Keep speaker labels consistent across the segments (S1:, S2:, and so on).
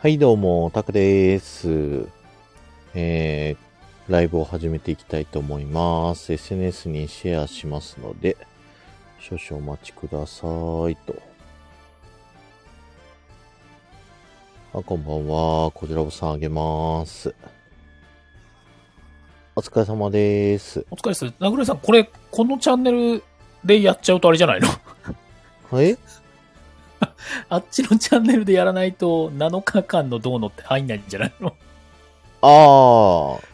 S1: はい、どうも、タクです。えー、ライブを始めていきたいと思います。SNS にシェアしますので、少々お待ちくださいと。あ、こんばんは。こちらぼさんあげます。お疲れ様です。
S2: お疲れっす。名倉さん、これ、このチャンネルでやっちゃうとあれじゃないの
S1: はい
S2: あっちのチャンネルでやらないと7日間のどうのって入んないんじゃないの
S1: あ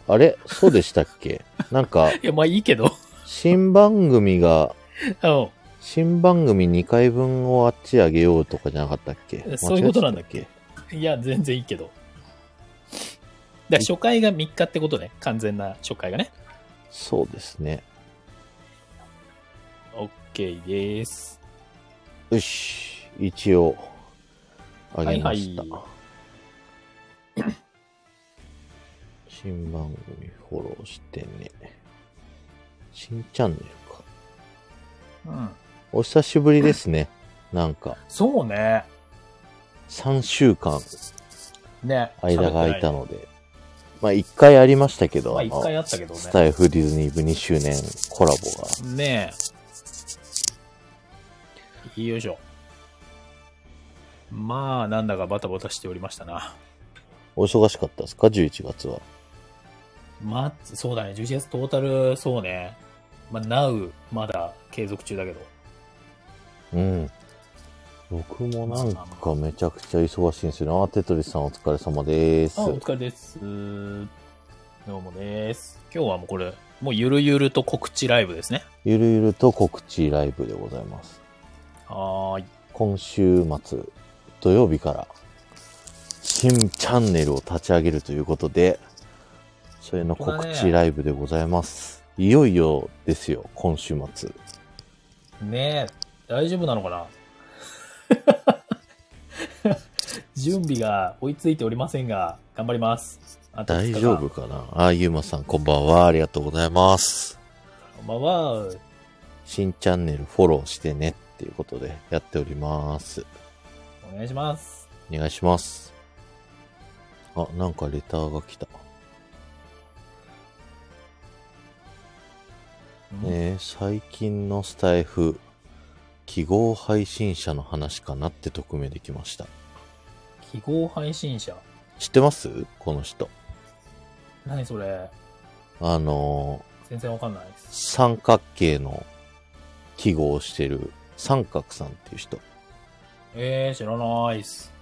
S1: ー、あれそうでしたっけなんか、
S2: いや、まあいいけど。
S1: 新番組が
S2: う
S1: 新番組2回分をあっち上げようとかじゃなかったっけ
S2: そういうことなんだっけん。いや、全然いいけど。だから初回が3日ってことね。完全な初回がね。
S1: そうですね。
S2: OK です。
S1: よし、一応、上げました。
S2: はいは
S1: 新番組フォローしてね。新チャンネルか。
S2: うん。
S1: お久しぶりですね。なんか、
S2: そうね。
S1: 3週間
S2: ね。
S1: 間が空いた
S2: の。
S1: ので。まあ、1回ありましたけど、
S2: まあ
S1: あの
S2: 一回あったけどね
S1: スタイフディズニー部2周年コラボが
S2: ねえ。よいしょ。まあ、なんだかバタバタしておりましたな。
S1: お忙しかったですか ?11 月は。
S2: まあ、そうだね、11月トータル、そうね。まあ、なう、まだ継続中だけど。
S1: うん。僕もなんかめちゃくちゃ忙しいんですよね。あ、テトリスさんお疲れ様です
S2: あ、。お疲れです。どうもです。今日はもうこれ、もうゆるゆると告知ライブですね。
S1: ゆるゆると告知ライブでございます。
S2: はーい。
S1: 今週末、土曜日から、新チャンネルを立ち上げるということで、それの告
S2: 本当だ
S1: 知
S2: ね
S1: ライブでございます。いよいよですよ、今週末。
S2: ねえ、大丈夫なのかな 準備が追いついておりませんが、頑張ります。あと
S1: 大
S2: 二日
S1: 丈
S2: 間
S1: 夫かなあ、ゆうまさんこんばんは。ありがとうございます。
S2: こんばんは。
S1: 新チャンネルフォローしてねっていうことでやっております。
S2: お願いします。
S1: お願いします。あ、なんかレターが来た。えー最近のスタイフ、記号配信者の話かなって匿名できました。
S2: 記号配信者。
S1: 知ってますこの人。
S2: 何それ
S1: あの
S2: 全然わかんないです
S1: ー。三角形の記号をしてる三角さんっていう人。
S2: えー、知らないっす。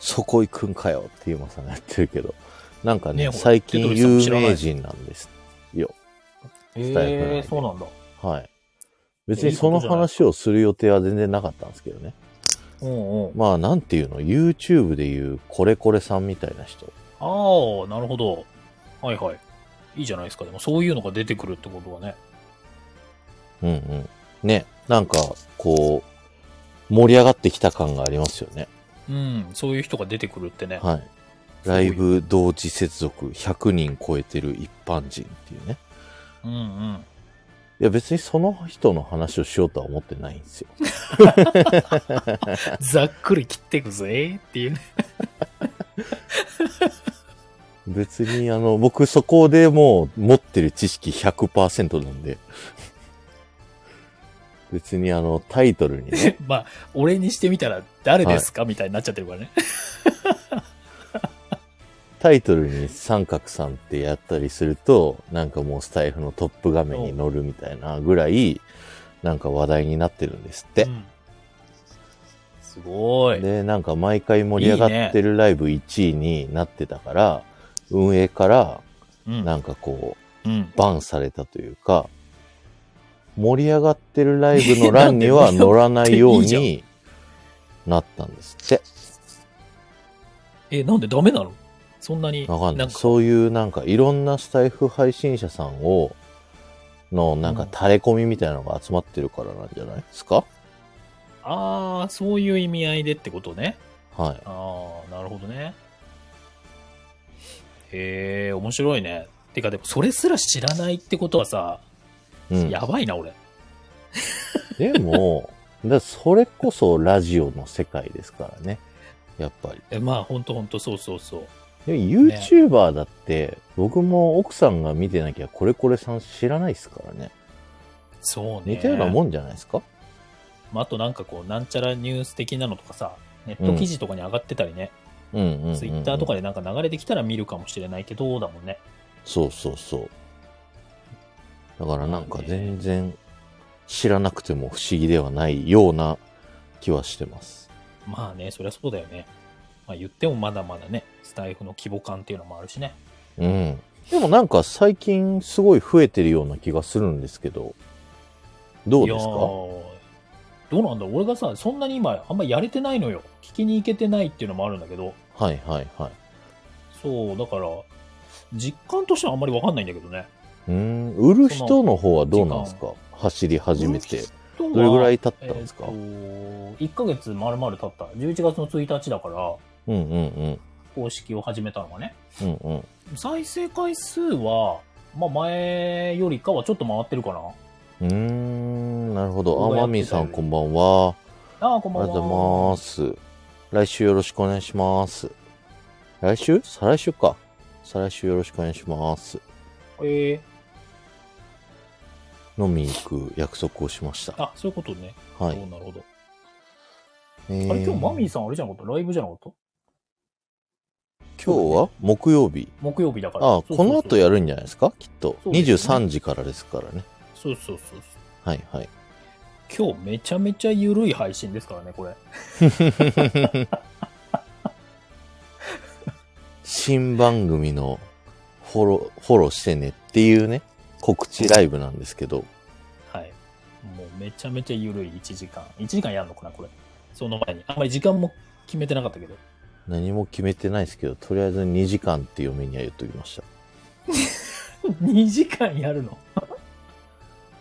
S1: そこ行くんかよってゆうまさんがやってるけど。なんかね、
S2: ねえほら
S1: 最
S2: テ
S1: 近
S2: トリスさんも
S1: 有
S2: 知らない
S1: 名人なんですよ。伝えられない
S2: えー、そうなんだ。
S1: はい。別
S2: いや
S1: に
S2: いい
S1: そ
S2: こと
S1: の
S2: じゃない
S1: 話をする予定は全然なかったんですけどね。
S2: うんうん。
S1: まあ、なんていうの ?YouTube でいうコレコレさんみたいな人。
S2: ああ、なるほど。はいはい。いいじゃないですか。でもそういうのが出てくるってことはね。
S1: うんうん。ね。なんか、こう、盛り上がってきた感がありますよね。
S2: うん、そういう人が出てくるってね。
S1: はい。
S2: すごい
S1: ライブ同時接続100人超えてる一般人っていうね。
S2: うんうん。
S1: いや別にその人の話をしようとは思ってないんですよ。
S2: ざっくり切ってくぜっていうね。
S1: 別にあの、僕そこでもう持ってる知識100%なんで。別にあの、タイトルにね、
S2: まあ、俺にしてみたら誰ですか、みたいになっちゃってるからね。
S1: タイトルに三角さんってやったりすると、なんかもうスタイフのトップ画面に載るみたいなぐらい、なんか話題になってるんですって
S2: う。んすごい。
S1: で、なんか毎回盛り上がってるライブ1位になってたから、運営から
S2: うん
S1: なんかこ
S2: うん
S1: う、バンされたというか、盛り上がってるライブの欄には
S2: なんで
S1: 乗らないよう
S2: いいじゃん
S1: になったんですって。
S2: え、なんでダメなのそんなに。
S1: わかんない。
S2: か
S1: そういうなんかいろんなスタイフ配信者さんを、のなんか垂れ込みみたいなのが集まってるからなんじゃないですか
S2: ああ、そういう意味合いでってことね。
S1: はい。
S2: ああ、なるほどね。へえ、面白いね。てか、でも、それすら知らないってことはさ、
S1: うん、
S2: やばいな、俺。
S1: でも、だからそれこそラジオの世界ですからね。やっぱり。
S2: えまあ、ほんとほんと、そうそうそう。
S1: でも YouTuber だって、僕も奥さんが見てなきゃこれこれさん知らないですからね。
S2: そうね。
S1: 似たようなもんじゃないですか、
S2: まあ、あとなんかこう、なんちゃらニュース的なのとかさ、ネット記事とかに上がってたりね、
S1: うん、うんうんうん
S2: ツイッターとかでなんか流れてきたら見るかもしれないけど、だもんね。
S1: そうそうそう。だからなんか全然知らなくても不思議ではないような気はしてます。
S2: まあね、そりゃそうだよね。まあ言ってもまだまだね、スタイフの規模感っていうのもあるしね。
S1: うん。でもなんか最近すごい増えてるような気がするんですけど、どうです
S2: いやー
S1: か
S2: どうなんだ俺がさ、そんなに今、あんまやれてないのよ。聞きに行けてないっていうのもあるんだけど、
S1: はいはいはい。
S2: そう、だから、実感としてはあんまりわかんないんだけどね。
S1: うーん、売る人の方はどうなんですか走り始めて。
S2: ど
S1: どれぐらい経っ
S2: え
S1: たんですか、
S2: ーっと1ヶ月丸々経った。11月の1日だから、
S1: うんうんうん。
S2: 公式を始めたのがね。
S1: うんうん。
S2: 再生回数は、まあ前よりかはちょっと回ってるかな。
S1: うーん、なるほど。
S2: 僕がや
S1: 天
S2: ってたより
S1: 海さんこんばんは。
S2: ああ、こん
S1: あ
S2: ば
S1: りが
S2: んは。
S1: とうございます。来週よろしくお願いします。来週再来週か。再来週よろしくお願いします。
S2: えー
S1: 飲みに行く約束をしました。
S2: あ、そういうことね。
S1: は
S2: そう
S1: い。
S2: なるほど。
S1: え
S2: あれ、今日マミー
S1: ー、
S2: さんあれじゃなかったライブじゃなかった
S1: 今日は木曜日。
S2: 木曜日だから。
S1: ああ、
S2: そうそう
S1: この
S2: そう
S1: 後やるんじゃないですかきっと。
S2: そうですね
S1: 23時からですからね。
S2: そうそうそう
S1: はいはい。
S2: そう。今日めちゃめちゃ緩い配信ですからね、これ。
S1: 新番組のフォロー、フォローしてねっていうね、告知ライブなんですけど、
S2: はい。もうめちゃめちゃ緩い1時間。1時間やんのかな、これ。その前に。あんまり時間も決めてなかったけど。
S1: 何も決めてないですけど、とりあえず2時間って嫁には言っときました。
S2: 2時間やるの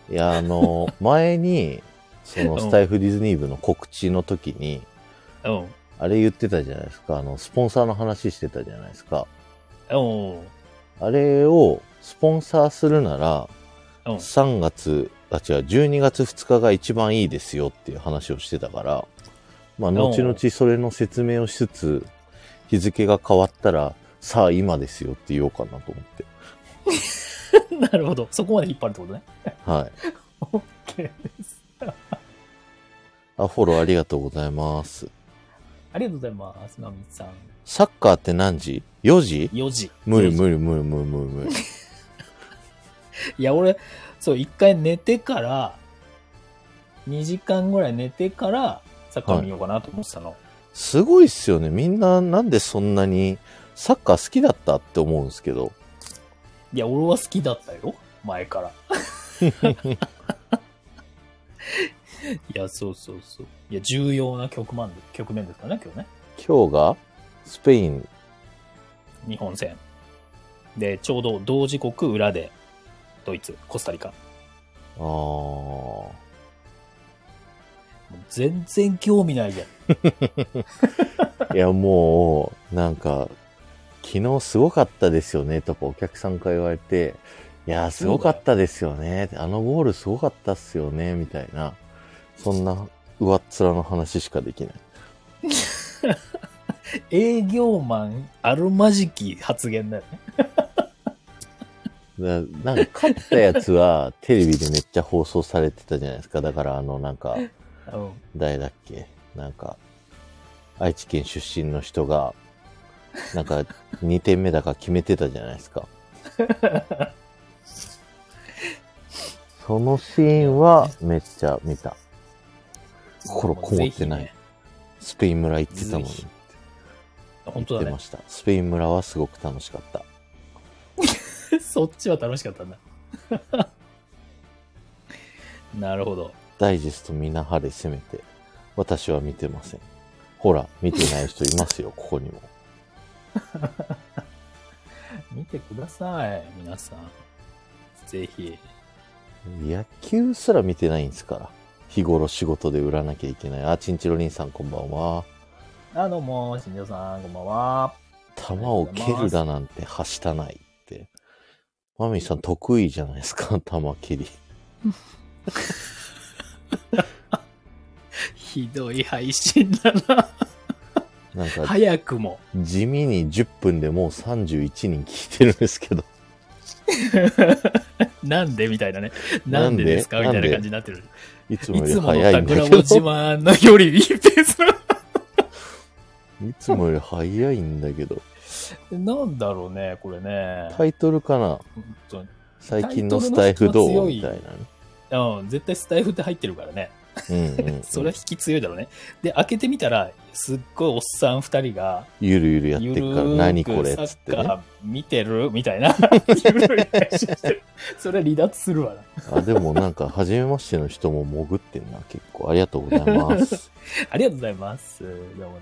S1: いや、あ の、前に、その
S2: うん
S1: スタイフディズニー部の告知の時に、
S2: うん。
S1: あれ言ってたじゃないですか、あの、スポンサーの話してたじゃないですか。
S2: うん。
S1: あれを、スポンサーするなら、
S2: うん。
S1: 3月、あ、違う、12月2日が一番いいですよっていう話をしてたから、まあ、後々それの説明をしつつ、日付が変わったら、さあ今ですよって言おうかなと思って。
S2: なるほど。そこまで引っ張るってことね。
S1: はい。
S2: OK です。
S1: あ、フォローありがとうございます。
S2: ありがとうございます、まみさん。
S1: サッカーって何時 ?4 時
S2: 4時。
S1: 無理
S2: 理。
S1: 無理無理無理無理無理。
S2: いや、俺、そう、一回寝てから、2時間ぐらい寝てから、サッカー見ようかなと思ってたの。
S1: すごいっすよね。みんななんでそんなにサッカー好きだったって思うんですけど。
S2: いや、俺は好きだったよ。前 から。いや、そうそうそう。いや、重要な局面で局面ですからね、今日ね。
S1: 今日がスペイン、
S2: 日本戦。で、ちょうど同時刻裏で、ドイツ、コスタリカ。
S1: あー
S2: もう全然興味ないじゃん。
S1: いや、もう、なんか、昨日すごかったですよね、とかお客さんから言われて、いやー、すごかったですよね、あのゴールすごかったっすよね、みたいな、そんな上っ面の話しかできない。
S2: 営業マン、あるまじき発言だよね。
S1: だなんか、勝ったやつは、テレビでめっちゃ放送されてたじゃないですか。だから、あの、なんか、
S2: うん。
S1: 誰だっけなんか、愛知県出身の人が、なん か、2点目だか決めてたじゃないですか。そのシーンはめっちゃ見た。心こもってない。
S2: ぜ
S1: スペイン村行ってたもん
S2: ぜひ。ひね
S1: 行
S2: 本当
S1: って
S2: だね
S1: ま。した。スペイン村はすごく楽しかった。
S2: そっちは楽しかったんだ。 なるほど。
S1: ダイジェストみな晴れせめて。私は見てません。ほら、見てない人いますよ、ここにも。
S2: 見てください、皆さん。ぜひ。
S1: 野球すら見てないんですから。日頃仕事で売らなきゃいけない。あ、チンチロリンさんこんばんは。
S2: あ、どうも、新庄さん、こんばんは。
S1: 球を蹴るだなんてはしたないって。マミーさん得意じゃないですか、 球蹴り。
S2: ひどい配信だな。
S1: なんか、
S2: 早くも。
S1: 地味に10分でもう31人聞いてるんです けど。
S2: なんでみたいなね。なんでですかみ
S1: なん
S2: た
S1: で
S2: いな感じになってる。
S1: いつ
S2: い
S1: もよ
S2: つ
S1: り
S2: もの
S1: 早いんだ
S2: 桜
S1: け
S2: も
S1: ど。
S2: 島のより一平さ
S1: いつもより早いんだけど。
S2: ん。 なんだろうね、これね。
S1: タイトルかな
S2: 本当に
S1: 最近のスタイフど
S2: タイトル
S1: う
S2: の
S1: み
S2: 人
S1: た
S2: はい
S1: なね。
S2: うん、絶対スタイフって入ってるからね。
S1: うんうん、うん。
S2: それは引き強いだろうね。で、開けてみたら、すっごいおっさん二人が、
S1: ゆるゆるやって
S2: ゆ
S1: っ
S2: る
S1: から、何これ
S2: ー
S1: っつ
S2: くサ
S1: って
S2: ッカ
S1: ね。
S2: ー見てるみたいな。 ゆるい話してるそれは離脱するわな。
S1: あ、でもなんか、初めましての人も潜ってんな、結構。ありがとうござい ます。
S2: ありがとうございます。どうもでござい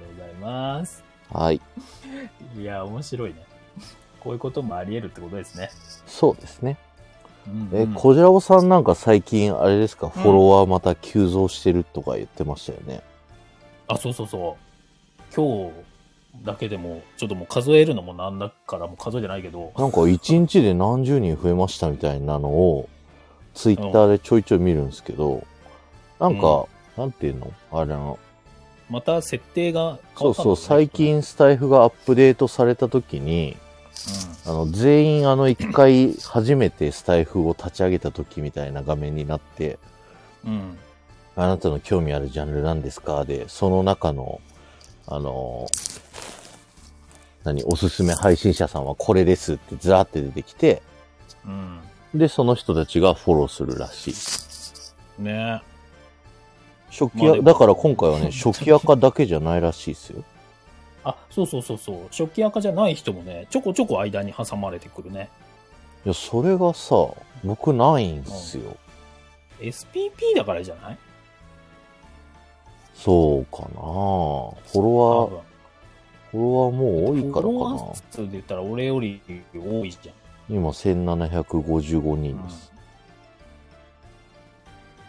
S2: ます。
S1: はい。
S2: いや、面白いね。こういうこともあり得るってことですね。
S1: そうですね。
S2: うんうん
S1: え、こじらぼさんなんか最近、あれですか、フォロワーまた急増してるとか言ってましたよね。
S2: あ、そうそうそう。今日だけでも、ちょっともう数えるのもなんだからもう数えてないけど、
S1: なんか、一日で何十人増えましたみたいなのを、ツイッターでちょいちょい見るんですけど、なんか、なんていうのあれの、
S2: また設定が変
S1: そ
S2: わ
S1: う
S2: った
S1: そ
S2: んだね
S1: う、最。近スタイフがアップデートされた時に、あの、全員あの一回初めてスタイフを立ち上げた時みたいな画面になって、
S2: うん。うん。
S1: あなたの興味あるジャンルなんですかで、その中の、あのー、何、おすすめ配信者さんはこれですってずらって出てきて、
S2: うん。
S1: で、その人たちがフォローするらしい。
S2: ね
S1: 初期
S2: まあで
S1: や、
S2: も
S1: だから今回 はね、初期垢だけじゃないらしいですよ。
S2: あ、そうそうそうそう。食器赤じゃない人もね、ちょこちょこ間に挟まれてくるね。
S1: いや、それがさ、僕ないんすよ。
S2: SPP だからじゃない
S1: そうかなフォロ
S2: 多
S1: ワー、
S2: 分。
S1: フォロワーもう多いから
S2: フォロ
S1: か
S2: ワ
S1: な
S2: ー数で言ったら俺より多いじゃん。
S1: 今1755人です。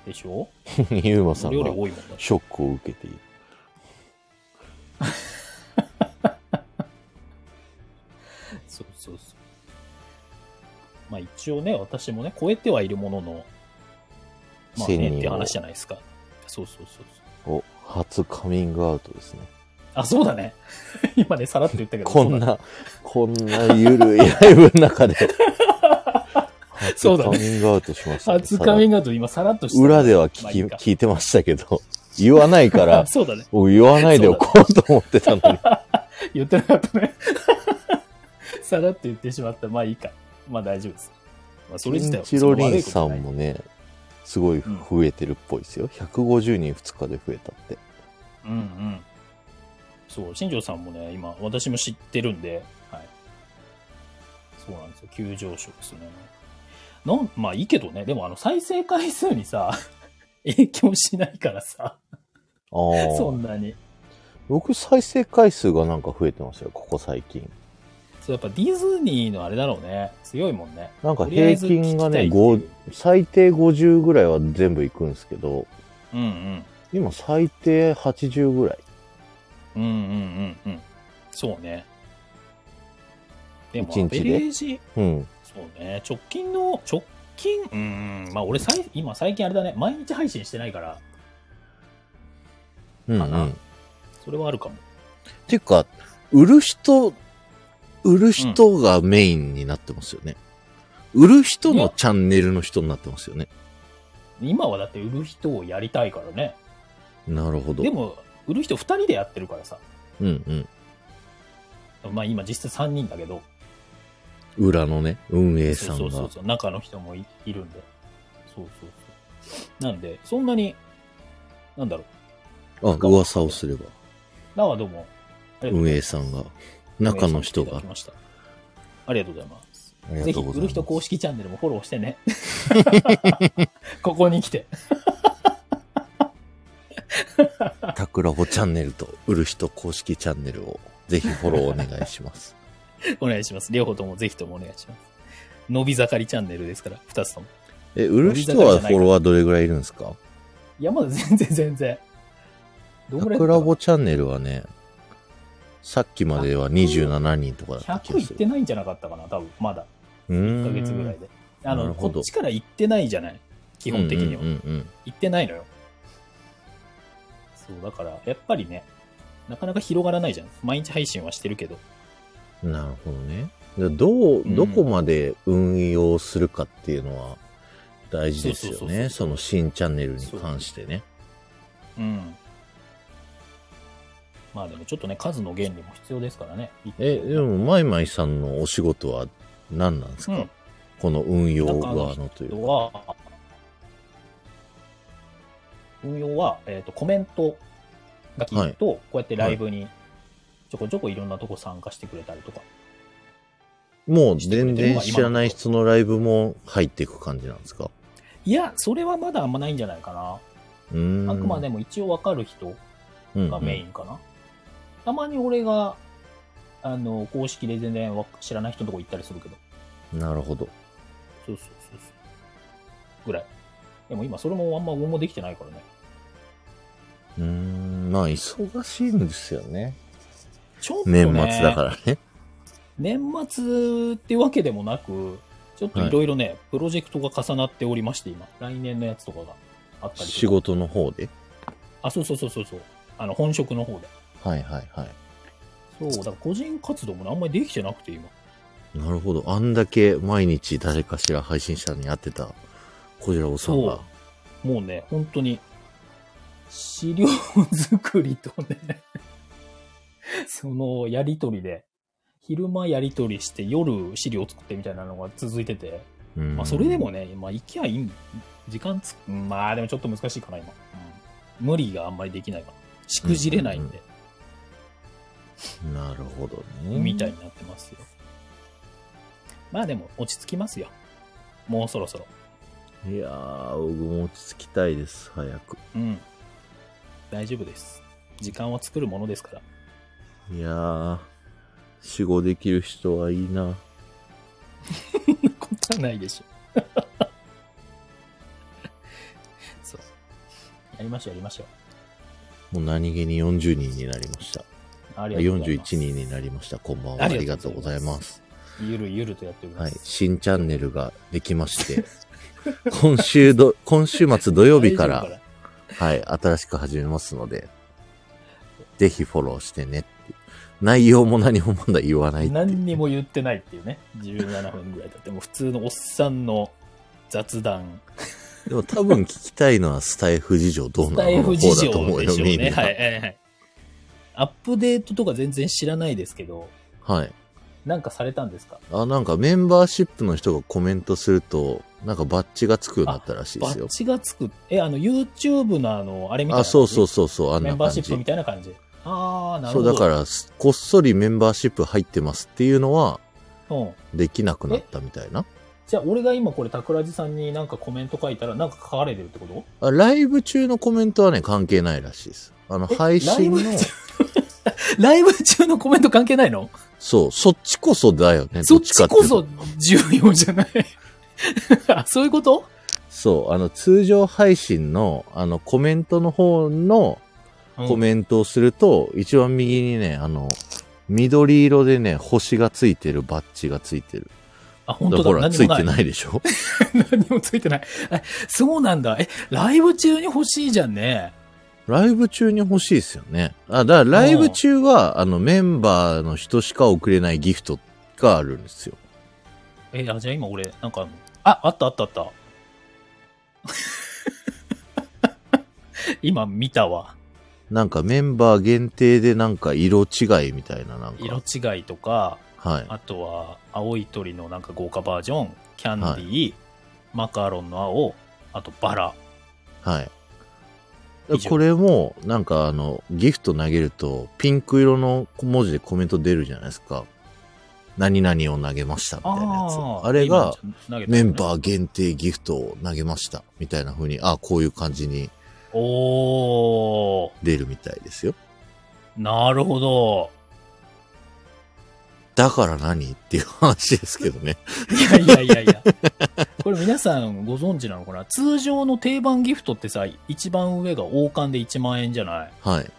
S2: でしょ
S1: ゆうまさ
S2: 俺
S1: ん
S2: より
S1: が
S2: 多いもんだ。
S1: ショックを受けている。
S2: そうそうそう。まあ一応ね、私もね、超えてはいるものの、まあ
S1: 1000
S2: ね
S1: 人
S2: って
S1: を
S2: 話じゃないですか。そうそうそうそう。
S1: お、初カミングアウトですね。
S2: あ、そうだね。 今ね、さらっと言ったけど。
S1: こん
S2: そうだね。
S1: な、こんなゆるいライブの中で。
S2: そ
S1: 初
S2: うだ
S1: カ
S2: ね
S1: ミングアウトしました、ね。
S2: 初カミングアウト今さらっとした。
S1: 裏では
S2: ま
S1: 聞
S2: あ
S1: き、
S2: いいか
S1: 聞いてましたけど、言わないから、
S2: そうだね。
S1: お言わないでおこうと思ってたの に。
S2: 言ってなかったね。さらっと言ってしまった。まあいいか。まあ大丈夫です。まあそれ自体
S1: 金
S2: は。
S1: チロリンさ
S2: そ
S1: ん
S2: な悪いこと
S1: もね、すごい増えてるっぽいですよ。150人2日で増えたって。
S2: ない。うんうん。そう、新庄さんもね、今、私も知ってるんで、はい。そうなんですよ。急上昇ですね。なん、まあいいけどね。でもあの、再生回数にさ、 影響しないからさ、
S1: あ
S2: そ
S1: あ
S2: ん。なに。
S1: 僕、再生回数がなんか増えてますよ、ここ最近。
S2: そう、やっぱディズニーのあれだろうね。強いもんね。
S1: なんか
S2: とりあえ
S1: 平
S2: ず聞き
S1: 均が
S2: たいってい
S1: ね、
S2: う
S1: ご最低50ぐらいは全部いくんですけど、
S2: うんうん。
S1: 今最低80ぐらい。
S2: うんうんうんうん。そうね。でも、
S1: 一日で
S2: アベレージ、
S1: うん。
S2: そうね。直近の、直近、うん、まあ俺さい、今最近あれだね、毎日配信してないから、
S1: うん、う。
S2: かなん
S1: っ
S2: それはあるかも。
S1: ていうか、売る人、売る人がメインになってますよね。売る人のチャンネルの人になってますよね。
S2: 今はだって売る人をやりたいからね。
S1: なるほど。
S2: でも、売る人2人でやってるからさ。
S1: うんうん。
S2: まあ今実質3人だけど、
S1: 裏のね、運営
S2: そ
S1: さ
S2: うんそうそ
S1: が
S2: う。そう、中の人もいいるんで。そうそうそう。なんで、そんなに、なんだろう。
S1: あ、噂をすれば、
S2: だからどうも、ありがとうご
S1: 運
S2: ざい
S1: 営
S2: ます
S1: さんが、中の人が
S2: 来ていただき。ましたありがとうございます。
S1: あり
S2: ぜ
S1: が
S2: ひ、
S1: とうござい
S2: 売る
S1: ます
S2: 人公式チャンネルもフォローしてね。 ここに来て。
S1: タクラボチャンネルと売る人公式チャンネルをぜひフォローお願いします。
S2: お願いします。両方ともぜひともお願いします。伸び盛りチャンネルですから、二つとも。
S1: え、売る人はフォロワーどれぐらいいるんですか
S2: いや、まだ全然全然。ど
S1: タ
S2: んぐらい
S1: ク
S2: だ
S1: ラ
S2: ったか
S1: ボチャンネルはね、さっきまでは27人とかだった気
S2: 100
S1: が
S2: いっ
S1: す
S2: て
S1: る。
S2: ないんじゃなかったかな、多分まだ。
S1: う
S2: 1ヶ
S1: ーん
S2: 月ぐらいで。あ
S1: な
S2: の、
S1: るほ
S2: こ
S1: ど
S2: っちから行ってないじゃない。基本的には。
S1: うんうんうんうん
S2: 行ってないのよ。そう、だから、やっぱりね、なかなか広がらないじゃん。毎日配信はしてるけど。
S1: なるほどね。じゃあどう、
S2: うん
S1: どこまで運用するかっていうのは大事ですよ
S2: そうそうそうそ
S1: ね。
S2: う
S1: その新チャンネルに関してね。
S2: うん。まあでもちょっとね、数の原理も必要ですからね。
S1: え、でも、マイマイさんのお仕事は何なんですか、
S2: うん
S1: この運用側のとい
S2: あ
S1: う
S2: と
S1: か。
S2: は、運用は、えっ、と、コメントがきっと、こうやってライブにちょこちょこいろんなとこ参加してくれたりとか。
S1: もう全然知らない人のライブも入っていく感じなんですか
S2: いや、それはまだあんまないんじゃないかな。
S1: うーん。
S2: あくまでも一応わかる人がメイ
S1: ン。
S2: ンかな。たまに俺が、あの、公式で全然わ知らない人のとこ行ったりするけど。
S1: なるほど。
S2: そうそうそうそう。ぐらい。でも今それもあんま俺もできてないからね。
S1: うーん。まあ、忙しいんですよね。
S2: ちょっと、ね、
S1: 年末だからね。
S2: 年末ってわけでもなく、ちょっといろいろね、プロジェクトが重なっておりまして、今。来年のやつとかがあったりとか
S1: 仕事の方で。
S2: あ、そうそうそうそうそう。あの、本職の方で。
S1: はいはいはい。
S2: そう、だから個人活動もねあんまりできてなくて、今。
S1: なるほど。あんだけ毎日誰かしら配信者に会ってた、こちらおさんが
S2: そ。う。もうね、本当に、資料作りとね、 そのやりとりで、昼間やりとりして夜資料作ってみたいなのが続いてて、
S1: うん
S2: まあそれでもね、まあ行きゃいいん、時間つ、うんまあでもちょっと難しいかな、今。うん無理があんまりできないから。しくじれないんで、
S1: なるほどね。
S2: みたいになってますよ。まあでも落ち着きますよ。もうそろそろ。
S1: いやー、僕も落ち着きたいです、早く。
S2: うん。大丈夫です。時間は作るものですから。
S1: いやー、死後できる人はいいな。
S2: そんなことはないでしょ。そう。やりましょう、やりましょ
S1: もう何気に40人になりました。
S2: う。ありがとうござい
S1: 41
S2: ま
S1: 人
S2: す。
S1: になりました。こんばんは。ありがとうございます。
S2: ゆるゆるとやっておりま
S1: はい。
S2: す。
S1: 新チャンネルができまして、 今週ど、今週末土曜日か
S2: 大丈夫
S1: ら、はい、新しく始めますので、ぜひフォローしてねって。内容も何もまだ言わないっていう
S2: 何にも言ってないっていうね。17分ぐらい経って、もう普通のおっさんの雑談。
S1: でも多分聞きたいのはスタイフ事情どう
S2: ス
S1: な
S2: タイ
S1: の
S2: フ
S1: の
S2: 事
S1: 方だと
S2: 情
S1: 思う
S2: で
S1: よ、
S2: しょう
S1: みん
S2: ね。
S1: な。
S2: はい、はい、はい。アップデートとか全然知らないですけど、
S1: はい。
S2: なんかされたんですか
S1: あ、なんかメンバーシップの人がコメントすると、なんかバッジがつくようになったらしいで
S2: バ
S1: す
S2: ッ
S1: よ。
S2: チがつく。え、あの、YouTube のあの、あれみたいな
S1: あ、
S2: 感じ。
S1: そうそうそうそう、あん
S2: メ
S1: な
S2: ンバー
S1: 感
S2: シ
S1: じ
S2: ッ。プみたいな感じ。ああ、なる
S1: そ
S2: ほ
S1: う、だ
S2: ど。
S1: から、すこっそりメンバーシップ入ってますっていうのは、
S2: うん。
S1: できなくなったみたいな。
S2: じゃあ、俺が今これ、桜地さんになんかコメント書いたら、なんか書かれてるってこと
S1: あライブ中のコメントはね、関係ないらしいです。あの、配信の
S2: ライ、ブ中 ライブ中のコメント関係ないの
S1: そう、そっちこそだよね。
S2: そ
S1: どっ
S2: っ
S1: ちか
S2: ち
S1: っていう
S2: ことそ重要じゃない あそういうこと
S1: そう、あの、通常配信の、あの、コメントの方のコメントをすると、一番右にね、あの、緑色でね、星がついてるバッジがついてる。
S2: あ、本当だ。
S1: ほら、
S2: 何
S1: つい
S2: もな
S1: て
S2: い。
S1: ないでしょ
S2: 何もついてない。え、そうなんだ。え、ライブ中に欲しいじゃんね。
S1: ライブ中に欲しいですよね。あ、だからライブ中は、あの、メンバーの人しか送れないギフトがあるんですよ。
S2: え、あ、じゃあ今俺、なんかあるの、あ、あったあったあった。 今見たわ。
S1: なんかメンバー限定でなんか色違いみたいななんか。
S2: 色違いとか、
S1: はい。
S2: あとは、青い鳥のなんか豪華バージョン、キャンディー、マカロンの青、あとバラ。
S1: はい
S2: 以。上
S1: これも、なんかあの、ギフト投げると、ピンク色の文字でコメント出るじゃないですか。何々を投げましたみたいなやつ。あれが、メン
S2: ー。
S1: バー限定ギフトを投げましたみたいな風に、あこういう感じに
S2: おー、
S1: 出るみたいですよ。
S2: なるほど。
S1: だから何っていう話ですけど ね。
S2: いやいやいや いや。これ皆さんご存知なのかな通常の定番ギフトってさ、一番上が王冠で1万円じゃない
S1: はい。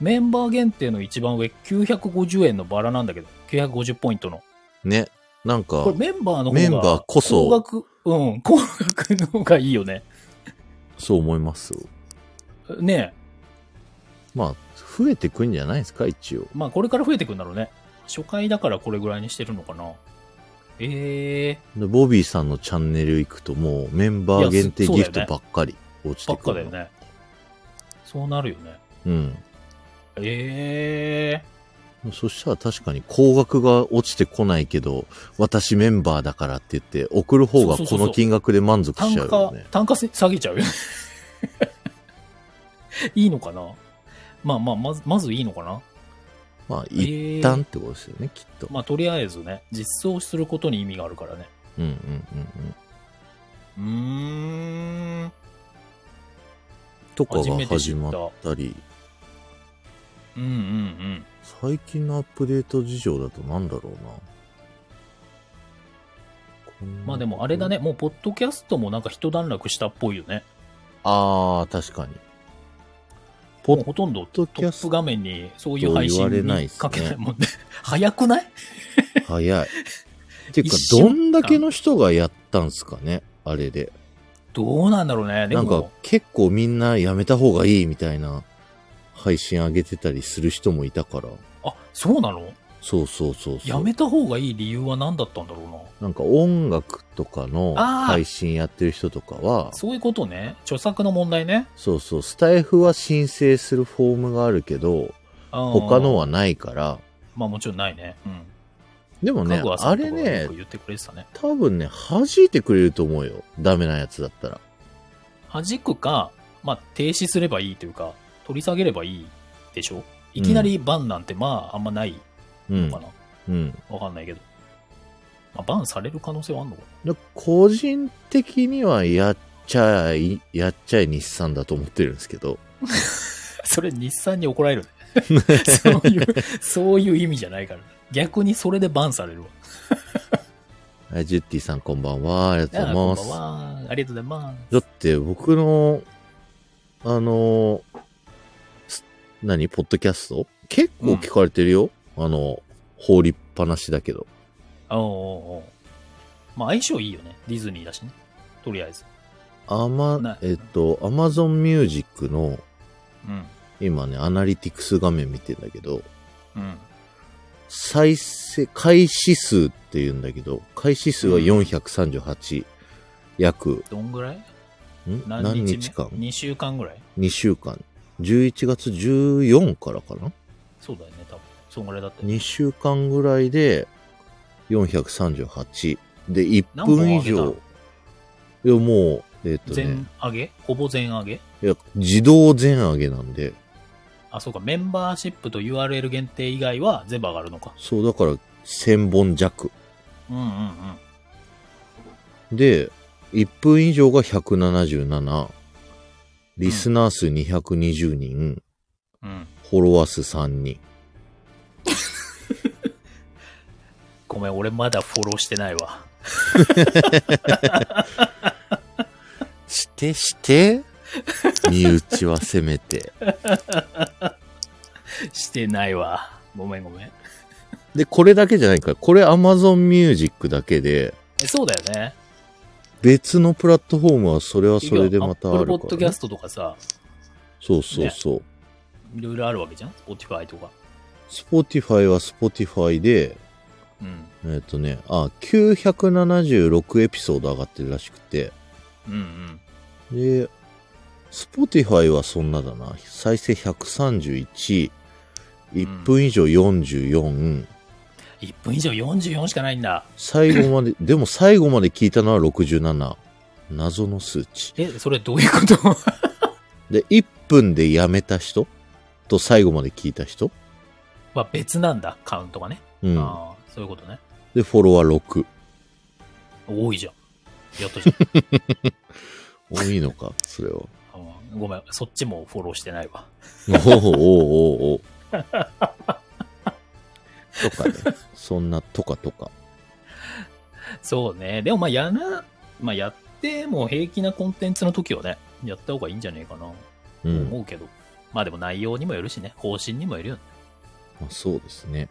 S2: メンバー限定の一番上950円のバラなんだけど、950ポイントの。
S1: ね。なんか
S2: こ、れメンバーの方が
S1: メンバーこそ
S2: 高額、うん、高額の方がいいよね。
S1: そう思います。
S2: ねえ。
S1: まあ、増えてくんじゃないですか、一応。
S2: まあ、これから増えてくんだろうね。初回だからこれぐらいにしてるのかな。ええ
S1: で、ボビーさんのチャンネル行くともうメンバー限定
S2: いやそ
S1: ギフ
S2: そうだ
S1: ト
S2: よね
S1: ばっかり落ち
S2: ば
S1: て
S2: っ
S1: く
S2: かだ
S1: る。
S2: よね。そうなるよね。
S1: うん。
S2: ええ
S1: そしたら確かに高額が落ちてこないけど、私メンバーだからって言って、送る方が
S2: そうそう
S1: こ
S2: そうそう
S1: の金額で満足し
S2: 単
S1: ちゃうよ
S2: 価
S1: ね。、
S2: 単価せ下げちゃうよね。 いいのかなまあまあ、まず、まずいいのかな
S1: まあ、一
S2: 一
S1: 旦ってことですよね、きっと。
S2: まあ、とりあえずね、実装することに意味があるからね。
S1: うんうんうんうん。
S2: うーん。
S1: とか
S2: 初
S1: が
S2: めて知
S1: 始
S2: っ。
S1: まったたり、
S2: うんうんうん。
S1: 最近のアップデート事情だとなんだろうな。こんな
S2: まあでもあれだね、。もうポッドキャストもなんか一段落したっぽいよね。
S1: ああ、確かに。
S2: もうほとんど
S1: ポ
S2: ト
S1: ッドキャス
S2: ッ
S1: ト
S2: プ画面にそういう配信
S1: と言われないっ
S2: に
S1: すね
S2: かけないもんね。早くない
S1: 早い。ていうか
S2: 一、瞬
S1: どんだけの人がやったんすかね、あれで。
S2: どうなんだろうね。で
S1: なんか
S2: も、
S1: 結構みんなやめた方がいいみたいな配信上げてたりする人もいたから。
S2: あ、そうなの
S1: そうそうそうそう。
S2: やめた方がいい理由は何だったんだろう
S1: なんか音楽とかの
S2: あー
S1: 配信やってる人とかは
S2: な。、そういうことね。著作の問題ね。
S1: そうそう、スタイフは申請するフォームがあるけど、他
S2: 他
S1: の。はないから、
S2: まあもちろんないね。うん。
S1: でもね
S2: かぐわ、さ
S1: あ
S2: んと
S1: れ
S2: かがよ
S1: ね
S2: く、言ってくれてたね。
S1: 多分ね、弾いてくれると思うよ。ダメなやつだったら。
S2: 弾くか、まあ停止すればいいというか、取り下げればいいでしょいきなりバンなんてまああんまない
S1: うん
S2: のか。な。
S1: うん。
S2: わかんないけど。まあ、バンされる可能性はあんのか
S1: だ個人的にはやっちゃい、やっちゃい日産だと思ってるんですけど。
S2: な それ日産に怒られる ね。そういう、そういう意味じゃないから。逆にそれでバンされるわ。
S1: はいジュッティさんこんばんは。ありがとうござい
S2: あーこんば
S1: ます。
S2: んは。ありがとうございます。
S1: だって僕の、あの、す何ポッドキャスト結構聞かれてるよ。あの、放りっぱなしだけど。
S2: おうおうおうまあ、相性いいよね。ディズニーだしね。とりあえず。
S1: あま
S2: な、
S1: えっと、アマゾンミュージックの、
S2: うん。
S1: 今ね、アナリティクス画面見てんだけど、
S2: うん。
S1: 再生、開始数って言うんだけど、開始数は438、約、
S2: どんぐらい
S1: ん
S2: 何
S1: 何
S2: 日目
S1: 日間
S2: ?2 週間ぐらい
S1: ?2 週間。11月14からかな
S2: そうだよね、多分。そんぐらいだったよね
S1: ?2 週間ぐらいで、438。で、1
S2: 何
S1: 分
S2: 本
S1: 以
S2: 上げた
S1: 上。いや、もう、えっ、とね
S2: 全、上げほぼ全上げ
S1: いや、自動全上げなんで、
S2: あ、そうか。メンバーシップと URL 限定以外は全部上がるのか。
S1: そう、だから、1000本弱。
S2: うんうんうん。
S1: で、1分以上が177、リスナー数220人、
S2: うん。
S1: フォロワー数3人。
S2: ごめん、俺まだフォローしてないわ。
S1: してして、 身内はせめて。
S2: してないわ。ごめんごめん。
S1: で、これだけじゃないから、これ Amazon Music だけで、
S2: えそうだよね。
S1: 別のプラットフォームはそれはそれでまたある
S2: ポ
S1: か
S2: ッド
S1: ら、
S2: キャ
S1: ね
S2: ス。トとかさ、
S1: そうそうそう。
S2: いろいろあるわけじゃん ?Spotify とか。
S1: Spotify は Spotify で、
S2: うん。
S1: えっ、とね、あ、976エピソード上がってるらしくて、
S2: うんうん。
S1: で、Spotify はそんなだな。再生131、1分以上44、
S2: 1分以上44しかないんだ。
S1: 最後まで、でも最後まで聞いたのは67。謎の数値。
S2: え、それどういうこと
S1: で、1分でやめた人と最後まで聞いた人
S2: まあ別なんだ、カウントがね。
S1: うん。
S2: ああ、そういうことね。
S1: で、フォロワー6。
S2: 多いじゃん。やっとじゃん。
S1: 多いのか、それは。
S2: うんごめん、そっちもフォローしてないわ。
S1: おーおーおーおー とかね。そんな、とかとか。
S2: そうね。でもまあやな、まあやっても平気なコンテンツの時はね、やった方がいいんじゃねえかな。
S1: う
S2: 思
S1: ん。
S2: うけど。まあでも内容にもよるしね、方針にもよるよね。
S1: まあ、そうですね。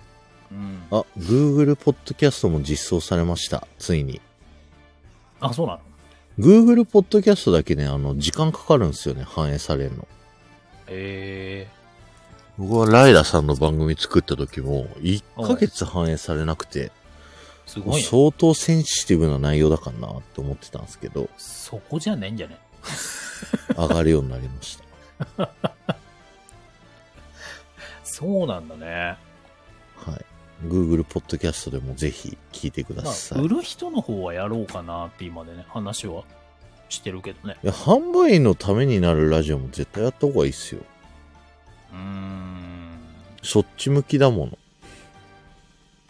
S2: うん。
S1: あ、Google Podcast も実装されました。ついに。
S2: あ、そうなの
S1: Google Podcast だけね、あの、時間かかるんですよね。反映されるの。
S2: え
S1: 僕はライラさんの番組作った時も、1ヶ月反映されなくて、
S2: すごいね。、
S1: 相当センシティブな内容だからなって思ってたんですけど
S2: そこじゃないんじゃない
S1: 上がるようになりました。
S2: そうなんだね。
S1: はい。Google ポッドキャストでもぜひ聞いてくだ
S2: ま
S1: さ
S2: あ、
S1: い。
S2: 売
S1: い
S2: る人の方はやろうかなって今でね、話はしてるけどね。
S1: や、販売員のためになるラジオも絶対やった方がいいっすよ。
S2: うーん。
S1: そっち向きだもの。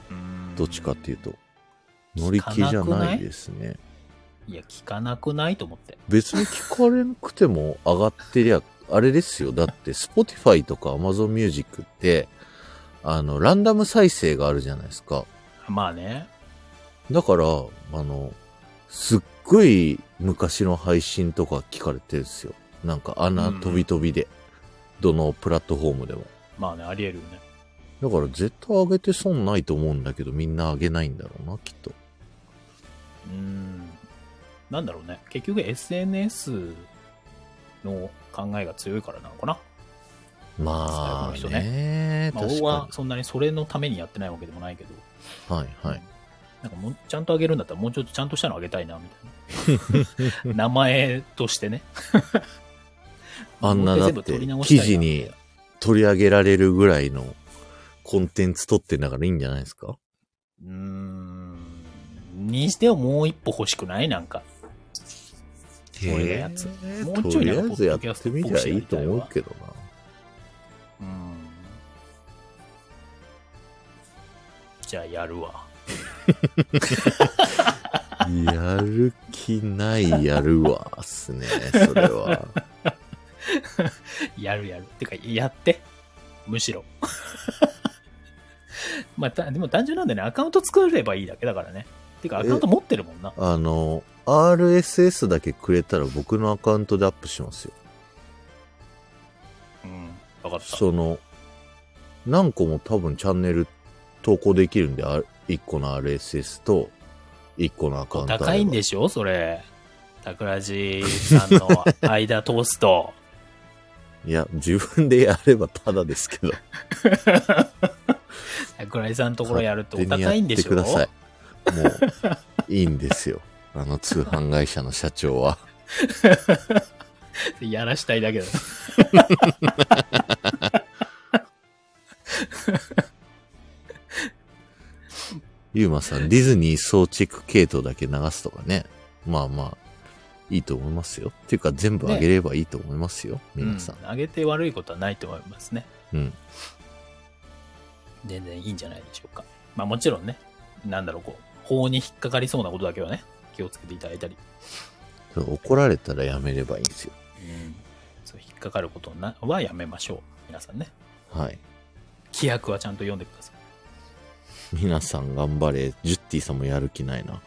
S2: うーん
S1: どっちかっていうと。乗り気じゃないですね。
S2: いや、聞かなくないと思って。
S1: 別に聞かれなくても上がってりゃ、あれですよ。だって、Spotify とか Amazon Music って、あの、ランダム再生があるじゃないですか。
S2: まあね。
S1: だから、あの、すっごい昔の配信とか聞かれてるんですよ。なんか穴飛び飛びで。どのプラットフォームでも。
S2: まあね、あり得るよね。
S1: だから絶対上げて損ないと思うんだけど、みんな上げないんだろうな、きっと。
S2: うーん。なんだろうね。結局 SNS の考えが強いからなのかな。
S1: まあ
S2: 最後の人
S1: ね、
S2: まあ、
S1: 確
S2: 俺
S1: か
S2: はそんなにそれのためにやってないわけでもないけど。
S1: に。はいはい。
S2: なんかもうちゃんとあげるんだったらもうちょっとちゃんとしたのあげたいな、みた いな。名前としてね。
S1: あんなだっ
S2: もう一回全部取り
S1: て
S2: 直、し
S1: 記
S2: たい
S1: 事
S2: な
S1: に取り上げられるぐらいのコンテンツ取ってんだからいいんじゃないですか
S2: うーん。にしてはもう一歩欲しくないなんか。そういうやつ
S1: えー
S2: もうち
S1: と
S2: ょい
S1: り
S2: なん
S1: あ
S2: か
S1: えずやってみりゃいいと思うけどな。
S2: うーん。じゃあやるわ。
S1: やる気ないやるわっすね、それ は。
S2: やるやる。てか、やって。むしろ。 まあ、たでも単純なんだよね。アカウント作ればいいだけだからね。てか、アカウント持ってるもんな。
S1: あの、RSS だけくれたら僕のアカウントでアップしますよ。
S2: うん。わかった。
S1: その、何個も多分チャンネル投稿できるんで、あ1個の RSS と1個のアカウントあれば。
S2: 高いんでしょそれ。桜地さんの間通す と。
S1: いや、自分でやればただですけど。
S2: 桜地さんのところやると お
S1: 勝手にや
S2: 高いんでしょ
S1: ってください。もう、いいんですよ。あの通販会社の社長は。
S2: やらしたいだけだ。
S1: ゆうまさん、ディズニー総チェック系統だけ流すとかね。まあまあ、いいと思いますよ。っていうか、全部あげればいいと思いますよ。皆さん。
S2: うん。上げて悪いことはないと思いますね。
S1: うん。
S2: 全然いいんじゃないでしょうか。まあもちろんね、なんだろう、こう、法に引っかかりそうなことだけはね、気をつけていただいたり。
S1: そう怒られたらやめればいいんですよ。
S2: うん。そう、引っかかることなはやめましょう。皆さんね。
S1: はい。
S2: 規約はちゃんと読んでください。
S1: 皆さん頑張れ。ジュッティさんもやる気ないな。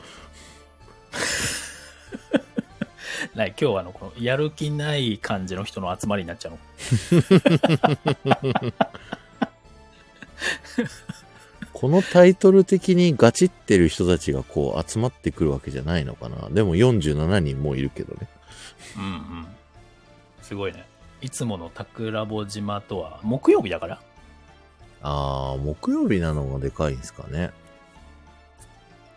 S2: ない、今日はあの、この、やる気ない感じの人の集まりになっちゃうの。
S1: このタイトル的にガチってる人たちがこう集まってくるわけじゃないのかな。でも47人もういるけどね。
S2: うんうん。すごいね。いつもの桜坊島とは、木曜日だから
S1: あー、木曜日なのがでかいんですかね。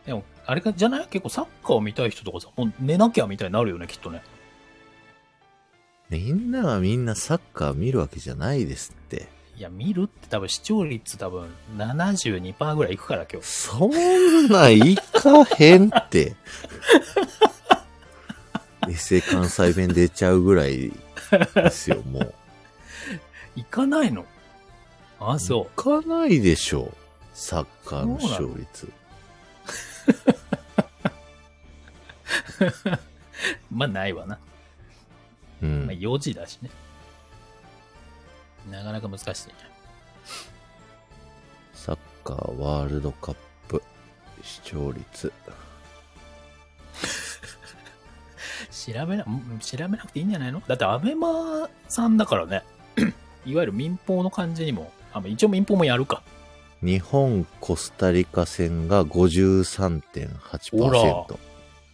S2: でも、あれか、じゃない結構サッカーを見たい人とかさ、もう寝なきゃみたいになるよね、きっとね。
S1: みんながみんなサッカー見るわけじゃないですって。
S2: いや、見るって多分視聴率多分72%ぐらいいくから今日。
S1: そんないかへんって。 エセ関西弁出ちゃうぐらいですよ、もう。
S2: いかないのあ、そ
S1: 行かないでしょう。サッカーの視聴率。
S2: う。まあないわな。
S1: う
S2: まあ
S1: ん。
S2: 4時だしね。なかなか難しいね。
S1: サッカーワールドカップ視聴率。
S2: 調べな、ん調べなくていいんじゃないのだってアベマさんだからね。 いわゆる民放の感じにも、あ、まあ一応民放もやるか。
S1: 日本、コスタリカ戦が53.8%
S2: ほ。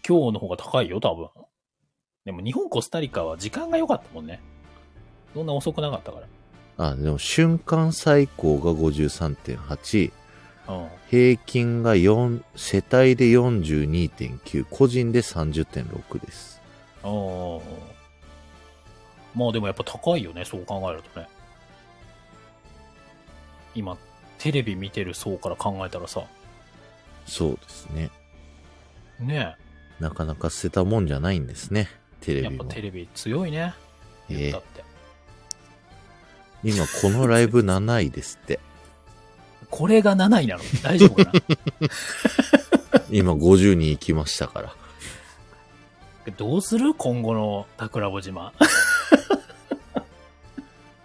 S2: 今日の方が高いよ、多分。でも日本、コスタリカは時間が良かったもんね。そんな遅くなかったから。
S1: あ、でも瞬間最高が53.8、
S2: うん。
S1: 平均が4、世帯で42.9、個人で30.6です。
S2: あーまあでもやっぱ高いよね、そう考えるとね。今、テレビ見てる層から考えたらさ、
S1: そうですね。
S2: ね
S1: なかなか捨てたもんじゃないんですね。テ
S2: え
S1: レ
S2: やっ
S1: ビ
S2: ぱ
S1: も。
S2: テレビ強いね。言
S1: え
S2: った
S1: ー
S2: って。
S1: 今このライブ7位です って。
S2: これが7位なの大丈夫かな
S1: 今50に行きましたから。
S2: どうする今後の桜穂島。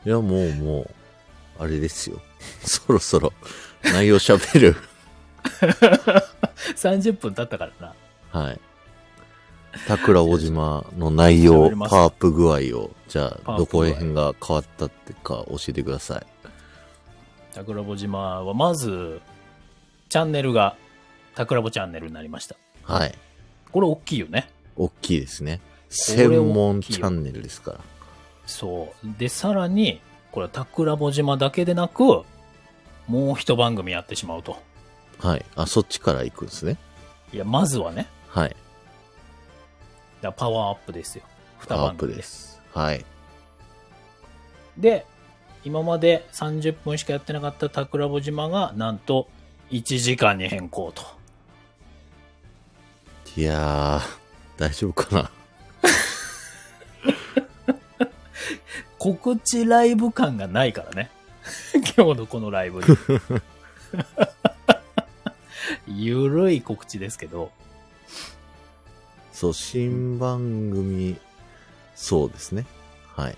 S1: いや、もうもう、あれですよ。 そろそろ内容喋る。
S2: 30分経ったからな。
S1: はい。桜小島の内容、パワーアップ具合を、じゃあ、
S2: パワーア
S1: ど
S2: ップ具合
S1: こら辺が変わったってか教えてください。
S2: 桜穂島はまず、チャンネルが桜穂チャンネルになりました。
S1: はい。
S2: これ大きいよね。
S1: 大きいですね。
S2: れ大きいよ
S1: 専門チャンネルですから。
S2: そう。で、さらに、これは桜穂島だけでなく、もう一番組やってしまうと。
S1: はい。あ、そっちから行くんですね。
S2: いや、まずはね、
S1: はい。
S2: だからパワーアップですよ。
S1: パワー
S2: 二
S1: ア
S2: 番
S1: ップ
S2: 組
S1: で
S2: です。
S1: す。はい。
S2: で、今まで30分しかやってなかった桜穂島が、なんと、1時間に変更と。
S1: いやー、大丈夫かな。
S2: 告知ライブ感がないからね。 今日のこのライブに。 ゆるい告知ですけど、
S1: そう、新番組、そうですね。はい。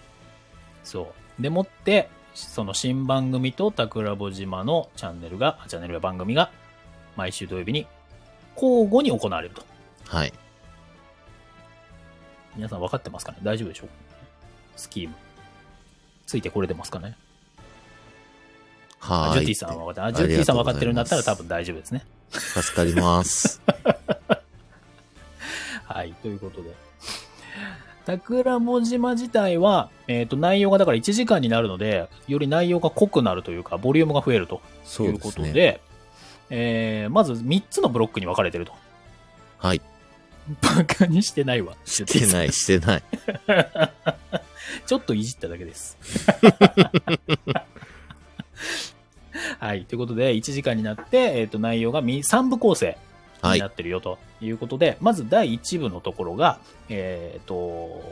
S2: そう。でもって、その新番組と桜穂島のチャンネルが、チャンネルや番組が、毎週土曜日に交互に行われると。
S1: はい。
S2: 皆さん分かってますかね大丈夫でしょうスキーム。ついてこれてますかね
S1: はーい。
S2: ジュティさんは分かって、あジュティさん分かってるんだったら多分
S1: だ。
S2: 大丈夫ですね。
S1: 助かり ます。
S2: はい、ということで。桜文島自体は、えっ、と、内容がだから1時間になるので、より内容が濃くなるというか、ボリュームが増えるとい
S1: そう
S2: う
S1: で
S2: こ
S1: す
S2: と
S1: ね。
S2: で、えーまず3つのブロックに分かれてると。
S1: はい。
S2: バカにしてないわ。
S1: してない、してない。
S2: ちょっといじっただけです。 はい。ということで、1時間になって、えっ、と、内容が3部構成
S1: は
S2: に
S1: い
S2: な。ってるよということで、まず第1部のところが、えっ、と、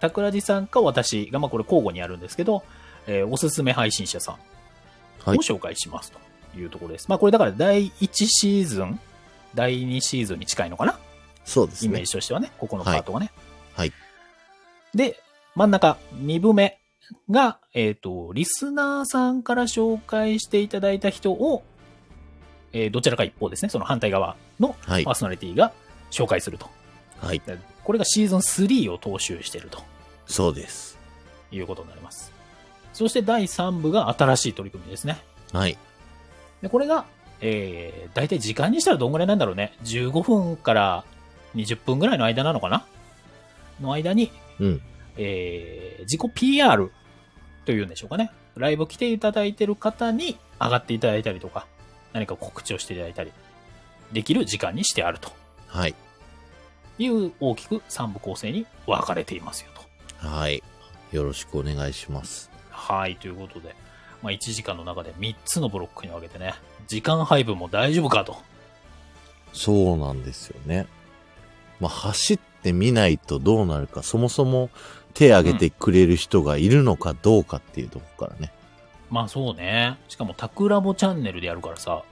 S2: 桜地さんか私が、まあこれ交互にやるんですけど、えーおすすめ配信者さん
S1: はい
S2: を。紹介しますというところです。まあこれだから第1シーズン、第2シーズンに近いのかな
S1: そうです
S2: イメー
S1: ね。
S2: ジとしてはね、ここのパートがね。
S1: はいは
S2: で、真ん中、2部目が、えっ、と、リスナーさんから紹介していただいた人を、えーどちらか一方ですね、その反対側の
S1: はい
S2: パー。ソナリティが紹介すると。
S1: はい。
S2: でこれがシーズン3を踏襲していると
S1: そうです。
S2: いうことになります。そして第3部が新しい取り組みですね。
S1: はい。
S2: で、これが、えー、大体時間にしたらどんぐらいなんだろうね。15分から20分ぐらいの間なのかなの間に、
S1: うん。
S2: えー自己 PR というんでしょうかね。ライブ来ていただいてる方に上がっていただいたりとか、何か告知をしていただいたり、できる時間にしてあると
S1: はい。
S2: いう大きく3部構成に分かれていますよと。
S1: はい。よろしくお願いします。
S2: はい、ということで、まあ、1時間の中で3つのブロックに分けてね、時間配分も大丈夫かと。
S1: そうなんですよね。まあ、走ってみないとどうなるか、そもそも手挙げてくれる人がいるのかどうかっていうとこからね。
S2: まあそうね。しかも、タクラボチャンネルでやるからさ、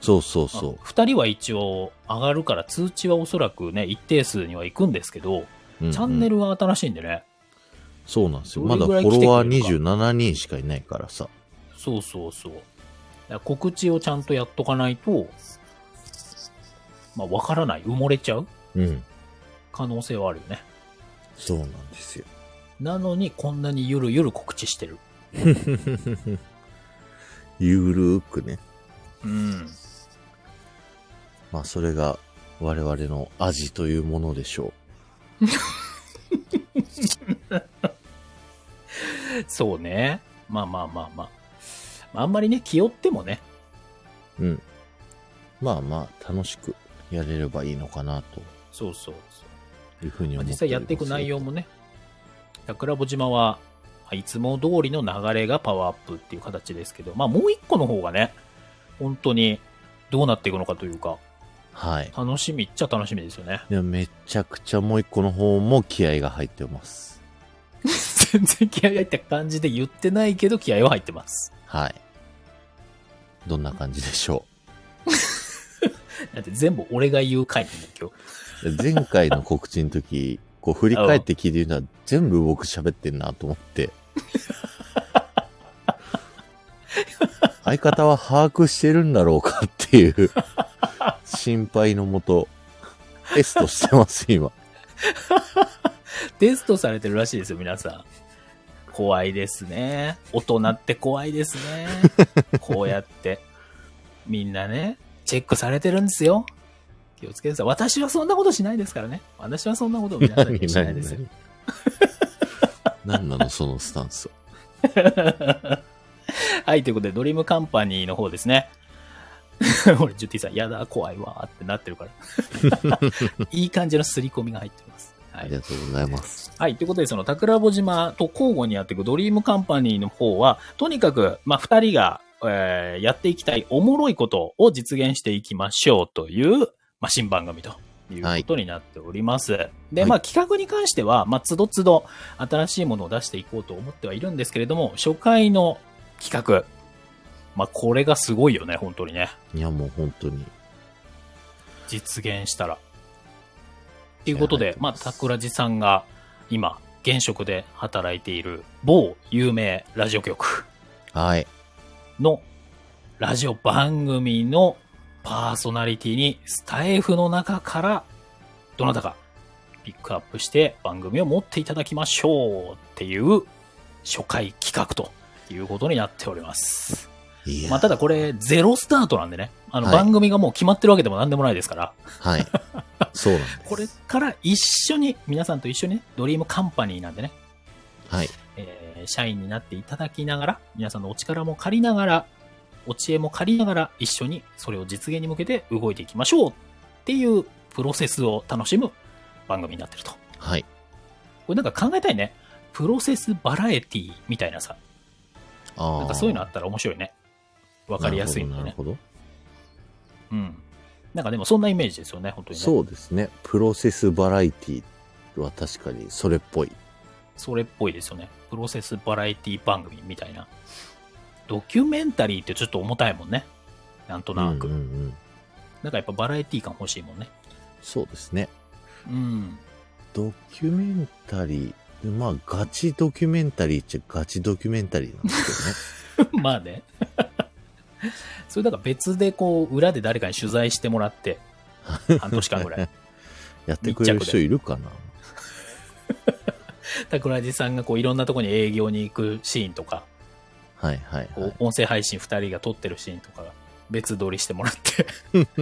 S1: そうそうそ
S2: 2人は一応上がるから通知はおそらくね、一定数には行くんですけど、
S1: う。うんうん
S2: チャンネルは新しいんでね。
S1: そうなんですよ。
S2: ど
S1: ま
S2: れ
S1: だ
S2: ぐ
S1: フ
S2: らい来て
S1: ォ
S2: くれる
S1: ロ
S2: か
S1: ワー27人しかいないからさ。
S2: そうそうそう。だから告知をちゃんとやっとかないと、まあわからない。埋もれちゃう
S1: うん。
S2: 可能性はあるよね。
S1: そうなんですよ。
S2: なのに、こんなにゆるゆる告知してる。
S1: ゆるーくね。
S2: うん。
S1: まあ、それが我々の味というものでしょ
S2: そうね。まあまあまあまあ。あんまりね、気負ってもね。
S1: うん。まあまあ、楽しくやれればいいのかなと
S2: そうそうそう。
S1: いうふうに
S2: ま
S1: 思
S2: あ
S1: っております。
S2: 実際やっていく内容もね、桜穂島は、まあいつも通りの流れがパワーアップっていう形ですけど、まあもう一個の方がね、本当にどうなっていくのかというか、
S1: はい。
S2: 楽しみっちゃ楽しみですよね。
S1: いや、めちゃくちゃもう一個の方も気合が入ってます。
S2: 全然気合入った感じで言ってないけど気合は入ってます。
S1: はい。どんな感じでしょ
S2: だって全部俺が言う回なんだよ今日。
S1: う。前回の告知の時、こう振り返って聞いてみたら全部僕喋ってんなと思 って。相方は把握してるんだろうかっていう心配のもと、テストしてます、今。
S2: テストされてるらしいですよ、皆さん。怖いですね。大人って怖いです ね。こうやって。みんなね、チェックされてるんですよ。気をつけてください。私はそんなことしないですからね。私はそんなことを皆さん にはしないですよ。
S1: 何なの、そのスタンスは。
S2: はい、ということで、ドリームカンパニーの方ですね。 俺、ジュティさん、やだ、怖いわーってなってるから。 いい感じの刷り込みが入ってます。は
S1: あ
S2: い
S1: り。がとうございます。
S2: はい。ということで、その桜穂島と交互にやっていくドリームカンパニーの方は、とにかく、まあ、二人が、えーやっていきたいおもろいことを実現していきましょうという、まあ、新番組ということになっております。で、まあ、企画に関しては、まあ、つどつど新しいものを出していこうと思ってはいるんですけれども、初回の企画。まあ、これがすごいよね、本当にね。
S1: いや、もう本当に。
S2: 実現したら。ということ
S1: いや
S2: で
S1: あ、り
S2: ま
S1: が
S2: あ、
S1: とうございます
S2: 桜地さんが今、現職で働いている某有名ラジオ局
S1: はい。
S2: のラジオ番組のパーソナリティにスタイフの中からどなたかピックアップして番組を持っていただきましょうっていう初回企画ということになっております。
S1: いや
S2: まあ、ただこれゼロスタートなんでね、あの
S1: はい
S2: 番組がもう決まってるわけでも何でもないですから、
S1: はい。そうなんです。
S2: これから一緒に、皆さんと一緒にね、ドリームカンパニーなんでね、
S1: はい。
S2: えー社員になっていただきながら、皆さんのお力も借りながら、お知恵も借りながら、一緒にそれを実現に向けて動いていきましょうっていうプロセスを楽しむ番組になってると。こ
S1: はい。
S2: れなんか考えたいね。プロセスバラエティみたいなさ、
S1: ああ。
S2: なんかそういうのあったら面白いね。わかりやすいんで
S1: なる
S2: ね。
S1: ほど。なるほ
S2: うん。なんかでもそんなイメージですよね、本当
S1: ど
S2: にね。
S1: そうですね。プロセスバラエティは確かにそれっぽい。
S2: それっぽいですよね。プロセスバラエティ番組みたいな。ドキュメンタリーってちょっと重たいもんね。なんとなく。
S1: うんうんうん。
S2: なんかやっぱバラエティ感欲しいもんね。
S1: そうですね。
S2: うん。
S1: ドキュメンタリー。まあ、ガチドキュメンタリーっちゃガチドキュメンタリーなんですけどね。
S2: まあね。 それだから別でこう、裏で誰かに取材してもらって、半年間ぐ らい。
S1: やってくれる人いるかな
S2: 桜地さんがこう、いろんなとこに営業に行くシーンとか、
S1: はいはい
S2: こ
S1: は
S2: う
S1: い。
S2: 音声配信2人が撮ってるシーンとかが別撮りしてもらって。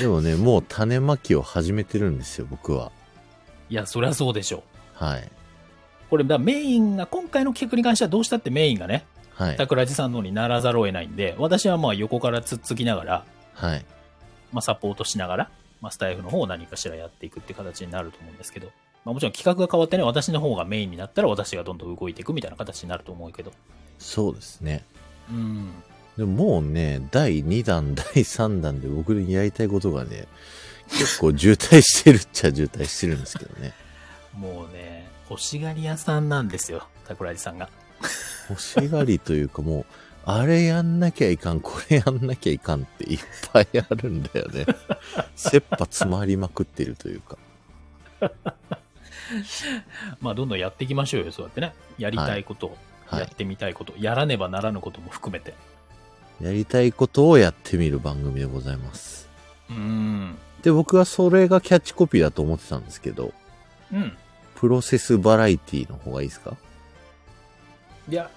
S1: でもね、もう種まきを始めてるんですよ、僕は。
S2: いや、そりゃそうでしょ
S1: はい。
S2: う。これ、だからメインが、今回の企画に関してはどうしたってメインがね、
S1: はい。
S2: 桜地さんの方にならざるを得ないんで、私はまあ横から突っつきながら、
S1: はい。
S2: まあサポートしながら、まあスタイフの方を何かしらやっていくって形になると思うんですけど、まあもちろん企画が変わってね、私の方がメインになったら私がどんどん動いていくみたいな形になると思うけど。
S1: そうですね。
S2: うん。
S1: でももうね、第2弾、 第3弾で僕にやりたいことがね、結構渋滞してるっちゃ渋滞してるんですけどね。
S2: もうね、欲しがり屋さんなんですよ、桜地さんが。
S1: 欲しがりというかもう、あれやんなきゃいかん、これやんなきゃいかんっていっぱいあるんだよね。切羽詰まりまくってるというか。
S2: まあどんどんやっていきましょうよ、そうやってね。やりたいことを、
S1: は
S2: やっ
S1: い。
S2: てみたいこと、やらねばならぬことも含めて。
S1: やりたいことをやってみる番組でございます。
S2: うん。
S1: で、僕はそれがキャッチコピーだと思ってたんですけど、
S2: うん。
S1: プロセスバラエティの方がいいですか
S2: いや、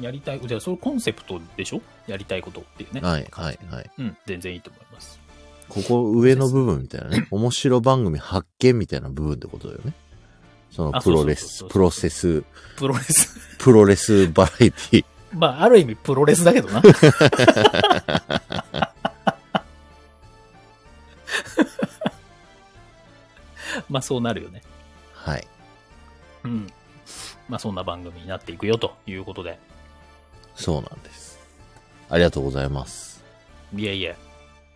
S2: やりたい、じゃあそれコンセプトでしょやりたいことっていうね。
S1: はい、はい、はい。
S2: うん、全然いいと思います。
S1: ここ上の部分みたいなね。面白番組発見みたいな部分ってことだよね。その
S2: あ
S1: プロレス、
S2: そうそうそうそう
S1: プロセス、
S2: プロレス。
S1: プロレスバラエティ。
S2: まあ、ある意味プロレスだけどな。 まあ、そうなるよね。
S1: はい。
S2: うん。まあ、そんな番組になっていくよということで。
S1: そうなんです。ありがとうございます。
S2: いえいえ。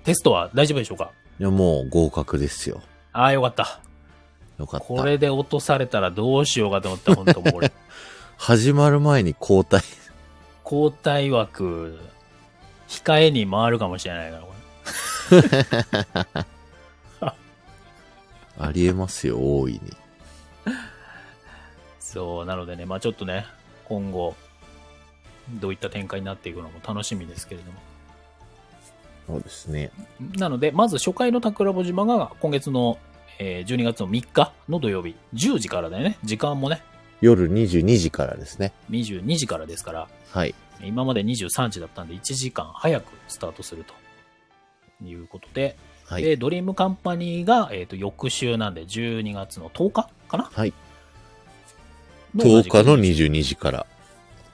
S2: テストは大丈夫でしょうか
S1: いや、もう合格ですよ。
S2: ああ、よかった。
S1: よかった。
S2: これで落とされたらどうしようかと思った、本当もう俺。
S1: 始まる前に交代。
S2: 交代枠、控えに回るかもしれないから、こ
S1: ありえますよ、大いに。
S2: れ。そう、なのでね、まあちょっとね、今後、どういった展開になっていくのも楽しみですけれども。
S1: そうですね。
S2: なので、まず初回の桜穂島が今月の、えー12月の3日の土曜日、10時からだよね。時間もね、
S1: 夜22時からですね。
S2: 22時からですから、
S1: はい。
S2: 今まで23時だったんで1時間早くスタートするということで、
S1: はい。
S2: で、ドリームカンパニーが、えっ、と、翌週なんで、12月の10日かな
S1: はい。
S2: の同
S1: 10日
S2: じく
S1: の22時から。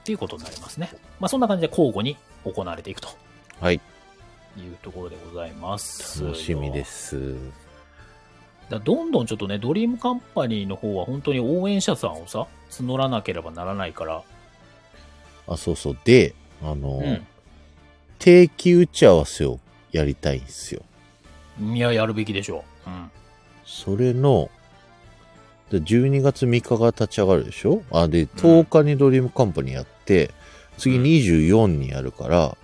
S2: っていうことになりますね。まあ、そんな感じで交互に行われていくと
S1: はい。
S2: いうところでございます。
S1: 楽しみで。す。
S2: だどんどんちょっとね、ドリームカンパニーの方は本当に応援者さんをさ、募らなければならないから、
S1: あ、そうそう。で、あの、
S2: う
S1: 定期打ち合わせをやりたいんですよ。
S2: ん。いや、やるべきでしょう。うん。
S1: それの、で12月3日が立ち上がるでしょあ、で、10日にドリームカンパニーやって、次
S2: うん
S1: 24にやるから、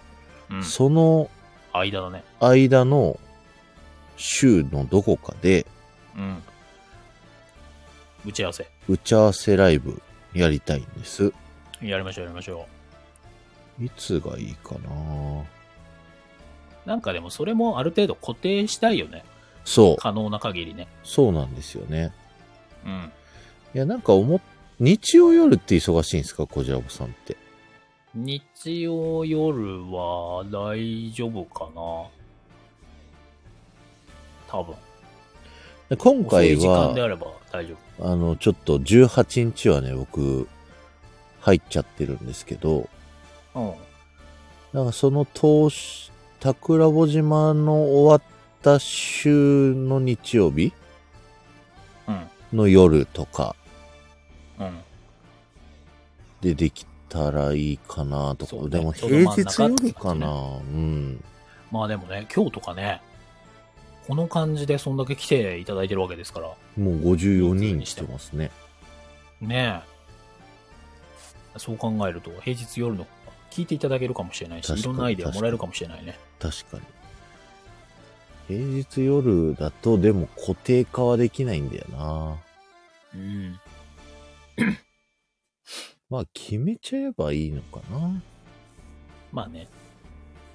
S2: うん。
S1: その
S2: 間だね。
S1: 間の週のどこかで
S2: うん。打ち合わせ。
S1: 打ち合わせライブやりたいんです。
S2: やりましょう、やりましょ
S1: いつがいいかな
S2: う。なんかでも、それもある程度固定したいよね。
S1: そう、
S2: 可能な限りね。
S1: そうなんですよね。
S2: うん。
S1: いや、なんか思っ、日曜夜って忙しいんですかこじらぼさんって。
S2: 日曜夜は大丈夫かな多分。
S1: で今回
S2: 遅い時間で
S1: は、
S2: あれば大丈夫。
S1: あの、ちょっと18日はね、僕、入っちゃってるんですけど、
S2: うん。
S1: なんかその投資、桜穂島の終わった週の日曜日
S2: うん。
S1: の夜とか
S2: うん。
S1: でできたらいいかなとか、
S2: そうね
S1: でも
S2: ちょうど真
S1: 平日
S2: ん中って
S1: 夜
S2: 感
S1: か
S2: じね
S1: な、うん。
S2: まあでもね、今日とかね、この感じでそんだけ来ていただいてるわけですから、
S1: もう54人来てますね。
S2: ねえ。そう考えると、平日夜の方が聞いていただけるかもしれないし、
S1: 確
S2: い
S1: か
S2: ろ
S1: に
S2: んなアイデアもらえるかもしれないね。
S1: 確かに。平日夜だと、でも固定化はできないんだよな。
S2: うん。
S1: まあ、決めちゃえばいいのかな。
S2: まあね、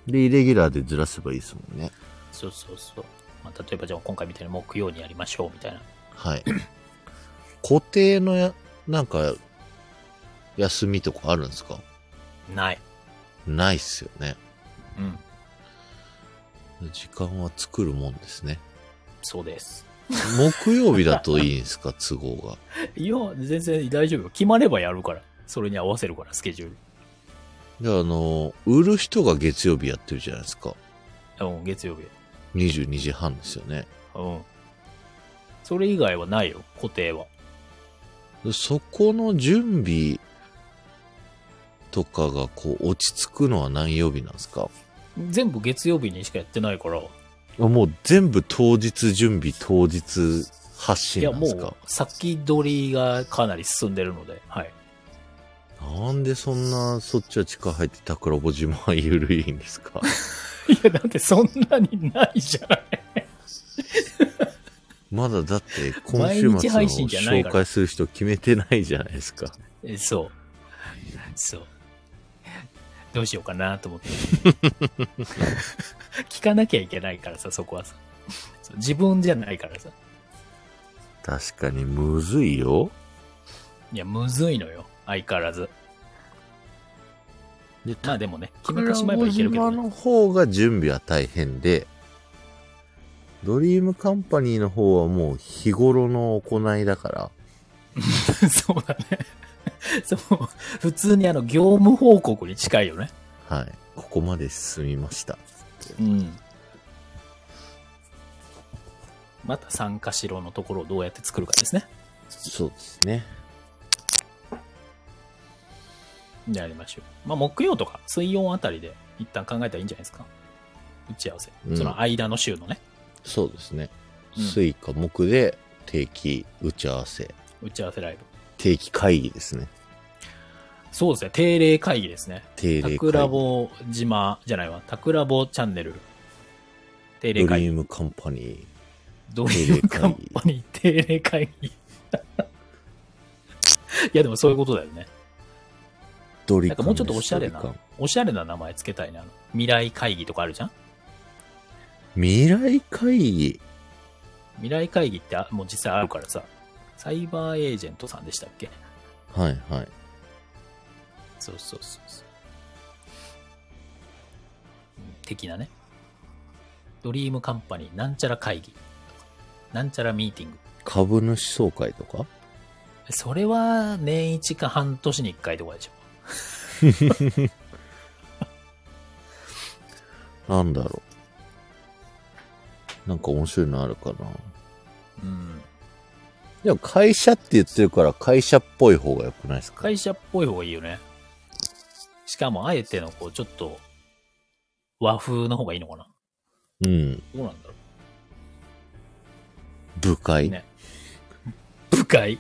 S1: で、イレギュラーでずらせばいいですもんね。
S2: そうそうそう。まあ、例えばじゃあ今回みたいに木曜にやりましょうみたいな。
S1: はい。 固定のや、なんか、休みとかあるんですか
S2: ない。
S1: ないっすよね。
S2: うん。
S1: 時間は作るもんですね。
S2: そうです。
S1: 木曜日だといいん ですか都合が。
S2: いや、全然大丈夫よ。決まればやるから。それに合わせるから、スケジュー
S1: じゃあ、あの、売る人が月曜日やってるじゃないですか。
S2: ル。うん、月曜日。
S1: 22時半ですよね。
S2: うん。それ以外はないよ、固定は。
S1: そこの準備とかがこう落ち着くのは何曜日なんですか
S2: 全部月曜日にしかやってないから、
S1: もう全部当日準備、当日発信
S2: いや、
S1: なんで
S2: も
S1: すか
S2: う、先取りがかなり進んでるので、はい。
S1: なんでそんなそっちは力入って桜ぼ島は緩いんです か
S2: いや、だってそんなにないじゃない。
S1: まだだって今週末の
S2: 毎日配信じゃない
S1: 紹
S2: から
S1: 介する人決めてないじゃないですか。
S2: えそう。そう。どうしようかなと思 って。聞かなきゃいけないからさ、そこはさ。そう自分じゃないからさ。
S1: 確かにむずいよ。
S2: いや、むずいのよ。相変わらず。
S1: で
S2: まあでもね、決め
S1: 桜
S2: てしまえば
S1: 子
S2: いけるけ
S1: 島
S2: ど、ね。
S1: の方が準備は大変で、ドリームカンパニーの方はもう日頃の行いだから、
S2: そうだね。そう。普通にあの、業務報告に近いよね。
S1: はい。ここまで進みました。
S2: うん。また参加しろのところをどうやって作るかですね。
S1: そうですね。
S2: やりましょう。まあ、木曜とか水曜あたりで一旦考えたらいいんじゃないですか。打ち合わせ。
S1: うん
S2: その間の週のね、
S1: そうですね。
S2: うん
S1: スイカ木で定期打ち合わせ。
S2: 打ち合わせライブ。
S1: 定期会議ですね。
S2: そうですね、定例会議ですね。
S1: 定例会
S2: タ
S1: 議。
S2: クラボ島じゃないわ。タクラボチャンネル。定例
S1: ド
S2: 会
S1: リ
S2: 議。
S1: ームカンパニ
S2: ドリームカンパニー定例会 議。いや、でもそういうことだよね。
S1: ー。ドリ
S2: なんかもうちょっとおしゃれな
S1: カンです
S2: おしゃれな名前つけたいな。あの未来会議とかあるじゃん
S1: ドリカン未来会議。
S2: 未来会議ってあもう実際あるからさ。サイバーエージェントさんでしたっけ
S1: はいはい。
S2: そうそうそうそう。的なね。ドリームカンパニーなんちゃら会議。なんちゃらミーティング。
S1: 株主総会とか
S2: それは年一か半年に一回とかでしょ。
S1: なんだろう。なんか面白いのあるかな。
S2: うん。
S1: でも会社って言ってるから会社っぽい方が良くないですか
S2: 会社っぽい方がいいよね。しかもあえてのこう、ちょっと和風の方がいいのかな。
S1: うん。
S2: どうなんだろ
S1: 部会。
S2: ねう。部会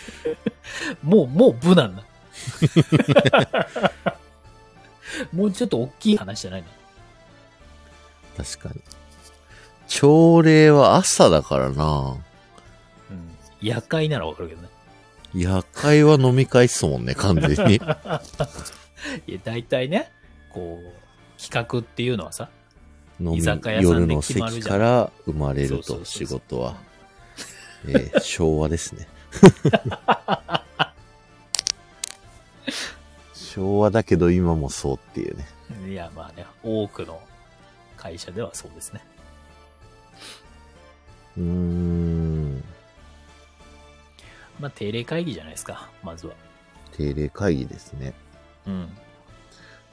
S2: もう、もう部なんだ。 もうちょっと大きい話じゃないの。
S1: 確かに。朝礼は朝だからな。
S2: うん。夜会ならわかるけどね。
S1: 夜会は飲み会っすもんね、完全に。
S2: いや、大体ね、こう、企画っていうのはさ、
S1: 飲み
S2: 居酒屋さ
S1: 夜
S2: んで
S1: の
S2: 決まる
S1: 席
S2: じゃ
S1: か
S2: ん
S1: ら生まれる
S2: そうそ
S1: と
S2: うそうそう
S1: 仕事は。え ー昭和ですね。昭和だけど今もそうっていうね。
S2: いや、まあね、多くの会社ではそうですね。
S1: うーん。
S2: まあ、定例会議じゃないですか、まずは。
S1: 定例会議ですね。
S2: うん。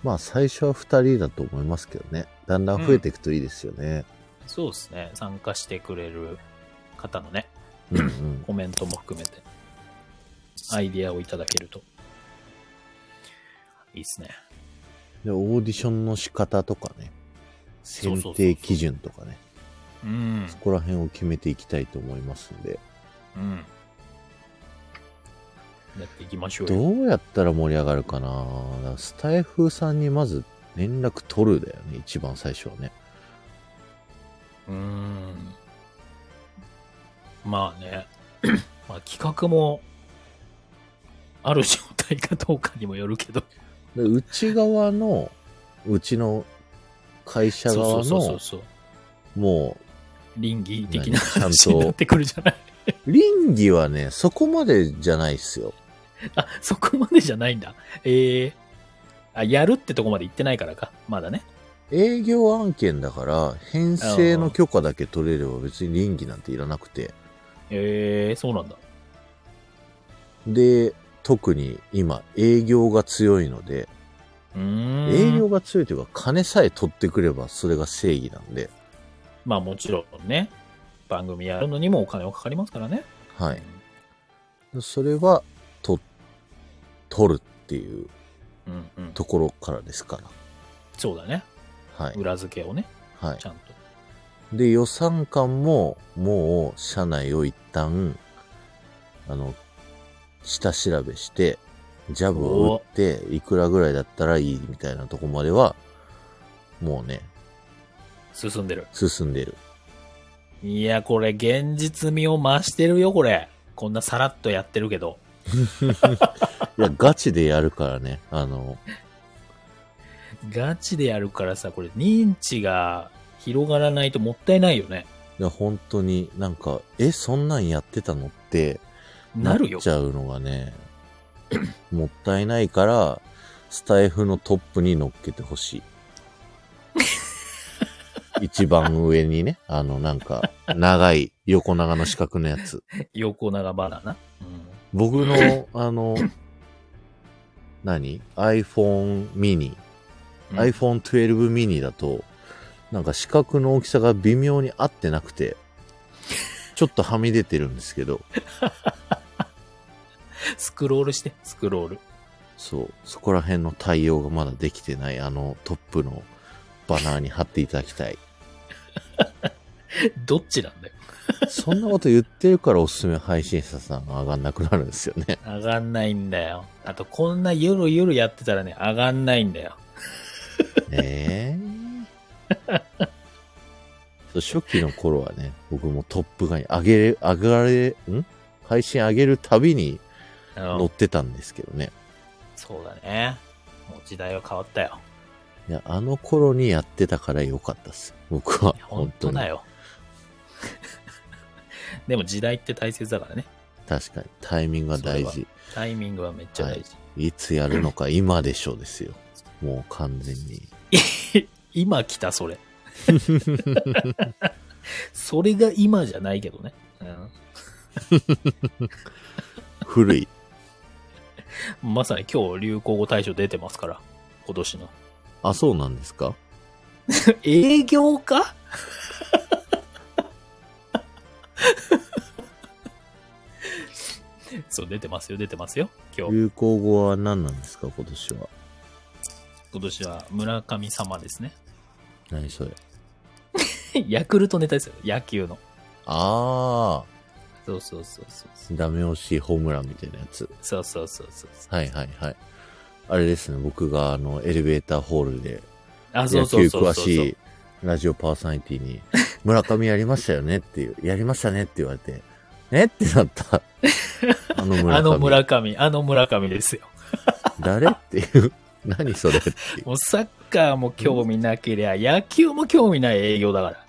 S1: まあ最初は2人だと思いますけどね。だんだん増えていくといいですよね。
S2: そうですね、参加してくれる方のね、
S1: うんうん。
S2: コメントも含めて、アイディアをいただけると。いいっすね。
S1: で、オーディションの仕方とかね。
S2: そうそうそうそ
S1: 選定
S2: う
S1: 基準とかね。
S2: うん
S1: そ。こら辺を決めていきたいと思いますんで。
S2: うん。やっていきましょうよ。
S1: どうやったら盛り上がるかなだからスタイフさんにまず連絡取るだよね、一番最初はね。
S2: うーん。まあね、 まあ企画も、ある状態かどうかにもよるけど。
S1: で内側の、うちの会社側
S2: そうそうそう
S1: の、
S2: そう。
S1: も
S2: 倫理的な
S1: 何ちゃんと
S2: 話になってくるじゃない。
S1: う、倫理はね、そこまでじゃないっすよ。
S2: あ、そこまでじゃないんだ。ええあ、やるってとこまで行ってないからか。まだね。
S1: 営業案件だから、編成の許可だけ取れれば別に倫理なんていらなくて。
S2: ええそうなんだ。
S1: で、特に今、営業が強いので、
S2: うーん。
S1: 営業が強いというか、金さえ取ってくればそれが正義なんで、
S2: まあもちろんね。番組やるのにもお金はかかりますからね。
S1: はい。それは、と、取るっていう
S2: うんうん。
S1: ところからですから。
S2: そうだね。
S1: はい。
S2: 裏付けをね、
S1: は
S2: ちゃんと。
S1: い。で、予算感も、もう、社内を一旦、あの、下調べして、ジャブを打って、いくらぐらいだったらいいみたいなとこまでは、もうね、
S2: 進んでる。
S1: 進んでる。
S2: いや、これ現実味を増してるよ、これ。こんなさらっとやってるけど。
S1: いや、 ガチでやるからね、あの、
S2: ガチでやるからさ、これ認知が広がらないともったいないよね。
S1: いや本当になんか、え、そんなんやってたのって、
S2: なるよ
S1: っち。ゃうのがね、 もったいないから、スタイフのトップに乗っけてほ しい。一番上にね、あの、なんか、長い、横長の四角のやつ。
S2: 横長バナナ。うん。
S1: 僕 の、あの、何 ?iPhone mini、
S2: うん
S1: iPhone 12 mini だと、なんか四角の大きさが微妙に合ってなくて、ちょっとはみ出てるんですけど、
S2: スクロールして、スクロール。
S1: そう、そこら辺の対応がまだできてない、あのトップのバナーに貼っていただきたい。
S2: どっちなんだよ。
S1: そんなこと言ってるからおすすめ配信者さんが上がんなくなるんですよ ね。
S2: 上がんないんだよ。あと、こんなゆるゆるやってたらね、上がんないんだよ。
S1: ねえそう初期の頃はね、僕もトップガンに上げれ、上がれ、ん配信上げるたびに
S2: うん
S1: 乗ってたんですけどね。
S2: そうだね。もう時代は変わったよ。
S1: いや、あの頃にやってたから良かったっす。僕はい
S2: や。本
S1: 本当
S2: 当
S1: に。
S2: だよ。 でも時代って大切だからね。
S1: 確かに。タイミングが大
S2: そ
S1: 事。
S2: タイミングはめっちゃ大事。
S1: いつやるのか今でしょうですよ。もう完全に。
S2: 今来た、それ。 それが今じゃないけどね。う
S1: 古い。
S2: ん、まさに今日流行語大賞出てますから。今年の。
S1: あ、そうなんですか
S2: 営業か そう、出てますよ、出てますよ。今日、
S1: 流行語は何なんですか今年は。
S2: 今年は村神様ですね。
S1: 何それ。
S2: ヤクルトネタですよ、野球の。
S1: あ
S2: そうそうそうそうそう。
S1: ー、ダメ押しホームランみたいなやつ。
S2: そうそうそうそうそう。
S1: はいはいはい。あれですね、僕があの、エレベーターホールで、
S2: あ、そ
S1: 野
S2: う
S1: 球
S2: そうそうそ
S1: 詳
S2: うそう。
S1: しいラジオパーソナリティに、 村上やりましたよねっていう、やりましたねって言われて、ねってな った。あの村上。
S2: あの村上、あの村上ですよ。
S1: 誰っていう。何それっていう
S2: もうサッカーも興味なけりゃ、野球も興味ない営業だから。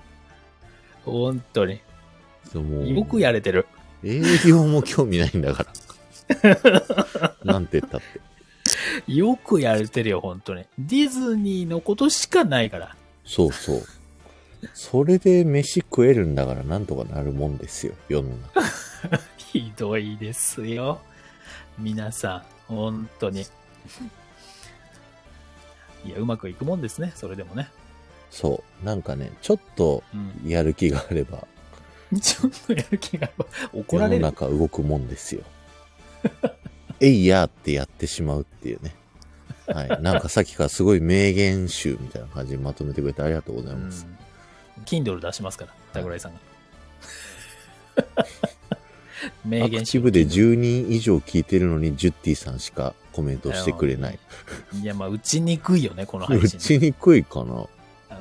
S2: 本当に。
S1: そうもう
S2: よくやれてる。
S1: 営業も興味ないんだ から。なんて言ったって。
S2: よくやれてるよ、本当に。ディズニーのことしかないから。
S1: そうそう。それで飯食えるんだからなんとかなるもんですよ、世の中。
S2: ひどいですよ。皆さん、本当に。いや、うまくいくもんですね、それでもね。
S1: そう。なんかね、ちょっと
S2: うん。
S1: やる気があれば、
S2: ちょっとやる気が、怒
S1: 世
S2: ら
S1: の
S2: れる。
S1: 中動くもんですよ。えいやーってやってしまうっていうね。はい。なんかさっきからすごい名言集みたいな感じにまとめてくれてありがとうございます。
S2: うん。Kindle 出しますから、桜 井さんが。名
S1: アク
S2: 言
S1: ティブで10人以上聞いてるのに、ジュッティさんしかコメントしてくれない。
S2: いや、まあ、打ちにくいよね、この配
S1: 打
S2: 信。
S1: ちにくいかな。
S2: あ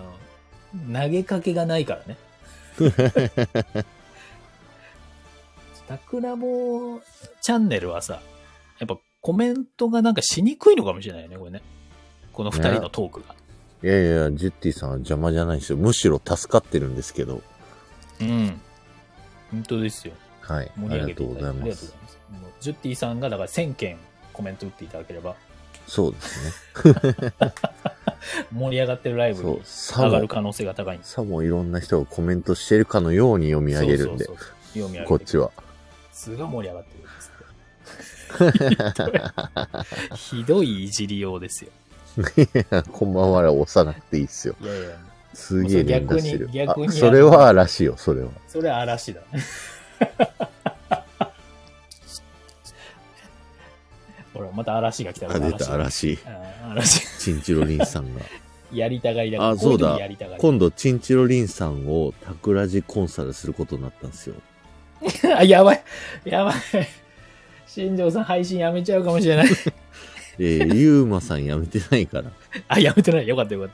S2: の投げかけがないか らね。桜もチャンネルはさ、やっぱコメントがなんかしにくいのかもしれないよね、これね。この二人のトークが。
S1: いやいや、ジュッティさんは邪魔じゃないですよ。むしろ助かってるんですけど。
S2: うん。本当ですよ。
S1: はい。あ
S2: 盛
S1: りが
S2: り上げて
S1: と
S2: いうただ
S1: ご
S2: い
S1: ざいま
S2: てありがとうござい
S1: す。
S2: ます。もうジュッティさんがだから1000件コメント打っていただければ、
S1: そうですね。
S2: 盛り上がってるライブ
S1: そう
S2: に。
S1: さ
S2: 上が
S1: も
S2: る、可能性が高いんです。
S1: さもいろんな人がコメントしてるかのように読み上げるんで
S2: そ、うそうそう読み上げて
S1: こっちは。
S2: すが盛り上がってるんですって。ひどいひどいいじりようですよ。
S1: こんばんはら押さなくていいっすよ。
S2: いやいや、
S1: すげえ連打してる
S2: もうそれ。逆に逆に
S1: あ、それは嵐よ、それは。
S2: それは嵐だ。 ほら、また嵐が来た
S1: あ、出た、。嵐。
S2: あ嵐。
S1: チンチロリンさんが。
S2: やりたがりだ
S1: あそうだ
S2: こいのやりたがり
S1: 今度、チンチロリンさんをタクラジコンサルすることになったんですよ。
S2: あ、やばい。やばい。新庄さん配信やめちゃうかもし れない。
S1: えー、ユーマさんやめてないから。
S2: あ、やめてない。よかったよかっ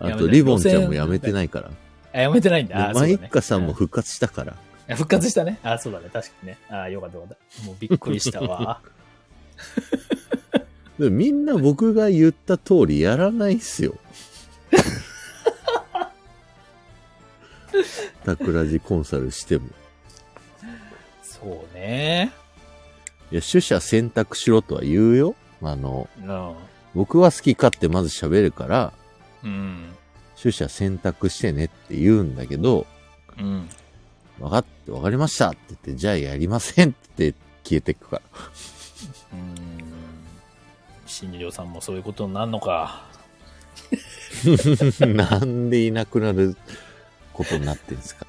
S1: あと、リボンちゃんもやめてないから。
S2: た。あ、やめてないんだ。
S1: で
S2: あ、そ
S1: マ
S2: うだ
S1: イ
S2: ね
S1: ッ。カさんも復活したから。
S2: あ復活したね。あ、そうだね。確かにね。あ、よかったよかった。もうびっくりした わ。
S1: でみんな僕が言った通りやらないっす よ。タクラジコンサルしても。
S2: そうね。
S1: いや、取捨選択しろとは言うよ。あの、
S2: うん。
S1: 僕は好き勝手まず喋るから、
S2: うん。
S1: 取捨選択してねって言うんだけど、
S2: うん。
S1: 分かって、分かりましたって言って、じゃあやりませんって消えていくから。
S2: うーん。新庄さんもそういうことになるのか。
S1: なんでいなくなることになってんですか。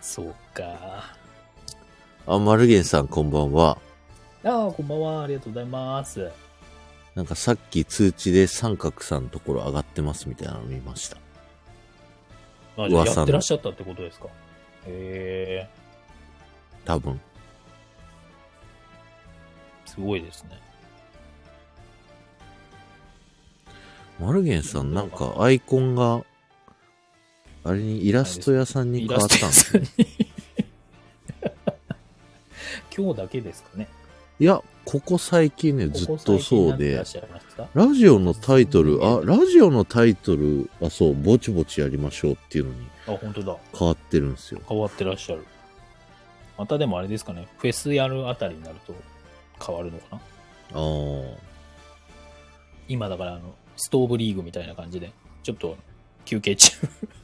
S2: そうか。
S1: あ、マルゲンさんこんばんは。
S2: ああ、こんばんは。ありがとうございます。
S1: なんかさっき通知で三角さんのところ上がってますみたいなの見ました。
S2: あじゃあ
S1: 噂の
S2: やってらっしゃったってことですか。へえ、
S1: 多分。
S2: すごいですね。
S1: マルゲンさんなんかアイコンが、あれにイラスト屋さんに変わったんですね。
S2: イラスト屋さんに 今日だけですかね。
S1: いや、ここ最近ね、
S2: ここ
S1: ずっとそう
S2: 最近何かいら
S1: で
S2: っ、しゃいました
S1: ラジオのタイトル、あ、ラジオのタイトル、あ、そう、ぼちぼちやりましょうっていうのに
S2: あ、本当だ。
S1: 変わってるんですよ。
S2: 変わってらっしゃる。またでもあれですかね。フェスやるあたりになると変わるのかな。
S1: ああ。
S2: 今だからあの、ストーブリーグみたいな感じで、ちょっと休憩中、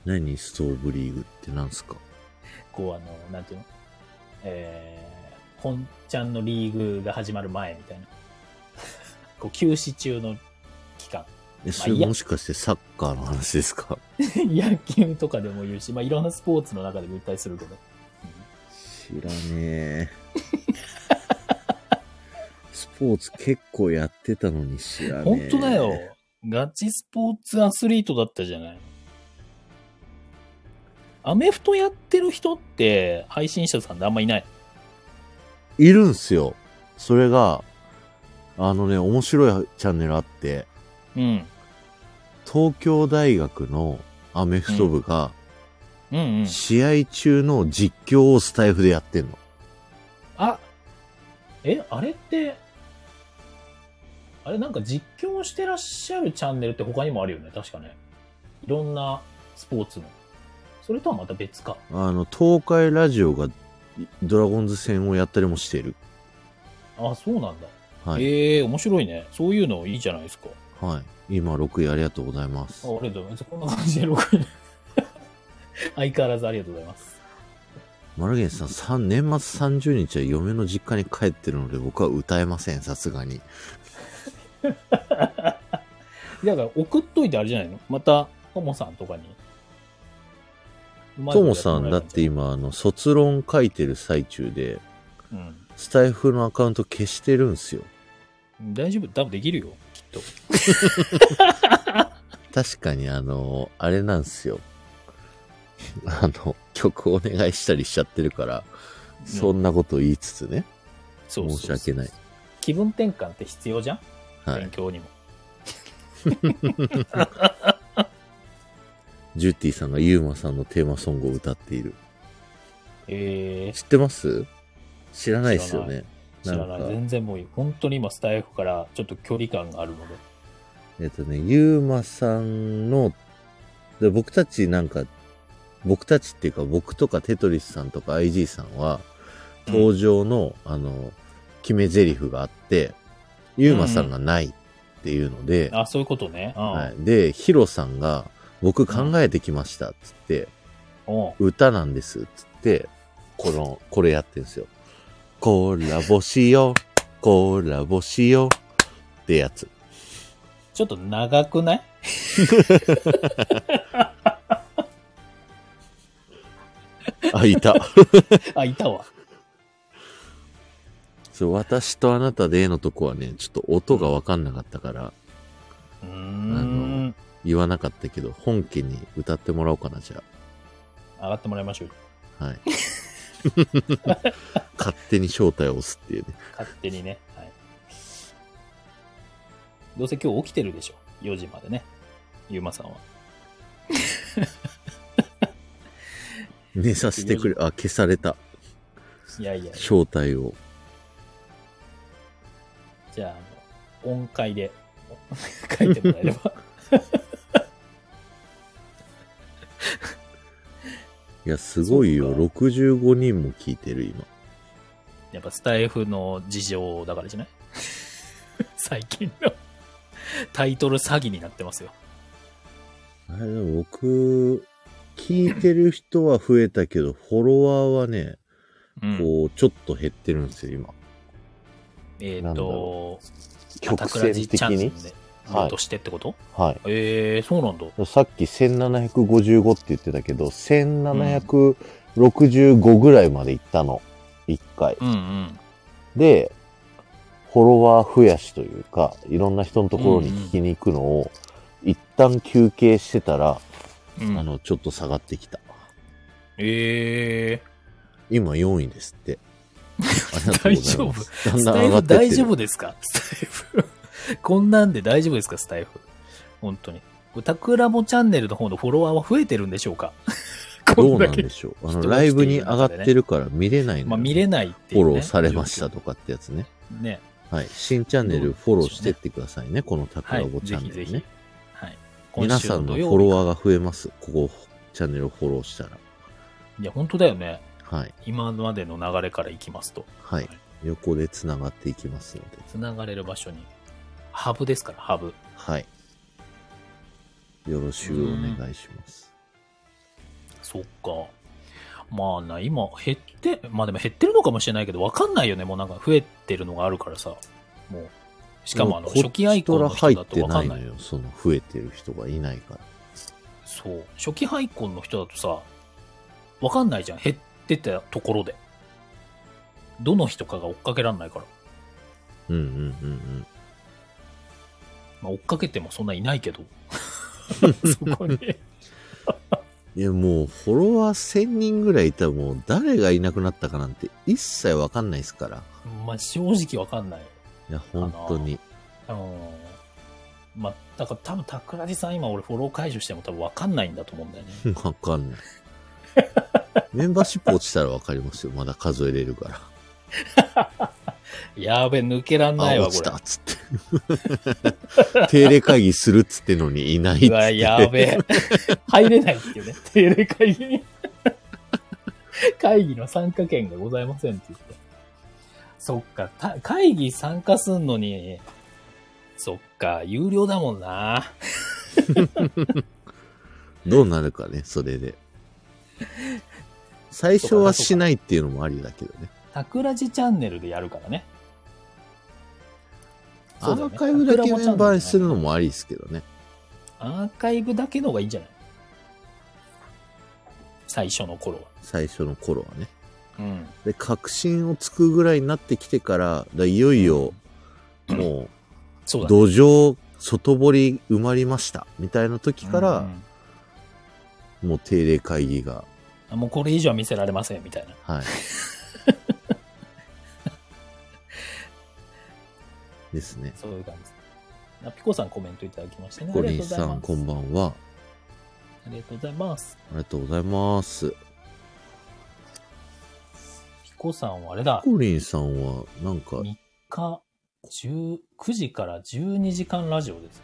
S1: 何ストーブリーグってなんすか
S2: こうあの、なんていうのえー、本ちゃんのリーグが始まる前みたいな。こう、休止中の期間。
S1: え、それ
S2: いいや
S1: もしかしてサッカーの話ですか
S2: 野球とかでも言うし、まあ、いろんなスポーツの中でも言ったりするけど。
S1: 知らねえ。 スポーツ結構やってたのに知らねえ。
S2: 本当だよ。。ガチスポーツアスリートだったじゃない。アメフトやってる人って配信者さんであんまいない。
S1: いるんすよ。それが、あのね、面白いチャンネルあって、
S2: うん。
S1: 東京大学のアメフト部が、
S2: うんうん。
S1: 試合中の実況をスタイフでやってんの。
S2: あ、え、あれって、あれなんか実況してらっしゃるチャンネルって他にもあるよね。確かね。いろんなスポーツの。それとはまた別か。
S1: あの、東海ラジオがドラゴンズ戦をやったりもしてる。
S2: あ、そうなんだ。
S1: はい。
S2: ええ面白いね。そういうのいいじゃないですか。
S1: はい。今、6位ありがとうございます
S2: ああ。りがとうございます。 こんな感じで6位ね相変わらずありがとうございます。
S1: マルゲンさん、さん年末30日は嫁の実家に帰ってるので、僕は歌えません、さすがに。
S2: だから送っといてあれじゃないのまた、ともさんとかに。
S1: トモさん、だって今、あの、卒論書いてる最中で、
S2: うん。
S1: スタイフのアカウント消してるんすよ。
S2: 大丈夫、多分できるよ、きっと。
S1: 確かに、あの、あれなんすよ。 あの、曲お願いしたりしちゃってるから、そんなこと言いつつね。
S2: そうそうそう
S1: 申し訳ない。
S2: 気分転換って必要じゃん、
S1: は
S2: 勉
S1: い。
S2: 強にも。
S1: ジュッティさんがユーマさんのテーマソングを歌っている。
S2: ええ
S1: 知ってます知らないですよね。
S2: 知らない。全然もういい。本当に今、スタイフからちょっと距離感があるので。
S1: えっとね、ゆうまさんの、で僕たちなんか、僕たちっていうか僕とかテトリスさんとか IG さんは、登場の、あの、決め台詞があって、ゆうまさんがないっていうので、
S2: あ、そういうことね。うん。
S1: はい、で、ヒロさんが、僕考えてきましたっつって、
S2: うん
S1: 歌なんですっつって、この、これやってんですよ。コラボしよう、コラボしようってやつ。
S2: ちょっと長くない
S1: あ、いた。
S2: あ、いたわ。
S1: そう、私とあなたでのとこはね、ちょっと音がわかんなかったから、
S2: うー
S1: あ
S2: ん
S1: の。言わなかったけど、本家に歌ってもらおうかな、じゃ
S2: 上がってもらいましょう。
S1: あ。 はい。勝手に招待を押すっていうね。
S2: 勝手にね。はい。どうせ今日起きてるでしょ。4時までね。ゆうまさんは。
S1: 寝させてくれ、あ、消された。
S2: いやいや、
S1: 招待を。
S2: じゃああの、音階で 書いてもらえれば。
S1: いや、すごいよ。
S2: そ
S1: 65人も聞いてる、今。
S2: やっぱスタイフの事情だからじゃない 最近のタイトル詐欺になってますよ。
S1: あれ、でも僕、聞いてる人は増えたけど、フォロワーはね、
S2: うん
S1: こう、ちょっと減ってるんですよ、今。
S2: えっ、
S1: なんだ
S2: と
S1: ろ、
S2: 片
S1: 曲
S2: 倉
S1: 線
S2: 寺
S1: 的
S2: チャン
S1: に。
S2: スで、
S1: はい
S2: はい、としてってこと
S1: はい。
S2: ええそうなんだ。
S1: さっき1755って言ってたけど、1765ぐらいまで行ったの。一回。
S2: うんうん。
S1: で、フォロワー増やしというか、いろんな人のところに聞きに行くのを、一旦休憩してたら、
S2: うん、
S1: あの、ちょっと下がってきた。
S2: ええ
S1: 今4位ですっ て。ありがとうございます。だん
S2: ス
S1: だん
S2: タ
S1: 上
S2: イ
S1: がっ
S2: フ
S1: てって
S2: 大
S1: る
S2: 丈夫ですか スタイフ。こんなんで大丈夫ですかスタイフ。本当に。タクラボチャンネルの方のフォロワーは増えてるんでしょうか こ
S1: ど
S2: ん
S1: うな
S2: だ
S1: ん
S2: け。
S1: でしょう。あ
S2: 人が来
S1: の、ラ
S2: ている中でね
S1: イブに上がってるから見れないのよ
S2: まあ見れないってい
S1: フォ
S2: う、ね。
S1: ローされましたとかってやつね。
S2: ね。
S1: はい。新チャンネルフォローしてってくださいね。このタク
S2: は
S1: ラ
S2: い
S1: ボ。チ
S2: ぜ
S1: ャン
S2: ひ
S1: ネ
S2: ぜ
S1: ル
S2: ひ
S1: ね。。
S2: はい。
S1: 皆さんのフォロワーが増えます。ここ、チャンネルをフォローしたら。
S2: ー。いや、本当だよね。
S1: はい。
S2: 今までの流れからいきますと。
S1: はい。横で繋がっていきますので。
S2: つながれる場所に。ハブですから、ハブ。
S1: はい。よろしくお願いします。
S2: そっか。まあな、今減って、まあでも減ってるのかもしれないけど、わかんないよね。もうなんか増えてるのがあるからさ。もう。しかもあの、
S1: こっち
S2: 初期アイコンの人だとわかん
S1: とら入ってな
S2: ないい
S1: の。よ。その、増えてる人がいないから。
S2: そう。初期アイコンの人だとさ、わかんないじゃん。減ってたところで。どの人かが追っかけらんないから。
S1: うんうんうんうん。
S2: まあ追っかけてもそんないない けど。そこに。
S1: いやもうフォロワー1000人ぐらいいたらもう誰がいなくなったかなんて一切わかんないですから。
S2: まあ正直わかんない。
S1: いや本当に。
S2: あのーまあ、だから多分、桜地さん今俺フォロー解除しても多分わかんないんだと思うんだよね。
S1: わか んない。メンバーシップ落ちたらわかりますよ。まだ数えれるから。
S2: やーべ、抜けらんない
S1: あ、
S2: わ、
S1: 落
S2: こ
S1: ち
S2: れ
S1: た。っつって。 定例会議するっつってのにいないっつっ
S2: うわ、
S1: て。
S2: やーべ え。入れないっていうね。定例会議に。会議の参加権がございませんって言って。そっか、た会議参加すんのに、そっか、有料だもんな。
S1: どうなるかね、それで。最初はしないっていうのもありだけどね。
S2: 桜地チャンネルでやるからね。
S1: ア
S2: そうだよ
S1: ー
S2: ね
S1: カイブだけメンバーにするのもありですけどね。
S2: アーカイブだけの方がいいんじゃない最初の頃は。
S1: 最初の頃はね。
S2: うん。
S1: で確信をつくぐらいになってきてからだからいよいよも
S2: そう
S1: う
S2: だ
S1: 土
S2: ね、
S1: 壌外堀埋まりましたみたいな時か
S2: うんう
S1: ら
S2: ん
S1: もう定例会議が
S2: あもうこれ以上は見せられませんみたいな。
S1: はい ですね
S2: そういう感じです。あピコさんコメントいただきましてね。
S1: コリンさ
S2: あ
S1: ん
S2: りがと
S1: こ
S2: うござい
S1: ん
S2: ます
S1: ばんは
S2: ありがとうございます。
S1: ありがとうございます
S2: ピコさんはあれだ。
S1: コリンさんはなんか
S2: 3日、10 9時から12時間ラジオです。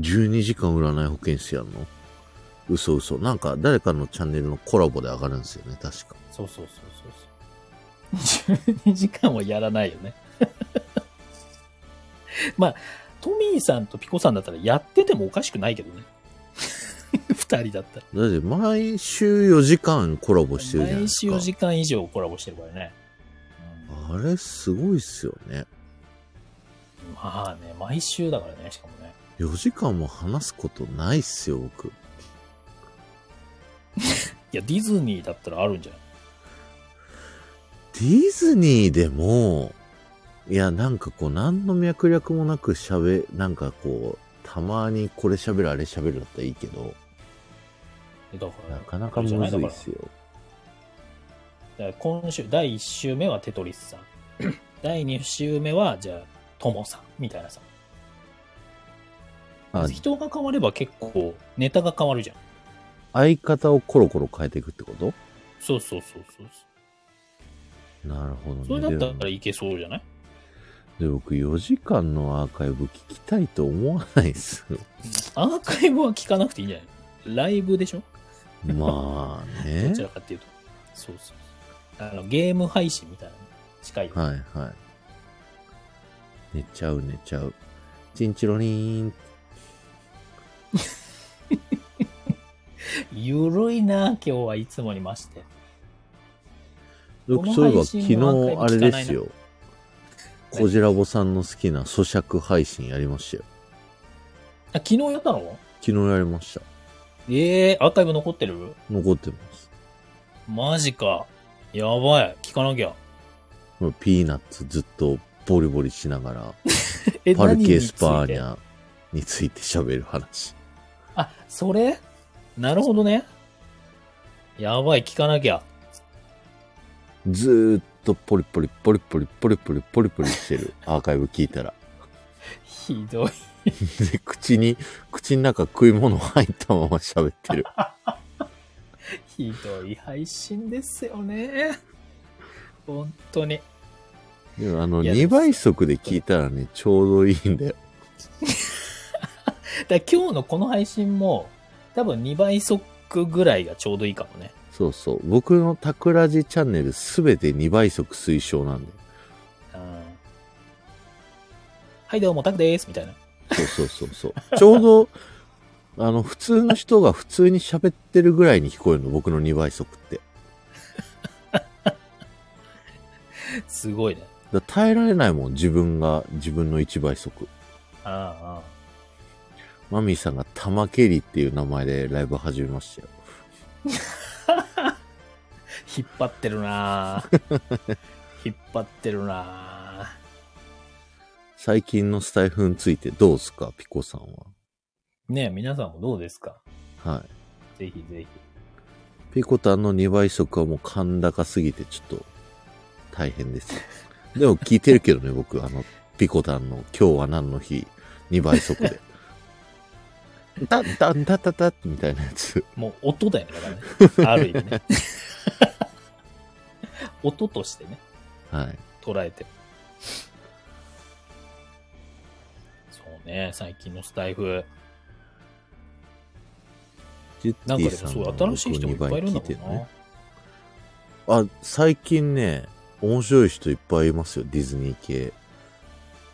S1: 12時間占い保健室やるの嘘嘘なんか誰かのチャンネルのコラボで上がるんですよね確か
S2: そうそうそうそうそう。12時間はやらないよね。 まあ、トミーさんとピコさんだったらやっててもおかしくないけどね。2人だったら。
S1: だって毎週4時間コラボしてるじゃないで
S2: 毎
S1: す
S2: 週
S1: か。
S2: 4時間以上コラボしてるからね。うん
S1: あれすごいっすよね。
S2: まあね、毎週だからね、しかもね。
S1: 4時間も話すことないっすよ、僕。
S2: いや、ディズニーだったらあるんじゃない
S1: ディズニーでも、いや、なんかこう、何の脈略もなく喋、なんかこう、たまにこれ喋る、あれ喋るだったらいいけど、
S2: えだから
S1: なかなかむずいっすよ。
S2: だから今週、第1週目はテトリスさん。第2週目は、じゃあ、トモさん。みたいなさ。
S1: あ
S2: 人が変われば結構、ネタが変わるじゃん。
S1: 相方をコロコロ変えていくってこと
S2: そうそうそうそう。
S1: なるほどね。
S2: それだった
S1: で
S2: ら
S1: も
S2: いけそうじゃない
S1: で僕、4時間のアーカイブ聞きたいと思わないっす よ。
S2: アーカイブは聞かなくていいんじゃないライブでしょ
S1: まあね。
S2: どちらかっていうと。そうそうそう。あの、ゲーム配信みたいなのに近いよ。
S1: はいはい。寝ちゃう寝ちゃう。チンチロリーン。
S2: ゆるいな、今日はいつもにまして。この
S1: そういえば
S2: 配
S1: 昨
S2: 信の
S1: 日あれで
S2: アーカイブ聞かないな
S1: すよ。コジラボさんの好きな咀嚼配信やりましたよ。
S2: あ昨日やったの
S1: 昨日やりました。
S2: ええアーカイブ残ってる
S1: 残ってます。
S2: マジか。やばい。聞かなきゃ。
S1: もうピーナッツずっとボリボリしながら、
S2: え
S1: パルケ・スパーニ
S2: 何につい
S1: ャに
S2: て
S1: ついて喋る話。
S2: あ、それなるほどね。やばい、聞かなきゃ。
S1: ずーっとポリポリポリポリポリポリポリポリして るアーカイブ聞いたら。
S2: ひどい。
S1: で、口に、口の中食い物入ったまま喋って る。
S2: ひどい配信ですよね。本当に。
S1: でもあの、
S2: いやでも
S1: 2倍速で聞いたらね、ちょうどいいんだよ。
S2: だから今日のこの配信も、多分2倍速ぐらいがちょうどいいかもね。
S1: そうそう。僕のタクラジチャンネルすべて2倍速推奨なんだよ。
S2: うん。はい、どうも、タクです。みたいな。
S1: そうそうそうそう。ちょうど、あの、普通の人が普通に喋ってるぐらいに聞こえるの、僕の2倍速って。
S2: すごいね。
S1: だから耐えられないもん、自分が、自分の1倍速。
S2: ああ、
S1: マミーさんが玉蹴りっていう名前でライブ始めましたよ。
S2: 引っ張ってるな ぁ引っ張ってるなぁ
S1: 最近のスタイフについてどうすか、ピコさん
S2: ねえ、皆さんもどうですか
S1: は。はい。
S2: ぜひぜひ。
S1: ピコタンの2倍速はもう甲高すぎてちょっと大変です。でも聞いてるけどね、僕、あの、ピコタンの今日は何の日、2倍速で。 だ、だ、だ、だ、だ、みたいなやつ。
S2: もう音だよね、だからね。ある意味ね。 音としてね、
S1: はい。
S2: 捉えてる。そうね、最近のスタイフ。
S1: ジェッ
S2: なん
S1: テ
S2: か
S1: ィ
S2: でも
S1: さ
S2: そ
S1: の
S2: う、新しい人もいっぱいいるんだもん
S1: 僕二倍聞いて
S2: な。
S1: るねあ、最近ね、面白い人いっぱいいますよ、ディズニー系。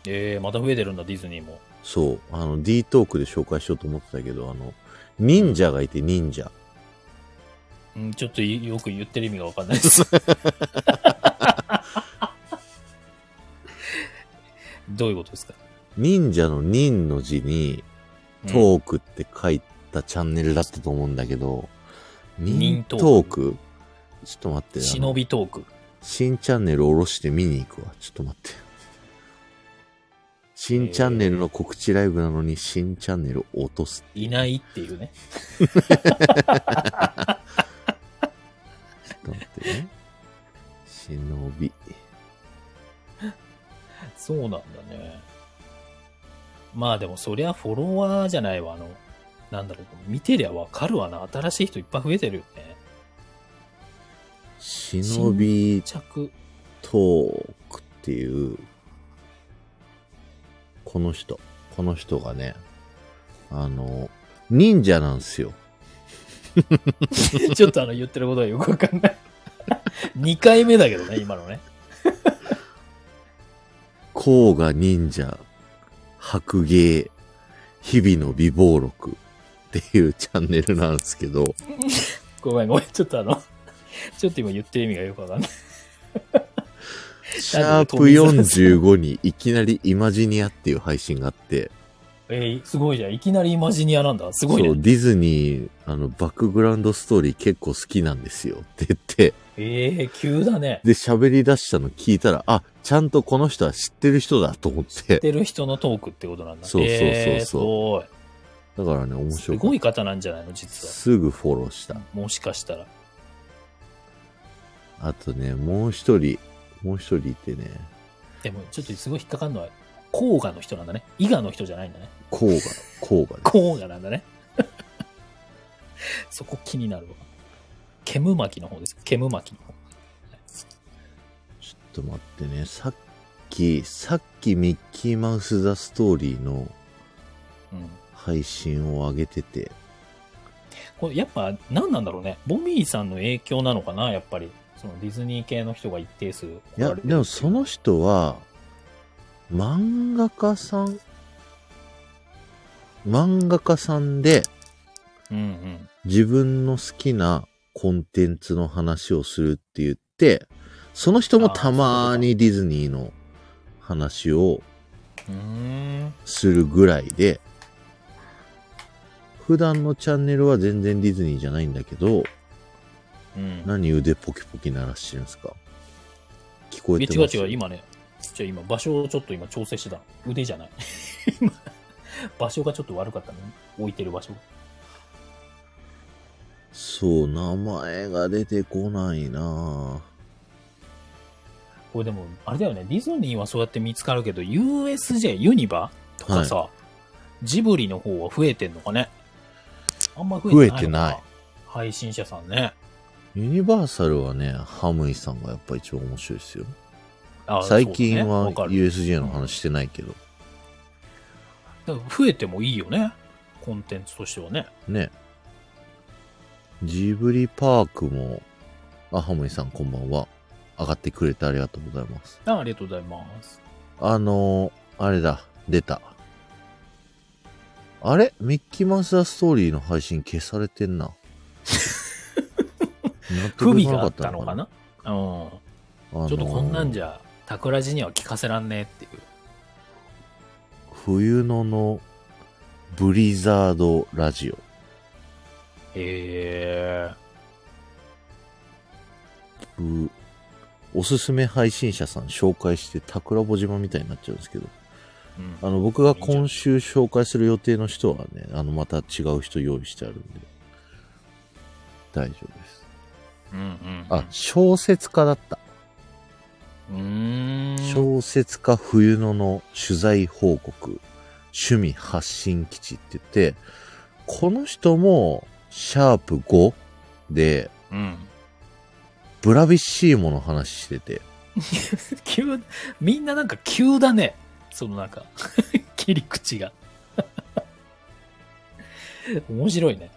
S2: ええまた増えてるんだ、ディズニーも。
S1: そう、あの、D トークで紹介しようと思ってたけど、あの、忍者がいて忍者。
S2: うん、ちょっといよく言ってる意味がわかんない です。どういうことですか
S1: 忍者の忍の字に、
S2: うん
S1: トークって書いたチャンネルだったと思うんだけど、忍
S2: 忍
S1: ト
S2: ト
S1: ー
S2: ー
S1: ク
S2: ク
S1: ちょっと待って。あの
S2: 忍びトーク。
S1: 新チャンネル下ろして見に行くわ。ちょっと待って。新チャンネルの告知ライブなのに新チャンネル落とす。
S2: いないっていうね。
S1: ちょっと待って ね。忍び。
S2: そうなんだね。まあでもそりゃフォロワーじゃないわ。あの、なんだろう。見てりゃわかるわな。新しい人いっぱい増えてるよね。
S1: 忍び
S2: 着。
S1: トークっていう、この人。この人がね、あの、忍者なんですよ。
S2: ちょっとあの言ってることはよくわかんない。2回目だけどね、今のね。
S1: 甲賀忍者、白芸、日々の美貌録っていうチャンネルなんですけど、
S2: ごめんごめん。ちょっとあの、ちょっと今言ってる意味がよくわかんない。
S1: シャープ45にいきなりイマジニアっていう配信があって、
S2: えーすごいじゃん。いきなりイマジニアなんだ。す
S1: そ
S2: ご
S1: う、
S2: い
S1: デ
S2: ね。
S1: ィズニー、あの、バックグラウンドストーリー結構好きなんですよって言って、
S2: えー、急だね。
S1: で、喋り出したの聞いたら、あ、ちゃんとこの人は知ってる人だと思っ、
S2: 知っててる人のトークってことなんだ。
S1: そうそうそうそう
S2: えーすごい。
S1: だからね、面
S2: す
S1: 白
S2: ご
S1: い。
S2: い方なんじゃないの、実は。
S1: すぐフォローした。
S2: もしかしたら。
S1: あとね、もう一人、もう一人いてね、
S2: でも、ちょっとすごい引っかかるのは、甲賀の人なんだね。伊賀の人じゃないんだね。
S1: 甲賀、甲賀ね
S2: 甲賀なんだね。 そこ気になるわ。煙巻の方です。煙巻の方。
S1: ちょっと待ってね、さっき、さっきミッキーマウス・ザ・ストーリーの
S2: うん。
S1: 配信を上げてて、
S2: これやっぱ何なんだろうね。ボミーさんの影響なのかな、やっぱり。そのディズニー系の人が一定数
S1: いや、でもその人は、漫画家さん漫画家さんで
S2: うんうん。
S1: 自分の好きなコンテンツの話をするって言って、その人もたまにディズニーの話を
S2: うーん。
S1: するぐらいで、普段のチャンネルは全然ディズニーじゃないんだけど、
S2: うん。
S1: 何腕ポキポキ鳴らしてるんですか聞こえ
S2: い
S1: て
S2: や違
S1: ま
S2: う
S1: す
S2: 違う、今ね、じゃ今、場所をちょっと今調整してたの。腕じゃない。 今場所がちょっと悪かったね。置いてる場所が。
S1: そう、名前が出てこないなぁ
S2: これでも、あれだよね、ディズニーはそうやって見つかるけど、USJ、ユニバとかさ、ジブリの方は増えてんのかね。あんま増えてないのか。
S1: 増えてない
S2: 配信者さんね。
S1: ユニバーサルはね、ハムイさんがやっぱ一番面白いですよ。
S2: あ
S1: 最近は
S2: そうだねわかる
S1: USJ の話してないけど、
S2: だから増えてもいいよね。コンテンツとしてはね。
S1: ね。ジブリパークも、あ、ハムイさんこんばんは。上がってくれてありがとうございます。
S2: あありがとうございます。
S1: あのー、あれだ、出た。あれミッキーマウス・ザ・ストーリーの配信消されてん な。納
S2: 不
S1: 得いかな
S2: 備が
S1: か
S2: あ
S1: っ
S2: った
S1: たの
S2: の
S1: かな
S2: かなうん。
S1: あのー
S2: ちょっとこんなんじゃ、タクラジには聞かせらんねえっていう。
S1: 冬ののブリザードラジオ。
S2: へえ。
S1: うおすすめ配信者さん紹介して桜ぼ島みたいになっちゃうんですけど、
S2: うん
S1: あの僕が今週紹介する予定の人はね、あのまた違う人用意してあるんで、大丈夫です。
S2: うんうんうん。
S1: あ、小説家だった。
S2: うーん。
S1: 小説家冬野の取材報告、趣味発信基地って言って、この人もシャープ5で
S2: うん。
S1: ブラビッシーモの話してて、
S2: 急、みんななんか急だね。そのなんか、 切り口が。 面白いね。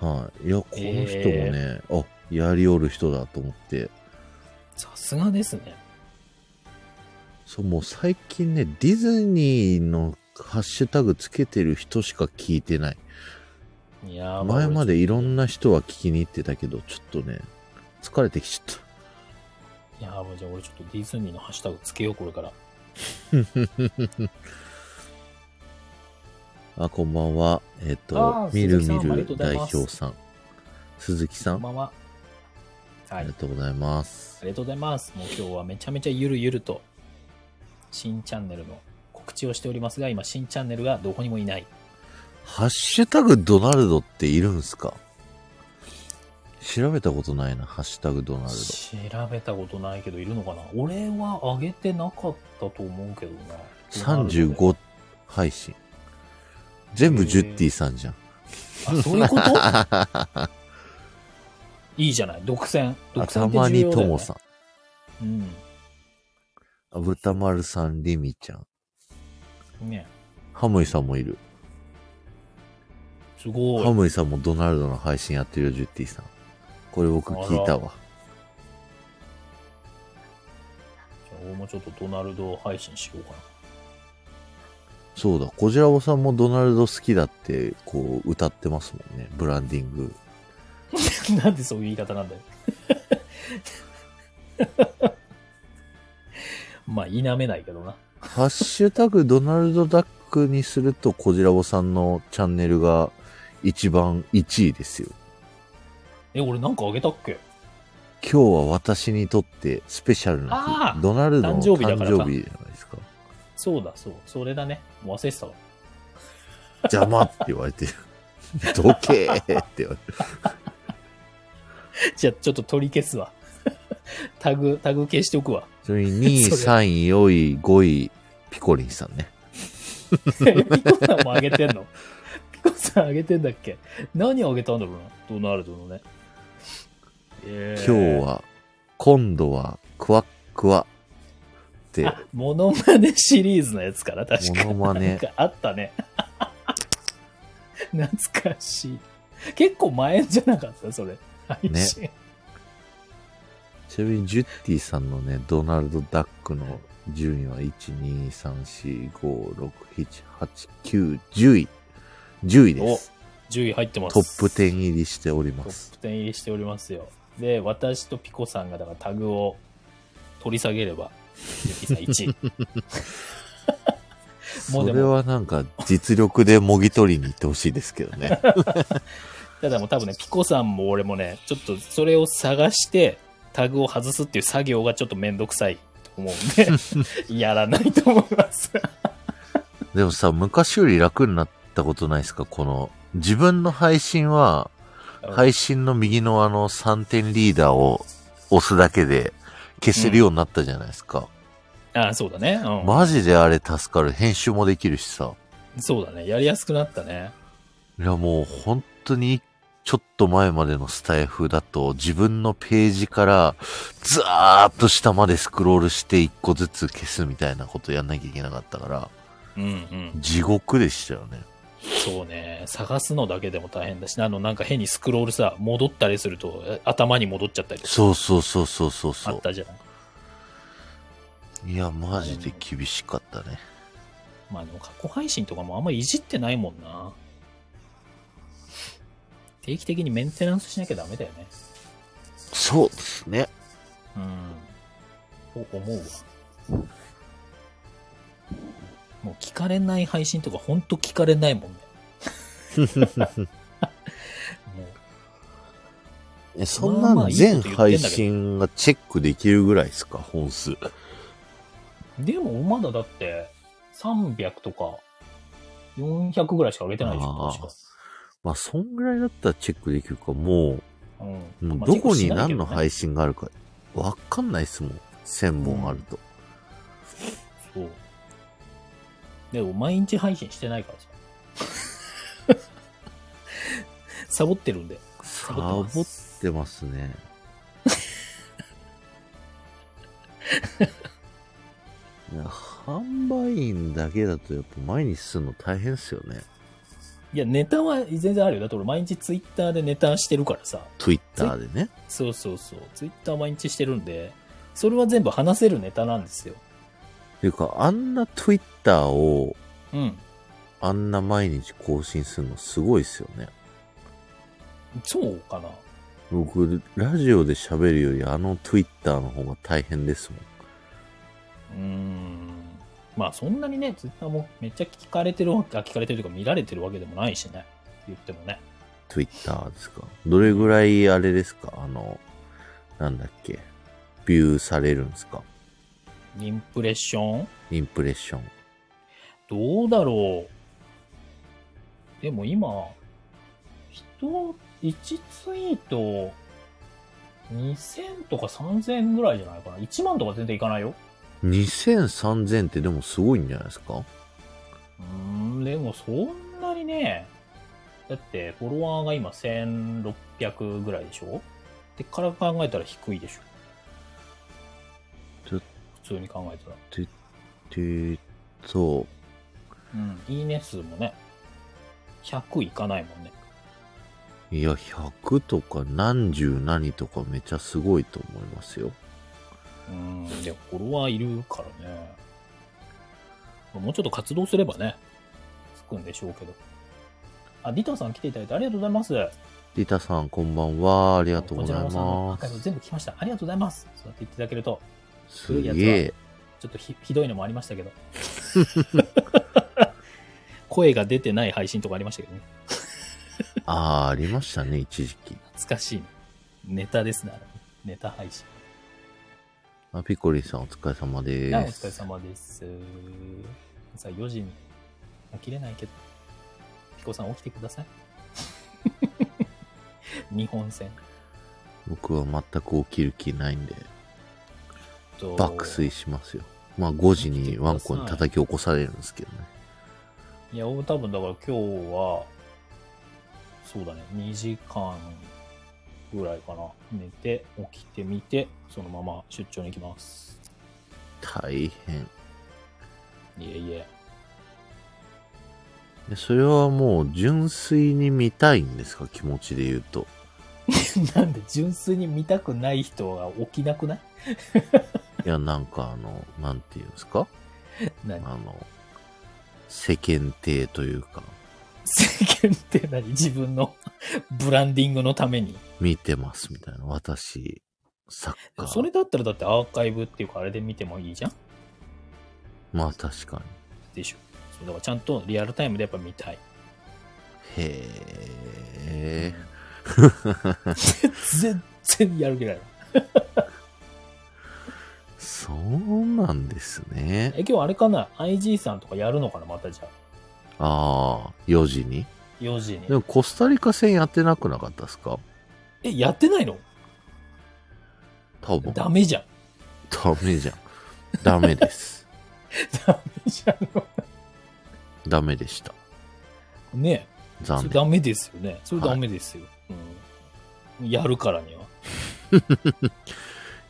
S1: はい。いや、この人もね、あ、やりおる人だと思って、
S2: さすがですね。
S1: そう、もう最近ね、ディズニーのハッシュタグつけてる人しか聞いてない。
S2: いやー
S1: 前までいろ
S2: な。
S1: んな人は聞きに行ってたけど、ちょっとね、疲れてきちゃっ
S2: いやーもうじゃあ俺ちょっとディズニーのハッシュタグつけよう、これから。
S1: た。あ、こんばんは。えっ
S2: あ
S1: と
S2: ー、
S1: みる
S2: 鈴木さ
S1: み
S2: んありが
S1: る
S2: とうござ
S1: 代
S2: います
S1: 表さん。鈴木さ
S2: こん
S1: ん、
S2: ばんは。は
S1: あ
S2: い
S1: りが。とうございます
S2: あ。りがとうございます。もう今日はめちゃめちゃゆるゆると、新チャンネルの告知をしておりますが、今新チャンネルがどこにもいない。
S1: ハッシュタグドナルドっているんすか調べたことないな、ハッシュタグドナルド。
S2: 調べたことないけどいるのかな俺は上げてなかったと思うけどな。
S1: 35配信。全部
S2: へー
S1: ジュッティさんじゃん。
S2: あ、そういうこと いいじゃない。独占。独占って
S1: 頭
S2: 重要
S1: に
S2: だ
S1: と
S2: よ、ね
S1: も。さん。
S2: うん。
S1: あぶたまるさん、りみちゃん。
S2: ね
S1: ハムイさんもいる。
S2: すご
S1: ハ
S2: い。
S1: ムイさんもドナルドの配信やってるよ、ジュッティさん。これ僕聞いたわ。
S2: 俺もちょっとドナルド配信しようかな。
S1: そうだ、こじらぼさんもドナルド好きだって、こう、歌ってますもんね。ブランディン グ。
S2: なん でそういう言い方なんだよ。まあ、否めないけどな。
S1: ハッシュタグドナルドダックにすると、こじらぼさんのチャンネルが一番1位ですよ。
S2: え、俺なんかあげたっけ
S1: 今日は私にとってスペシャルな
S2: あ
S1: 日。
S2: ー
S1: ドナルドの誕
S2: 誕生日だからか
S1: 生日じゃないですか。
S2: そうだ、そう。それだね。もう忘れてたわ。
S1: 邪魔って言われ てる。どけーって言われてる。
S2: じゃあ、ちょっと取り消すわ。 タグ、タグ消しておくわ。
S1: ちなみに2位、
S2: そ
S1: 3位、4位、5位、ピコリンさんね。
S2: えピコさんもあげてんの ピコさんあげてんだっけ何あげたんだろうな。ドナルドのね。
S1: 今
S2: 今
S1: 日。は、今度は、クワックワって、
S2: あ、モノマネシリーズのやつから、確か
S1: モノマネ
S2: なんかあったね。 懐かしい。結構前じゃなかった、それ。配信。
S1: ちなみにジュッティさんのね、ドナルド・ダックの順位は、1、2、3、4、5、6、7、8、9、10位。10位です。
S2: 10位入ってます。
S1: トップ10
S2: 入
S1: 入りしており
S2: り
S1: ま
S2: ト
S1: す。
S2: ップ10入りしておりますよ。で、私とピコさんが、だからタグを取り下げれば、ゆきさん1位。 も
S1: そ
S2: うでも
S1: れはなんか実力でもぎ取りに行ってほしいですけど ね。
S2: ただもう多分ね、ピコさんも俺もね、ちょっとそれを探して、タグを外すっていう作業がちょっとめんどくさいと思うん で、やらないと思います。
S1: でもさ、昔より楽になったことないですかこの、自分の配信は、配信の右のあの3点リーダーを押すだけで消せるようになったじゃないですか。
S2: ああ、そうだね。うん。
S1: マジであれ助かる。編集もできるしさ。
S2: そうだね。やりやすくなったね。
S1: いやもう本当にちょっと前までのスタイフだと自分のページからずーっと下までスクロールして一個ずつ消すみたいなことやんなきゃいけなかったから
S2: うんうん。
S1: 地獄でしたよね。
S2: そうね。探すのだけでも大変だし、あの、なんか変にスクロールさ、戻ったりすると、え頭に戻っちゃったりとか
S1: そうそうそうそうそう
S2: あ
S1: そ
S2: っ
S1: う。
S2: たじゃん。
S1: いやマジで厳しかったね。
S2: まあでも過去配信とかもあんまいじってないもんな。定期的にメンテナンスしなきゃダメだよね。
S1: そうですね。
S2: うん。と思うわ。もう聞かれない配信とかほんと聞かれないもんね。もう
S1: えそんな
S2: まあまあ
S1: の
S2: いいこと言
S1: 全
S2: ってんだけど
S1: 配信がチェックできるぐらいですか本数。
S2: でも、まだだって、300とか、400ぐらいしか上げてないでし
S1: あ
S2: ょ、
S1: あ
S2: 確か。
S1: まあそんぐらいだったらチェックできるかもう、
S2: うん
S1: も
S2: ま
S1: う
S2: あ
S1: どこに何の
S2: チェックしない
S1: 配信があるかわかんないっすもん。1000本あると。
S2: けどねそう。でも、毎日配信してないからさ。 サボってるんで。
S1: サ
S2: ボってま
S1: ボ
S2: す
S1: ってますね。 いや販売員だけだとやっぱ毎日するの大変っすよね。
S2: いや、ネタは全然あるよ。だって俺、毎日ツイッターでネタしてるからさ。
S1: Twitter でね。
S2: そうそうそう。ツイッター毎日してるんで、それは全部話せるネタなんですよ。
S1: ていうか、あんな Twitter を
S2: うん。
S1: あんな毎日更新するのすごいっすよね。
S2: そうかな。
S1: 僕、ラジオで喋るよりあの Twitter の方が大変ですもん。
S2: うーんまあそんなにね、ツイッターもめっちゃ聞かれてるわけ、あ聞かれてるというか見られてるわけでもないしね、言ってもね。
S1: Twitter ですか。どれぐらいあれですかあの、なんだっけ。ビューされるんですか
S2: インプレッション
S1: インプレッション。
S2: どうだろう。でも今、人、1ツイート、2000とか3000ぐらいじゃないかな。1万とか全然いかないよ。
S1: 2000、3000ってでもすごいんじゃないですか
S2: うーん、でもそんなにね、だってフォロワーが今1600ぐらいでしょってから考えたら低いでし
S1: ちょ
S2: ょ。普通に考えたら。
S1: えーっと、
S2: うん。いいね数もね、100いかないもんね。
S1: いや、100とか何十何とかめちゃすごいと思いますよ。
S2: うん。でもフォロワーいるからね。もうちょっと活動すればね、つくんでしょうけど。あ、リタさん来ていただいてありがとうございます。
S1: リタさん、こんばんは。あり
S2: あ
S1: がとうござい
S2: こちらもさア
S1: ま
S2: ーカイブ
S1: す。
S2: 全部来ました。ありがとうございます。そうやって言っていただけると
S1: すげえ。
S2: ちょっとひひどいのもあり ましたけど。声が出てない配信とかありましたけどね。
S1: ああ、ありましたね、一時期。
S2: 懐かしい、ね。ネタですね、あれネタ配信。
S1: あピコリンさん、お疲れ様で
S2: あお疲れ
S1: す。
S2: 様です。さあ、4時に起きれないけど、ピコさん起きてください。 日本戦
S1: 僕は全く起きる気ないんで、
S2: と
S1: 爆睡しますよ。まあ、5時にワンコに叩き起こされるんですけどね。
S2: いや、俺多分だから今日は、そうだね、2時間ぐらいかな。寝て、起きてみて、そのまま出張に行きます。
S1: 大変。
S2: いえいえ。
S1: でそれはもう純粋に見たいんですか気持ちで言うと。
S2: なんで、純粋に見たくない人が起きなくない
S1: いや、なんかあの、なんていうんですか
S2: 何
S1: あの、世間体というか、
S2: 世間って何自分の ブランディングのために。
S1: 見てますみたいな。私、サッカー。
S2: それだったらだってアーカイブっていうかあれで見てもいいじゃん
S1: まあ確か
S2: でしょ。そうだからちゃんとリアルタイムでやっぱ見たい。
S1: に。へえ。
S2: 全然やる気ないわ。
S1: そうなんですね。
S2: え、今日あれかな ?IG さんとかやるのかなまたじゃあ。
S1: ああ、4時に。
S2: 4時に
S1: で。もコスタリカ戦やってなくなかったですか
S2: え、やってないの
S1: 多分。
S2: ダメじゃん。
S1: ダメじゃん。ダメです。
S2: ダメじゃん。
S1: ダメでした。
S2: ねそ
S1: 残
S2: れ
S1: 念。
S2: ダメですよね。それダメですよ。うん。やるからには。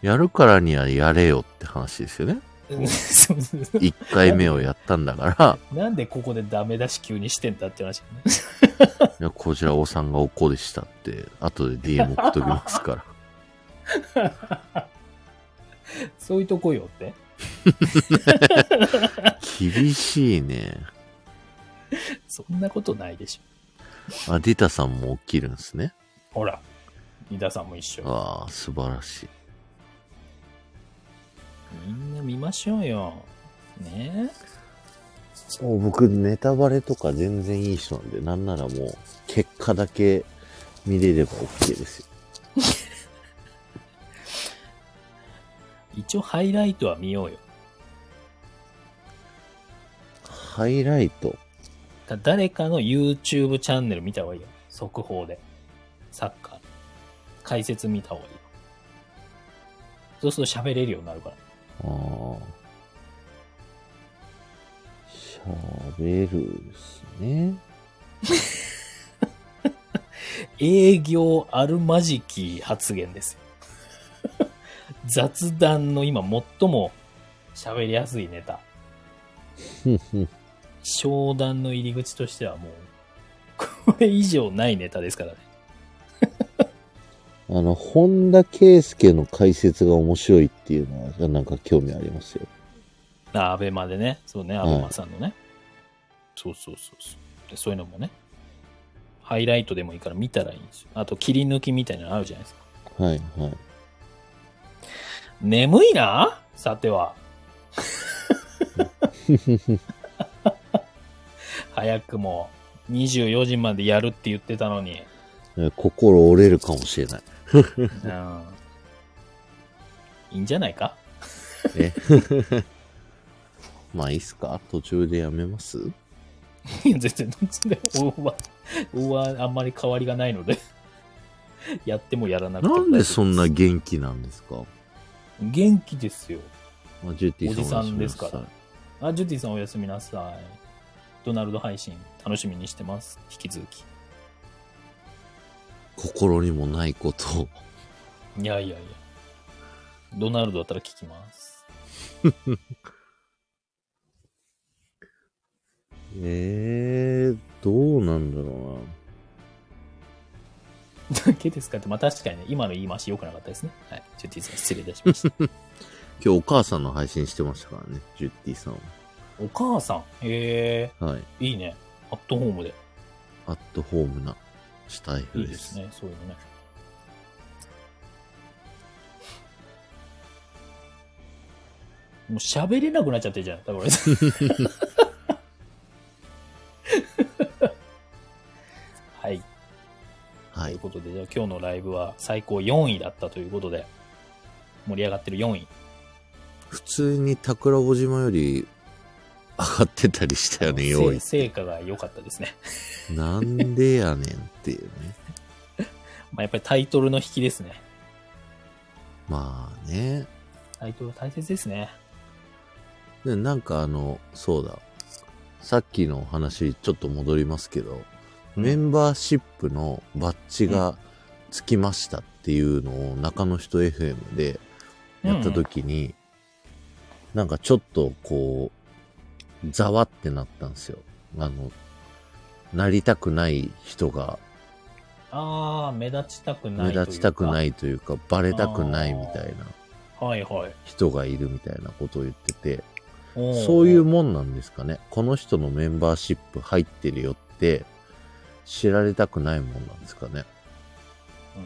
S1: やるからにはやれよって話ですよね。
S2: そうそうそう
S1: 1回目をやったんだか
S2: なんでここでダメ出し急にしてんだって話、ね。
S1: ら、いやこちらおさんがおこでしたって、後で DM 送っときます から。
S2: そういうとこよって。
S1: 厳しいね。
S2: そんなことないでし
S1: あ、ディタさんも起きるんですね。
S2: ょ。ほら、三田さんも一緒。
S1: ああ、素晴らしい。
S2: みんな見ましょうよ。ね
S1: そう、僕、ネタバレとか全然いい人なんで、なんならもう、結果だけ見れれば OK ですよ。
S2: 一応ハイライトは見ようよ。
S1: ハイライト。
S2: だ誰かの YouTube チャンネル見た方がいいよ。速報で。サッカー。解説見た方がいいよ。そうすると喋れるようになるから。
S1: ああ。しゃべるですね。
S2: 営業あるまじき発言ですよ。雑談の今最も喋りやすいネタ。
S1: ふんふん
S2: 商談の入り口としてはもう、これ以上ないネタですからね。
S1: あの、本田圭佑の解説が面白いっていうのは、なんか興味ありますよ。
S2: あ、アベマでね。そうね、ア
S1: ん
S2: ベマさんのね。そうそうそうそうで。そういうのもね。ハイライトでもいいから見たらいいんですよ。あと切り抜きみたいなのあるじゃないですか。
S1: はい、はい。
S2: 眠いなさては。早くも24時までやるって言ってたのに。
S1: え心折れるかもしれない。
S2: うん。いいんじゃないか
S1: えまあいいっすか途中でやめます
S2: いや全然、どっちでも、大は、大はあんまり変わりがないので、やってもやらなくても
S1: な
S2: 大丈夫
S1: んでそんな元気なんですか、
S2: 元気ですよ。
S1: まあ、ジュティさん
S2: おじさんです
S1: お
S2: か
S1: やすみなさい
S2: あ、ジュティさんおやすみなさい。ドナルド配信楽しみにしてます。引き続き。
S1: 心にもないことを。
S2: いやいやいや。ドナルドだったら聞きます。
S1: えー、どうなんだろ
S2: だけですかって、まあ確かにね、今の言い回し良くなかったですね。はい。ジュティさん失礼いたしま した。
S1: うな。今日お母さんの配信してましたからね、ジュティさん
S2: お母さん。へ
S1: は。はい。
S2: え、いいね。アットホームで。
S1: アットホームなスタイ
S2: い
S1: ル
S2: い
S1: で。
S2: ですすね、そういうのね。もう喋れなくなっちゃってるじゃん、多分 俺。はい。
S1: は
S2: という
S1: い。
S2: ことで、じゃあ今日のライブは最高4位だったということで、盛り上がってる4位。
S1: 普通に桜尾島より上がってたりしたよね、
S2: せ
S1: 用意。
S2: 成果が良かったですね。
S1: なんでやねんっていうね。
S2: まあやっぱりタイトルの引きですね。
S1: まあね。
S2: タイトル大切ですね。
S1: で、なんかあの、そうだ。さっきのお話、ちょっと戻りますけど、
S2: うん
S1: メンバーシップのバッジがつきましたっていうのを中の人 FM でやった時に、なんかちょっとこう、ざわってなったんですよ。あの、なりたくない人が
S2: ああ、目立ちたくな
S1: 目
S2: いというか。。
S1: 立ちたくないいというか、バレたくないみたいな
S2: はいはい。
S1: 人がいるみたいなことを言ってて、
S2: おー
S1: そういうもんなんですかね。この人のメンバーシップ入ってるよって、知られたくないもんなんですかね。
S2: う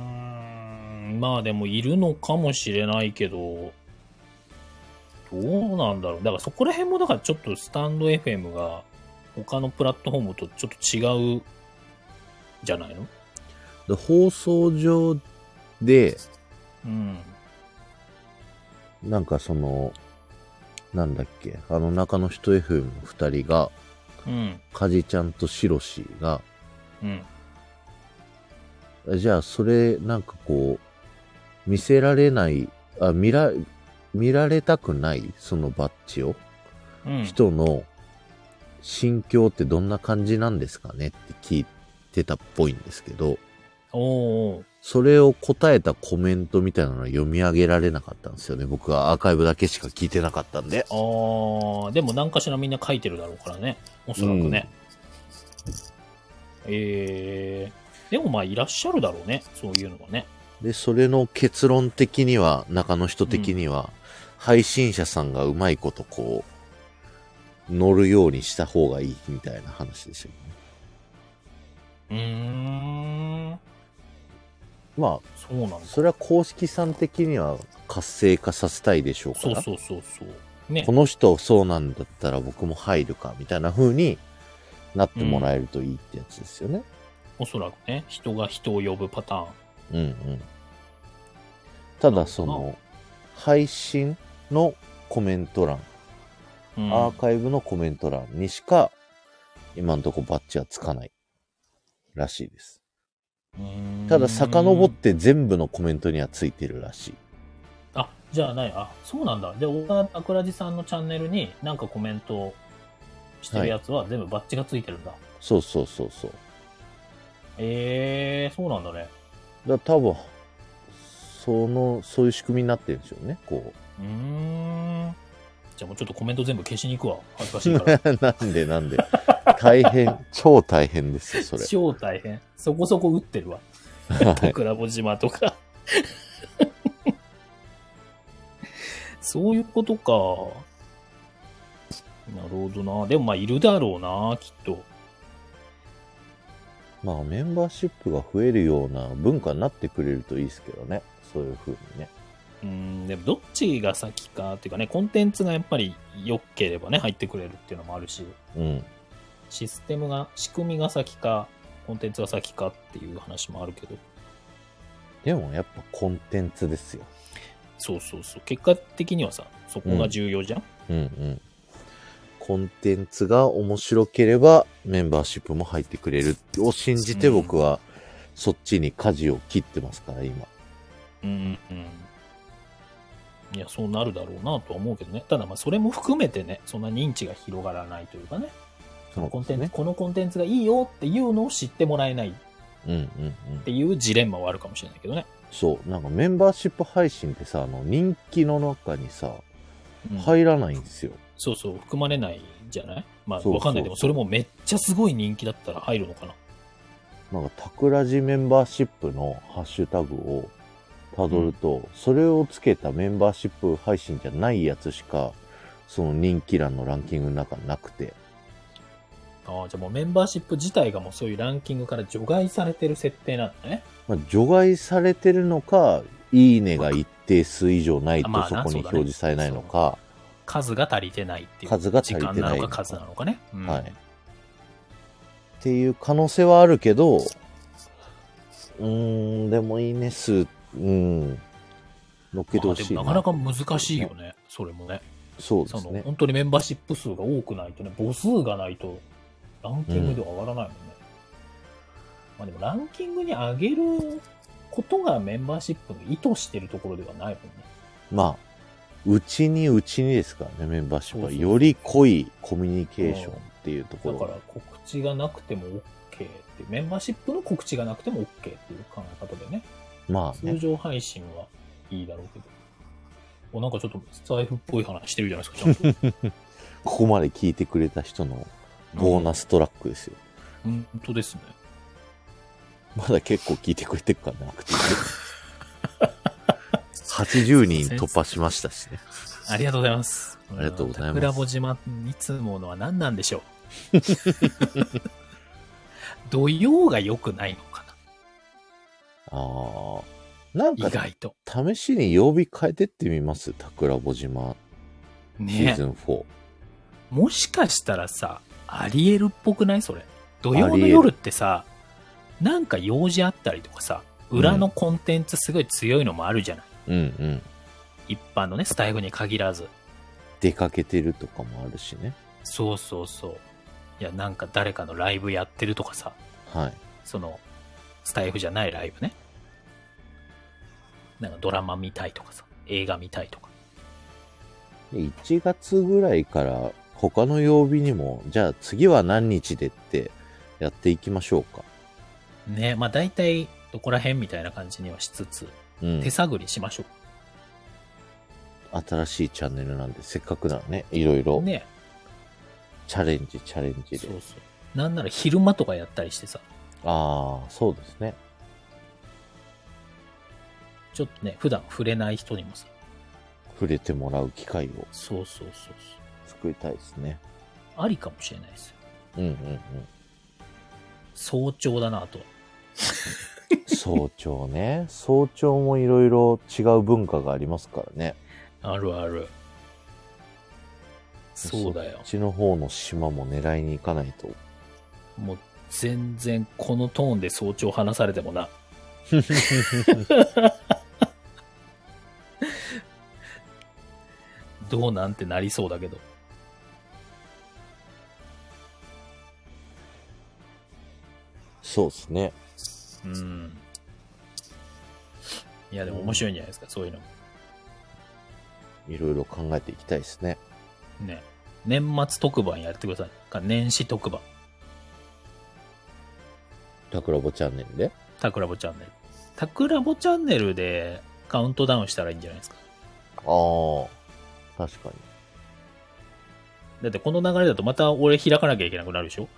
S2: ーんまあでもいるのかもしれないけど、どうなんだろう。だからそこら辺もだからちょっとスタンド FM が他のプラットフォームとちょっと違うじゃないの
S1: で放送上で、
S2: うん。
S1: なんかその、なんだっけ、あの中の人 FM の2人が、
S2: うん。
S1: カジちゃんとシロシが、
S2: うん。
S1: じゃあそれなんかこう見せられないあ見ら見られたくないそのバッジを、
S2: うん。
S1: 人の心境ってどんな感じなんですかねって聞いてたっぽいんですけど
S2: おうおう
S1: それを答えたコメントみたいなのは読み上げられなかったんですよね僕はアーカイブだけしか聞いてなかったんで
S2: ああ、でも何かしらみんな書いてるだろうからね。おそらくね。えー、でもまあいらっしゃるだろうね。そういうのはね。
S1: でそれの結論的には中の人的には、配信者さんがうまいことこう乗るようにした方がいいみたいな話でしたけどね
S2: うーん。
S1: ま
S2: そうなんだ
S1: あ、。それは公式さん的には活性化させたいでしょうか
S2: そう
S1: ら、
S2: そうそうそう。ね
S1: こ。の人そうなんだったら僕も入るか、みたいな風になってもらえるといいってやつですよね。
S2: おそらくね。人が人を呼ぶパターン。
S1: うんうん。ただ、その、配信のコメント欄、
S2: うん、
S1: アーカイブのコメント欄にしか、今んとこバッチはつかないらしいです。
S2: うーん
S1: ただ、遡って全部のコメントにはついてるらしい。
S2: あ、じゃあない。あ、そうなんだ。で、大田桜地さんのチャンネルになんかコメントしてるやつは全部バッチがついてるんだ。
S1: そうそうそうそう。
S2: えー、そうなんだね。
S1: だから多分そのそういう仕組みになってるんでしょう ねこ
S2: うーん。じゃあもうちょっとコメント全部消しに行くわ。恥ずかしいから。
S1: うなんでなんで大 変超大変です よそれ
S2: 超大変。そこそこ打ってるわ。
S1: はい
S2: 桜子島とか。 そういうことか。なるほどな。でもまあ、いるだろうな、きっと。
S1: まあメンバーシップが増えるような文化になってくれるといいですけどねそういう風にね
S2: うん、でもどっちが先かっていうかね、コンテンツがやっぱり良ければね、入ってくれるっていうのもあるし、
S1: うん
S2: システムが、仕組みが先か、コンテンツが先かっていう話もあるけど、
S1: でもやっぱコンテンツですよ
S2: そうそうそう。結果的にはさ、そこが重要じゃん、
S1: うんうんコンテンツが面白ければメンバーシップも入ってくれるを信じて僕はそっちに舵を切ってますから今
S2: うんうん、いや、そうなるだろうなとは思うけどね。ただ、まあ、それも含めてね、そんな認知が広がらないというかね、
S1: その
S2: コンテンツ、このコンテンツがいいよっていうのを知ってもらえないっ
S1: うんうんうん
S2: ていうジレンマはあるかもしれないけどね。
S1: そう、なんかメンバーシップ配信ってさ、あの人気の中にさ、
S2: うん
S1: 入らないんですよ。
S2: そうそう、含まれないじゃないまあ、
S1: そうそう
S2: わかんない。でも、それもめっちゃすごい人気だったら入るのかな。
S1: なんか、タクラジメンバーシップのハッシュタグをたどると、それをつけたメンバーシップ配信じゃないやつしか、その人気欄のランキングの中なくて、
S2: ああ、じゃあもうメンバーシップ自体がもうそういうランキングから除外されてる設定なんだね。
S1: まあ、除外されてるのか、いいねが一定数以上ないと
S2: あまあ
S1: そ
S2: な
S1: こに
S2: そうだ
S1: 表
S2: ね
S1: 示されないのか、
S2: 数が足りてないっていう。
S1: 数が足りてない
S2: 時間なのか数なのかね。うん
S1: はい。っていう可能性はあるけど、うーん、でもいいね数、うん、乗っけて
S2: ま
S1: ほ
S2: あで
S1: しい
S2: もなかなか難しいよね、それもね。
S1: そうで
S2: そ
S1: す
S2: の
S1: ね。
S2: 本当にメンバーシップ数が多くないとね、母数がないと、ランキングでは上がらないもんね。まあでも、ランキングに上げることがメンバーシップの意図してるところではないもんね。
S1: まあ、うちにうちにですからね、メンバーシップは。
S2: そうそうそう
S1: より濃いコミュニケーションっていうとこ
S2: だ
S1: ろ
S2: か
S1: が
S2: ら、告知がなくても OK っていう、メンバーシップの告知がなくても OK っていう考え方でね、
S1: まあ
S2: 通
S1: ね、
S2: 常配信はいいだろうけど。おなんかちょっと財布っぽい話してるじゃないです か、ちゃんと。
S1: ここまで聞いてくれた人のボーナストラックですよ。
S2: 本当ですね。
S1: まだ結構聞いてくれてる からな、アクティブに80人突破しましたしね。
S2: ありがとうございます。あ
S1: りがとうございます
S2: 桜穂島いつものは何なんでしょう。土曜が良くないのか
S1: ああ。なん
S2: な。
S1: か
S2: 意、外と。
S1: 試しに曜日変えてってみます桜穂島シー
S2: ね
S1: ズン4。
S2: もしかしたらさ、ありえるっぽくないそれ。土曜の夜ってさ、なんか用事あったりとかさ、裏のコンテンツすごい強いのもあるじゃない。
S1: うんうん。
S2: 一般のね、スタイフに限らず。
S1: 出かけてるとかもあるしね。
S2: そうそうそう。いや、なんか誰かのライブやってるとかさ、
S1: はい。
S2: その、スタイフじゃないライブね。なんかドラマ見たいとかさ、映画見たいとか。
S1: で1月ぐらいから他の曜日にも、じゃあ次は何日でってやっていきましょうか。
S2: ね、まあ大体どこら辺みたいな感じにはしつつ、
S1: うん
S2: 手。探りしましょ。
S1: 新しいチャンネルなんで、せっかくならね、いろいうろ
S2: ね、
S1: チャレンジ、チャレンジ
S2: そ
S1: で
S2: う。そう。なんなら昼間とかやったりしてさ、
S1: ああ、そうですね。
S2: ちょっとね、普段触れない人にもさ、
S1: 触れてもらう機会を
S2: そうそうそう
S1: 作りたいですね。
S2: そう。ありかもしれないですよ。
S1: うんうんうん。
S2: 早朝だな、あとは。
S1: 早朝ね。早朝もいろいろ違う文化がありますからね。
S2: あるある。そうだよ
S1: そっ。ちの方の島も狙いに行かないと。
S2: もう全然このトーンで早朝話されても な。どうなんてなりそうだけど。
S1: そうですね。
S2: うん。いや、でも面白いんじゃないですか、そういうのも。
S1: いろいろ考えていきたいですね。
S2: ね。年末特番やってください。か年始特番。
S1: タクラボチャンネルで。
S2: タクラボチャンネル。タクラボチャンネルでカウントダウンしたらいいんじゃないですか。
S1: ああ、確かに。
S2: だってこの流れだとまた俺開かなきゃいけなくなる でしょ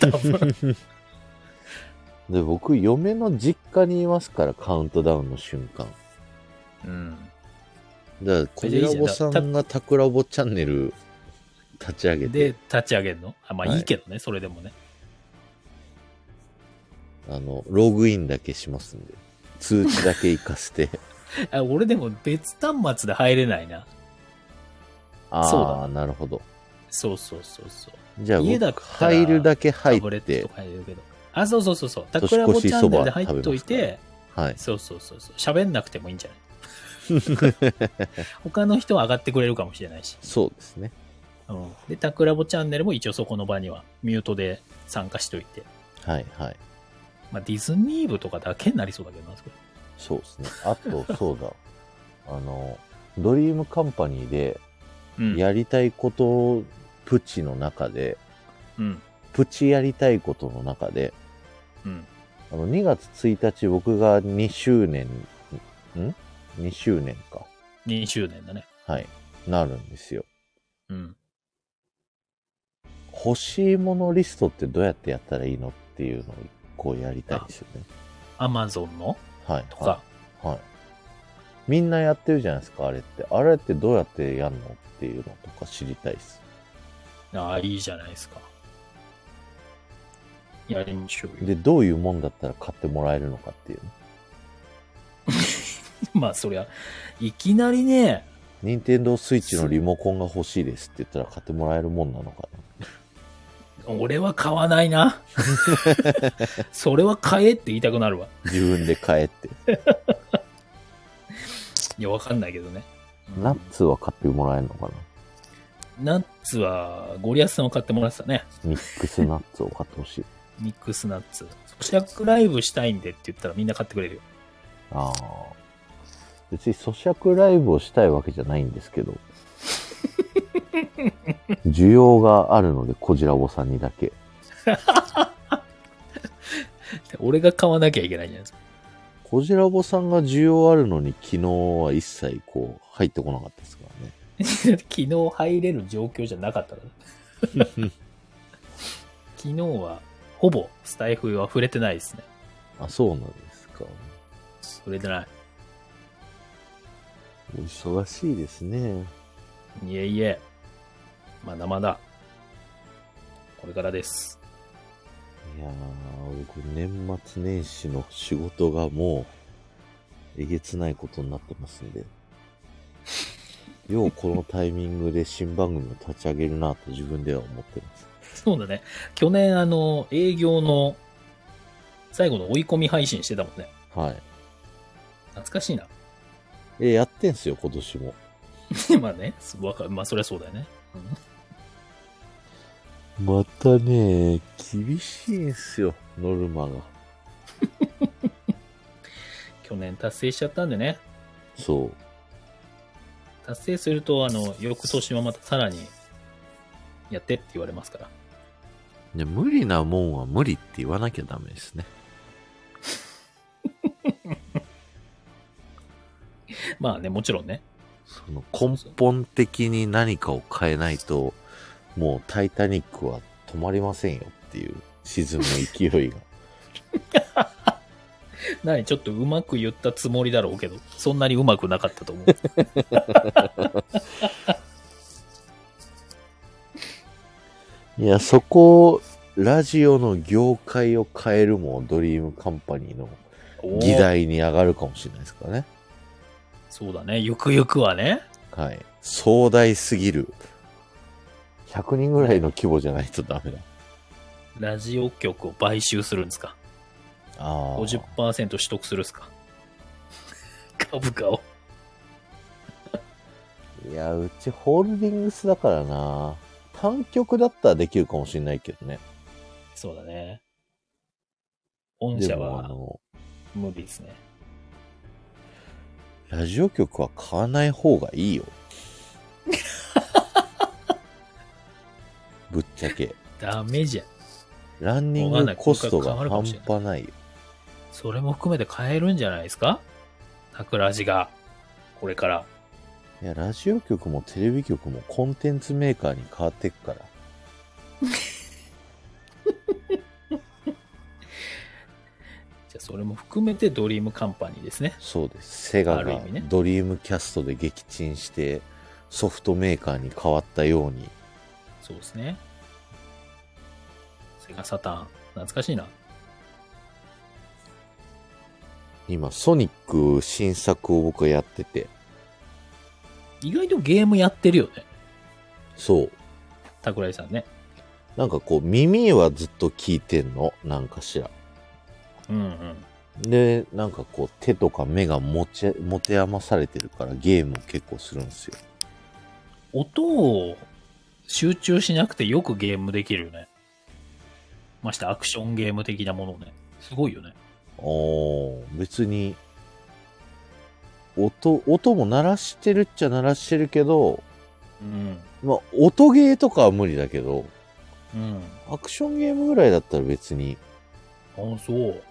S2: 多分。
S1: で、僕、嫁の実家にいますから、カウントダウンの瞬間。
S2: うん。
S1: だから、コジラボさんがタクラボチャンネル立ち上げ
S2: で
S1: て、、
S2: 立ち上げるのあ、まあ
S1: はい
S2: いいけどね、それでもね。
S1: あの、ログインだけしますんで、通知だけ行かせて。
S2: あ俺でも別端末で入れないな。そう
S1: あ
S2: だ
S1: あ、なるほど。
S2: そうそうそうそう。
S1: じゃあ、
S2: 家だ
S1: 僕
S2: ったら
S1: 入るだけ入
S2: タブレ
S1: っ
S2: ット
S1: て
S2: と、か入れるけど。あ、そうそうそうそう。タ
S1: 年越し
S2: クラボチャンネルで入っ
S1: そ
S2: と
S1: ば食べま
S2: い
S1: す
S2: て、
S1: はい。
S2: そうそうそうそう。喋んなくてもいいんじゃない 他の人は上がってくれるかもしれないし。
S1: そうですね。
S2: うん。で、タクラボチャンネルも一応そこの場にはミュートで参加しといて。
S1: はいはい。
S2: まあ、ディズニー部とかだけになりそうだけどな、それ。
S1: そうですね。あ と、そうだ。あの、ドリームカンパニーで、
S2: うん。
S1: やりたいことをプチの中で、
S2: うん。
S1: プチやりたいことの中で、
S2: うん。
S1: あの、2月1日僕が2周年、ん ?2 周年か。
S2: 2周年だね。
S1: はい。なるんですよ。
S2: うん。
S1: 欲しいものリストってどうやってやったらいいのっていうのをこうやりたいですよね。
S2: アマゾンの
S1: はい。
S2: とか。
S1: はい。はい。みんなやってるじゃないですか、あれって。あれってどうやってやんのっていうのとか知りたいです。
S2: ああ、いいじゃないですか。やりましょうよ。
S1: で、どういうもんだったら買ってもらえるのかっていうね。
S2: まあ、そりゃ、いきなりね、
S1: 任天堂スイッチのリモコンが欲しいですって言ったら買ってもらえるもんなのかな。
S2: 俺は買わないな。それは買えって言いたくなるわ。
S1: 自分で買えって。
S2: いや、わかんないけどね。うん
S1: ナッツは買ってもらえるのかな
S2: ナッツは、ゴリアスさんを買ってもらってたね。
S1: ミックスナッツを買ってほしい。
S2: ミックスナッツ。咀嚼ライブしたいんでって言ったらみんな買ってくれるよ。
S1: ああ。別に咀嚼ライブをしたいわけじゃないんですけど。需要があるので、こじらぼさんにだけ。
S2: 俺が買わなきゃいけないじゃないですか。
S1: こじらぼさんが需要あるのに、昨日は一切こう、入ってこなかったですからね。
S2: 昨日入れる状況じゃなかったから。昨日は、ほぼスタイフは触れてないですね。
S1: あ、そうなんですか。
S2: 触れてない。
S1: お忙しいですね。
S2: いえいえ。まだまだ。これからです。
S1: えいやー、僕、年末年始の仕事がもう、えげつないことになってますんで。ようこのタイミングで新番組を立ち上げるなと自分では思ってます。
S2: そうだね。去年、あの、営業の最後の追い込み配信してたもんね。
S1: はい。
S2: 懐かしいな。
S1: え、やってんすよ、今年も。
S2: まあね、すわかまあ、そりゃそうだよね。
S1: またね、厳しいんすよ、ノルマが。
S2: 去年達成しちゃったんでね。
S1: そう。
S2: 達成すると、あの、翌年はまたさらに、やってって言われますから。
S1: ね、無理なもんは無理って言わなきゃダメですね。
S2: まあね、もちろんね。
S1: その根本的に何かを変えないと、もうタイタニックは止まりませんよっていう沈む勢いが。
S2: 何ちょっとうまく言ったつもりだろうけど、そんなにうまくなかった と思う。
S1: いや、そこを、ラジオの業界を変えるもドリームカンパニーの
S2: おー
S1: 議題に上がるかもしれないですからね。
S2: そうだね。ゆくゆくはね。
S1: はい。壮大すぎる。100人ぐらいの規模じゃないとダメだ。
S2: ラジオ局を買収するんですか。
S1: ああ。
S2: 50%取得するんですか。 株価を。
S1: いや、うちホールディングスだからな。単曲だったらできるかもしれないけどね。
S2: そうだね。御
S1: で
S2: 社
S1: も、あ
S2: は
S1: の、
S2: 無理ですね。
S1: ラジオ局は買わない方がいいよ。ぶっちゃけ。
S2: ダメじゃん。
S1: ランニングコストが半端ないよ。
S2: それも含めて買えるんじゃないですか桜地が。これから。
S1: いや、ラジオ局もテレビ局もコンテンツメーカーに変わってっから。
S2: じゃあそれも含めてドリームカンパニーですね。
S1: そうです。セガ
S2: ある意
S1: が
S2: 味ね
S1: ドリームキャストで撃沈してソフトメーカーに変わったように。
S2: そうですね。セガサターン。懐かしいな。
S1: 今、ソニック新作を僕はやってて。
S2: 意外とゲームやってるよね。
S1: そう。
S2: 桜井さんね。
S1: なんかこう、耳はずっと聞いてんの。なんかしら。
S2: うんうん。
S1: で、なんかこう、手とか目が持ち、持て余されてるからゲームを結構するんですよ。
S2: 音を集中しなくてよくゲームできるよね。ましてアクションゲーム的なものね。すごいよね。
S1: おー、別に、音、音も鳴らしてるっちゃ鳴らしてるけど、
S2: うん。
S1: まあ、音ゲーとかは無理だけど、
S2: うん。
S1: アクションゲームぐらいだったら別に、
S2: あ、そう。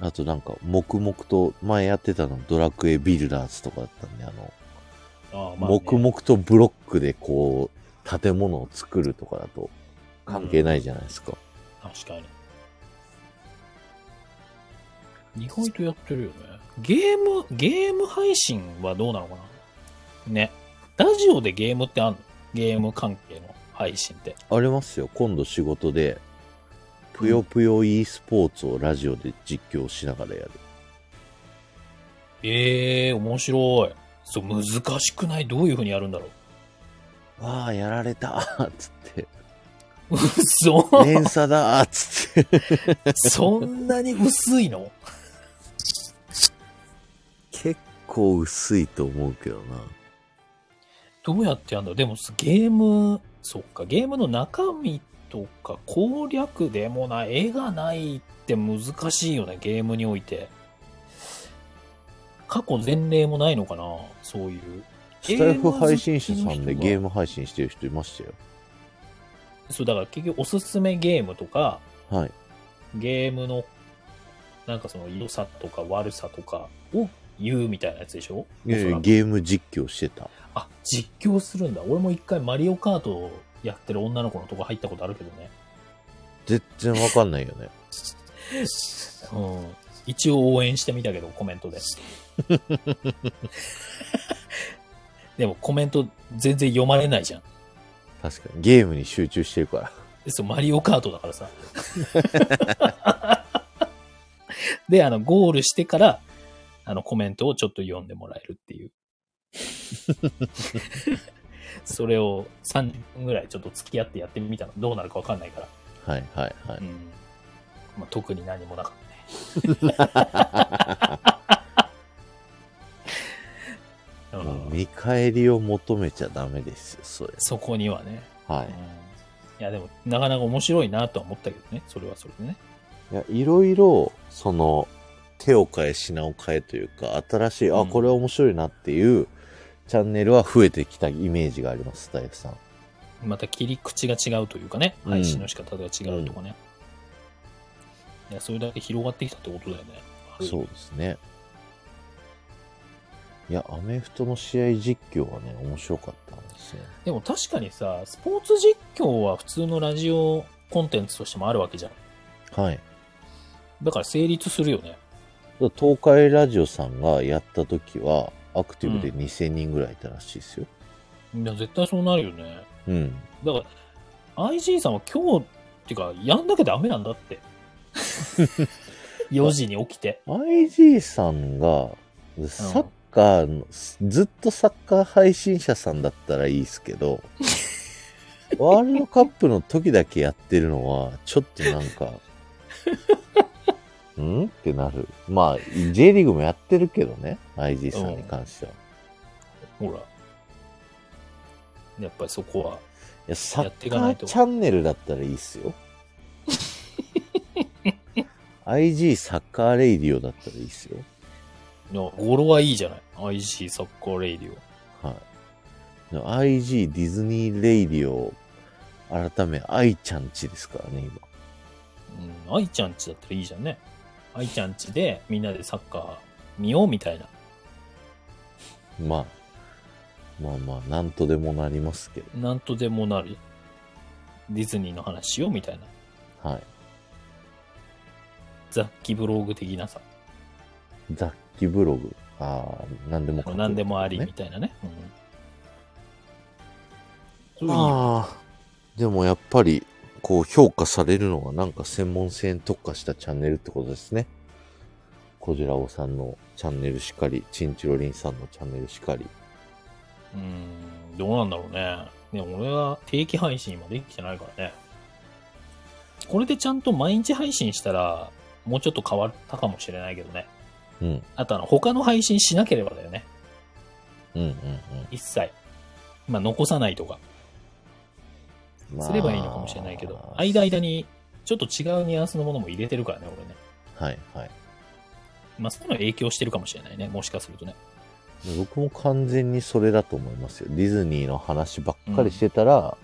S1: あとなんか、黙々と、前やってたのドラクエビルダーズとかだったんで、あの、
S2: あまあね
S1: 黙々とブロックでこう、建物を作るとかだと、関係ないじゃないですか。
S2: 確かに。意外とやってるよね。ゲーム、ゲーム配信はどうなのかなね。ラジオでゲームってあんのゲーム関係の配信って。
S1: ありますよ。今度仕事で、ぷよぷよ e スポーツをラジオで実況しながらやる。
S2: ええー、面白い。そう、難しくないどういう風にやるんだろう。
S1: わあ、やられたーっつって。
S2: 嘘
S1: 連鎖だーっつって。
S2: そんなに薄いの
S1: 結構薄いと思うけどな。
S2: どうやってやるんだろうでもゲーム、そっか、ゲームの中身とか攻略でもない、絵がないって難しいよね、ゲームにおいて。過去前例もないのかなそういう。
S1: スタイフ配信者さんでゲーム配信してる人いましたよ。
S2: そう、だから結局おすすめゲームとか、
S1: はい。
S2: ゲームの、なんかその良さとか悪さとかを言うみたいなやつでしょ
S1: いやい
S2: おそ
S1: や
S2: らく
S1: ゲーム実況してた。
S2: あ、実況するんだ。俺も一回マリオカートをやってる女の子のとこ入ったことあるけどね。
S1: 全然わかんないよね。
S2: うん。一応応援してみたけど、コメントで。 でもコメント全然読まれないじゃん。
S1: 確かに。ゲームに集中してるから。
S2: そう、マリオカートだからさ。 で、あの、ゴールしてから、あの、コメントをちょっと読んでもらえるっていう。 それを3分ぐらいちょっと付き合ってやってみたの。どうなるかわかんないから。
S1: はいはいは
S2: う
S1: い。
S2: ん。まあ、特に何もなかったね。 う
S1: もうん見返りを求めちゃダメですよそれ。
S2: そこにはね。
S1: は
S2: うん
S1: い。
S2: いや、でも、なかなか面白いなとは思ったけどね。それはそれでね。
S1: いや、いろいろ、その、手を変え品を変えというか、新しい、あ、
S2: うん
S1: これ面白いなっていうチャンネルは増えてきたイメージがあります、スタイフさん。
S2: また切り口が違うというかね、
S1: うん
S2: 配信の仕方が違うとかね。いや、それだけ広がってきたってことだよね。
S1: そうですね。いや、アメフトの試合実況はね、面白かったんですよ。
S2: でも確かにさ、スポーツ実況は普通のラジオコンテンツとしてもあるわけじゃん。
S1: はい。だか
S2: だから成立するよね。
S1: ら東海ラジオさんがやった時は、アクティブで2000人ぐらいいたらしいですよ。
S2: いや、絶対そうなるよね。
S1: うん。
S2: だから、IG さんは今日、っていうか、やんなきゃダメなんだって。4時に起きて。
S1: IG さんが、サッカーの、ずっとサッカー配信者さんだったらいいですけど、ワールドカップの時だけやってるのは、ちょっとなんか、 んってなる。まあ、J リーグもやってるけどね、IG さんに関しては。
S2: ほら。やっぱりそこは。
S1: いや、サ
S2: やって
S1: ッ
S2: い
S1: カ
S2: かない
S1: ー
S2: と
S1: チャンネルだったらいいっすよ。IG サッカーレイディオだったらいいっすよ。
S2: いや語呂はいいじゃない ?IG サッカーレイディオ。
S1: はい。で IG ディズニー・レイディオ、改め、愛ちゃんちですからね、今。
S2: うん、愛ちゃんちだったらいいじゃんね。愛ちゃんちでみんなでサッカー見ようみたいな。
S1: まあ、まあまあ、なんとでもなりますけど。
S2: なんとでもなる。ディズニーの話しようみたいな。
S1: はい。
S2: 雑記ブログ的なさ。
S1: 雑記ブログ。ああ、なんでも書く
S2: なんでもありみ
S1: ね。
S2: たいなね。うんそういう意味
S1: まあ、でもやっぱり、こう、評価されるのがなんか専門性に特化したチャンネルってことですね。こじらおさんのチャンネルしかり、ちんちろりんさんのチャンネルしかり。
S2: うん、どうなんだろうね。ね、俺は定期配信今できてないからね。これでちゃんと毎日配信したら、もうちょっと変わったかもしれないけどね。
S1: うん、
S2: あとあの、他の配信しなければだよね。
S1: うん、うん、
S2: 一切。まあ、残さないとか。
S1: うん。まあ
S2: すればいいのかもしれないけど。間々に、ちょっと違うニュアンスのものも入れてるからね、俺ね。
S1: はい、はい。
S2: まあ、そういうの影響してるかもしれないね。もしかするとね。
S1: 僕も完全にそれだと思いますよ。ディズニーの話ばっかりしてたら、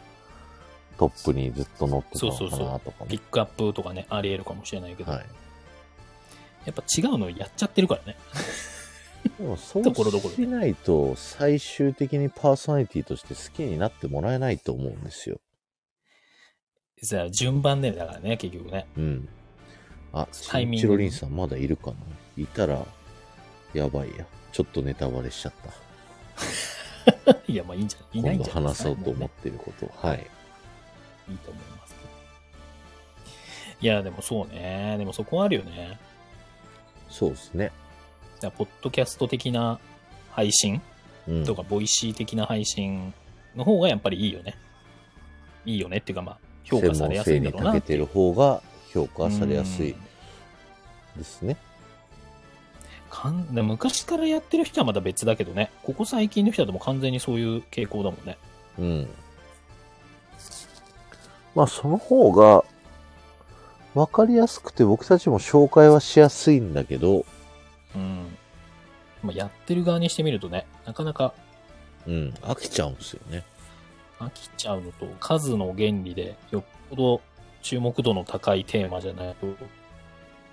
S1: トップにずっと乗ってたの
S2: そう
S1: か
S2: そうそ
S1: なとか
S2: ピッ
S1: ね。
S2: クアップとかね、あり得るかもしれないけど。
S1: はい。
S2: やっぱ違うのやっちゃってるからね。
S1: でもそう
S2: ところどころで
S1: しないと、最終的にパーソナリティとして好きになってもらえないと思うんですよ。
S2: じゃあ、順番でだからね、結局ね。
S1: うん。あ、
S2: タイ
S1: チ
S2: ミング
S1: ロリンさんまだいるかないたら、やばいや。ちょっとネタバレしちゃった。
S2: いや、まあいいんじゃないいない
S1: 今度
S2: んじゃないで
S1: 話
S2: す
S1: そ
S2: か
S1: うと思
S2: も
S1: っ
S2: う
S1: てること。はい。
S2: ねいいと思いますけど。いや、でもそうね。でもそこはあるよね。
S1: そうですね。
S2: じゃあ、ポッドキャスト的な配信
S1: うん。
S2: とか、ボイシー的な配信の方がやっぱりいいよね。いいよねっていうか、まあ、評価されやすいんだろ
S1: 専門性
S2: うな
S1: に長けてる方が評価されやすいですね。
S2: かんで昔からやってる人はまた別だけどね。ここ最近の人はでも完全にそういう傾向だもんね。
S1: うん。まあ、その方が、わかりやすくて僕たちも紹介はしやすいんだけど、
S2: うん。まあ、やってる側にしてみるとね、なかなか
S1: うん、飽きちゃうんですよね。
S2: 飽きちゃうのと、数の原理でよっぽど注目度の高いテーマじゃないと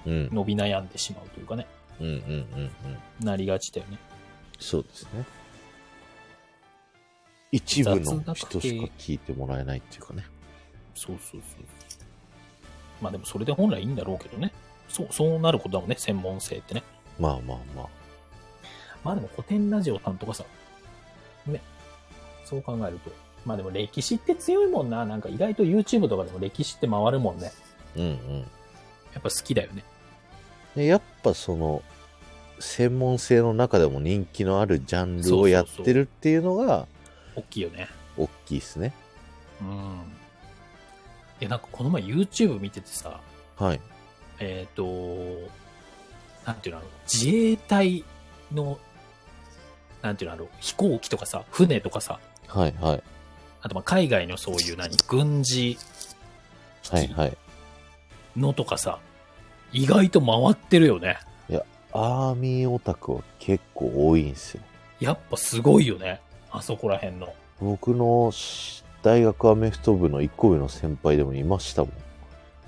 S1: うん、
S2: 伸び悩んでしまうというかね、
S1: うん、うん、うん、うん。
S2: なりがちだよね。
S1: そうですね。一部の
S2: 雑学
S1: 人しか聞いてもらえないっていうかね。
S2: そうそうそう。まあでもそれで本来いいんだろうけどね。そう、そうなることだもんね、専門性ってね。
S1: まあまあまあ。
S2: まあでも古典ラジオさんとかさ、ね、そう考えると、まあでも歴史って強いもんな。なんか意外と YouTube とかでも歴史って回るもんね。
S1: うんうん。
S2: やっぱ好きだよね。
S1: でやっぱその、専門性の中でも人気のあるジャンルをやってるっていうのが
S2: 大きいよね。
S1: 大きいですね。
S2: うん。いや、なんかこの前 YouTube 見ててさ、
S1: はい。
S2: えっ、と、なんていうの、あの自衛隊の、なんていうの、あの、飛行機とかさ、船とかさ、
S1: はいはい。
S2: あとまあ海外のそういう何、軍事
S1: はいはい。
S2: のとかさ、意外と回ってるよね。
S1: アーミーオタクは結構多いんですよ。
S2: やっぱすごいよね。あそこら辺の。
S1: 僕のし大学アメフト部の1個上の先輩でもいましたもん。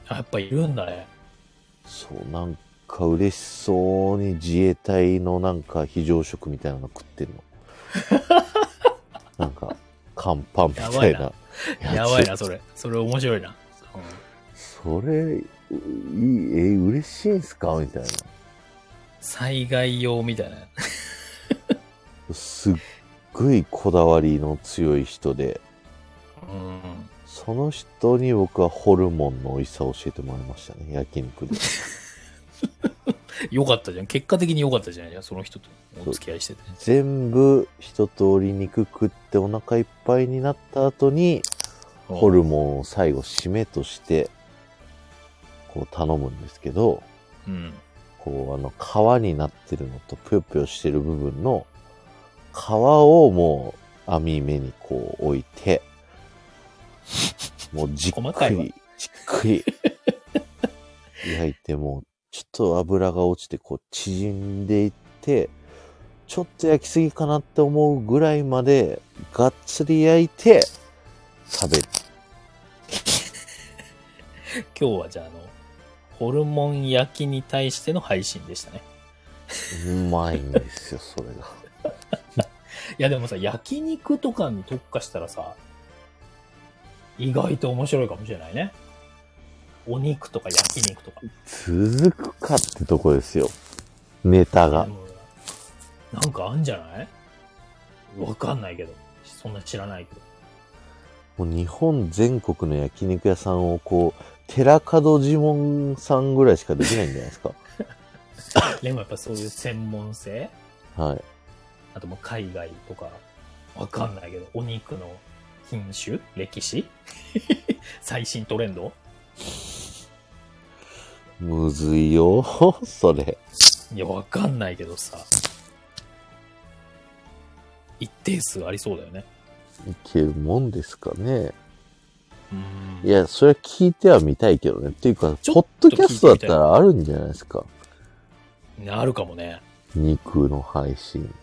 S2: あやっぱいるんだね。
S1: そう、なんか嬉しそうに自衛隊のなんか非常食みたいなの食って るの。なんか、乾パンみたいなやつ。
S2: やばいな、それ。それ面白いな。うん
S1: それ、いい、え、嬉しいんすかみたいな。
S2: 災害用みたいな。
S1: すっごいこだわりの強い人で、
S2: うん。
S1: その人に僕はホルモンの美味しさを教えてもらいましたね、焼肉で。
S2: よかったじゃん。結果的に良かったじゃないその人とお付き合いしてて。
S1: 全部一通り肉食ってお腹いっぱいになった後に、ホルモンを最後締めとして、こう頼むんですけど、
S2: うん。
S1: こうあの皮になってるのとぷよぷよしてる部分の皮をもう網目にこう置いて、 もうじっ
S2: 細
S1: く
S2: かいわ
S1: り、じっくり焼いて、もうちょっと油が落ちてこう縮んでいって、ちょっと焼きすぎかなって思うぐらいまでがっつり焼いて食べる。
S2: 今日はじゃあ、あの、ホルモン焼きに対しての配信でしたね。
S1: うまいんですよ、それが。
S2: いやでもさ、焼肉とかに特化したらさ、意外と面白いかもしれないね。お肉とか焼肉とか。
S1: 続くかってとこですよ。ネタが
S2: で。もなんかあんじゃないわかんないけど。そんな知らないけど。
S1: もう日本全国の焼肉屋さんをこう、寺門ジモンさんぐらいしかできないんじゃないですか。
S2: でもやっぱそういう専門性
S1: はい。
S2: あともう海外とか、わかんないけど、お肉の品種歴史 最新トレンド
S1: むずいよ、 それ。
S2: いや、わかんないけどさ。一定数ありそうだよね。
S1: いけるもんですかね。
S2: うん
S1: いや、それは聞いてはみたいけどね。っていうか、
S2: ちょ
S1: ポ
S2: っ
S1: ッ
S2: と
S1: ド
S2: 聞い
S1: キ
S2: てみ
S1: ャスト
S2: たい
S1: だったらあるんじゃないですか。
S2: なるかもね。
S1: 肉の配信。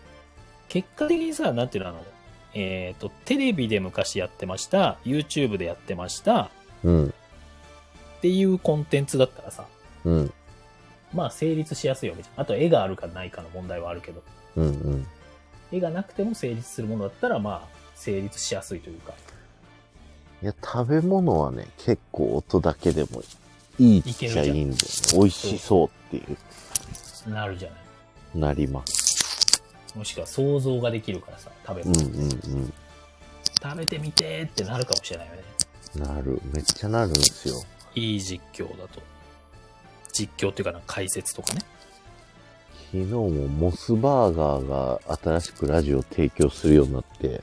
S2: 結果的にさ、なんていうのあの、えっ、と、テレビで昔やってました、YouTube でやってました、
S1: うん、
S2: っていうコンテンツだったらさ、
S1: うん、
S2: まあ成立しやすいわけじゃん。あと絵があるかないかの問題はあるけど、
S1: うん、うん。
S2: 絵がなくても成立するものだったら、まあ、成立しやすいというか、
S1: いや、食べ物はね、結構音だけでもいいっちゃいいんだよね。美味しそうってい
S2: なるじゃない。
S1: う、なります。
S2: もしくは想像ができるからさ、食べ
S1: うん、
S2: 物。
S1: うん、
S2: 食べてみてーってなるかもしれないよね。
S1: うん。なる。めっちゃなるんですよ。
S2: いい実況だと。実況っていうかな、解説とかね。
S1: 昨日もモスバーガーが新しくラジオを提供するようになって、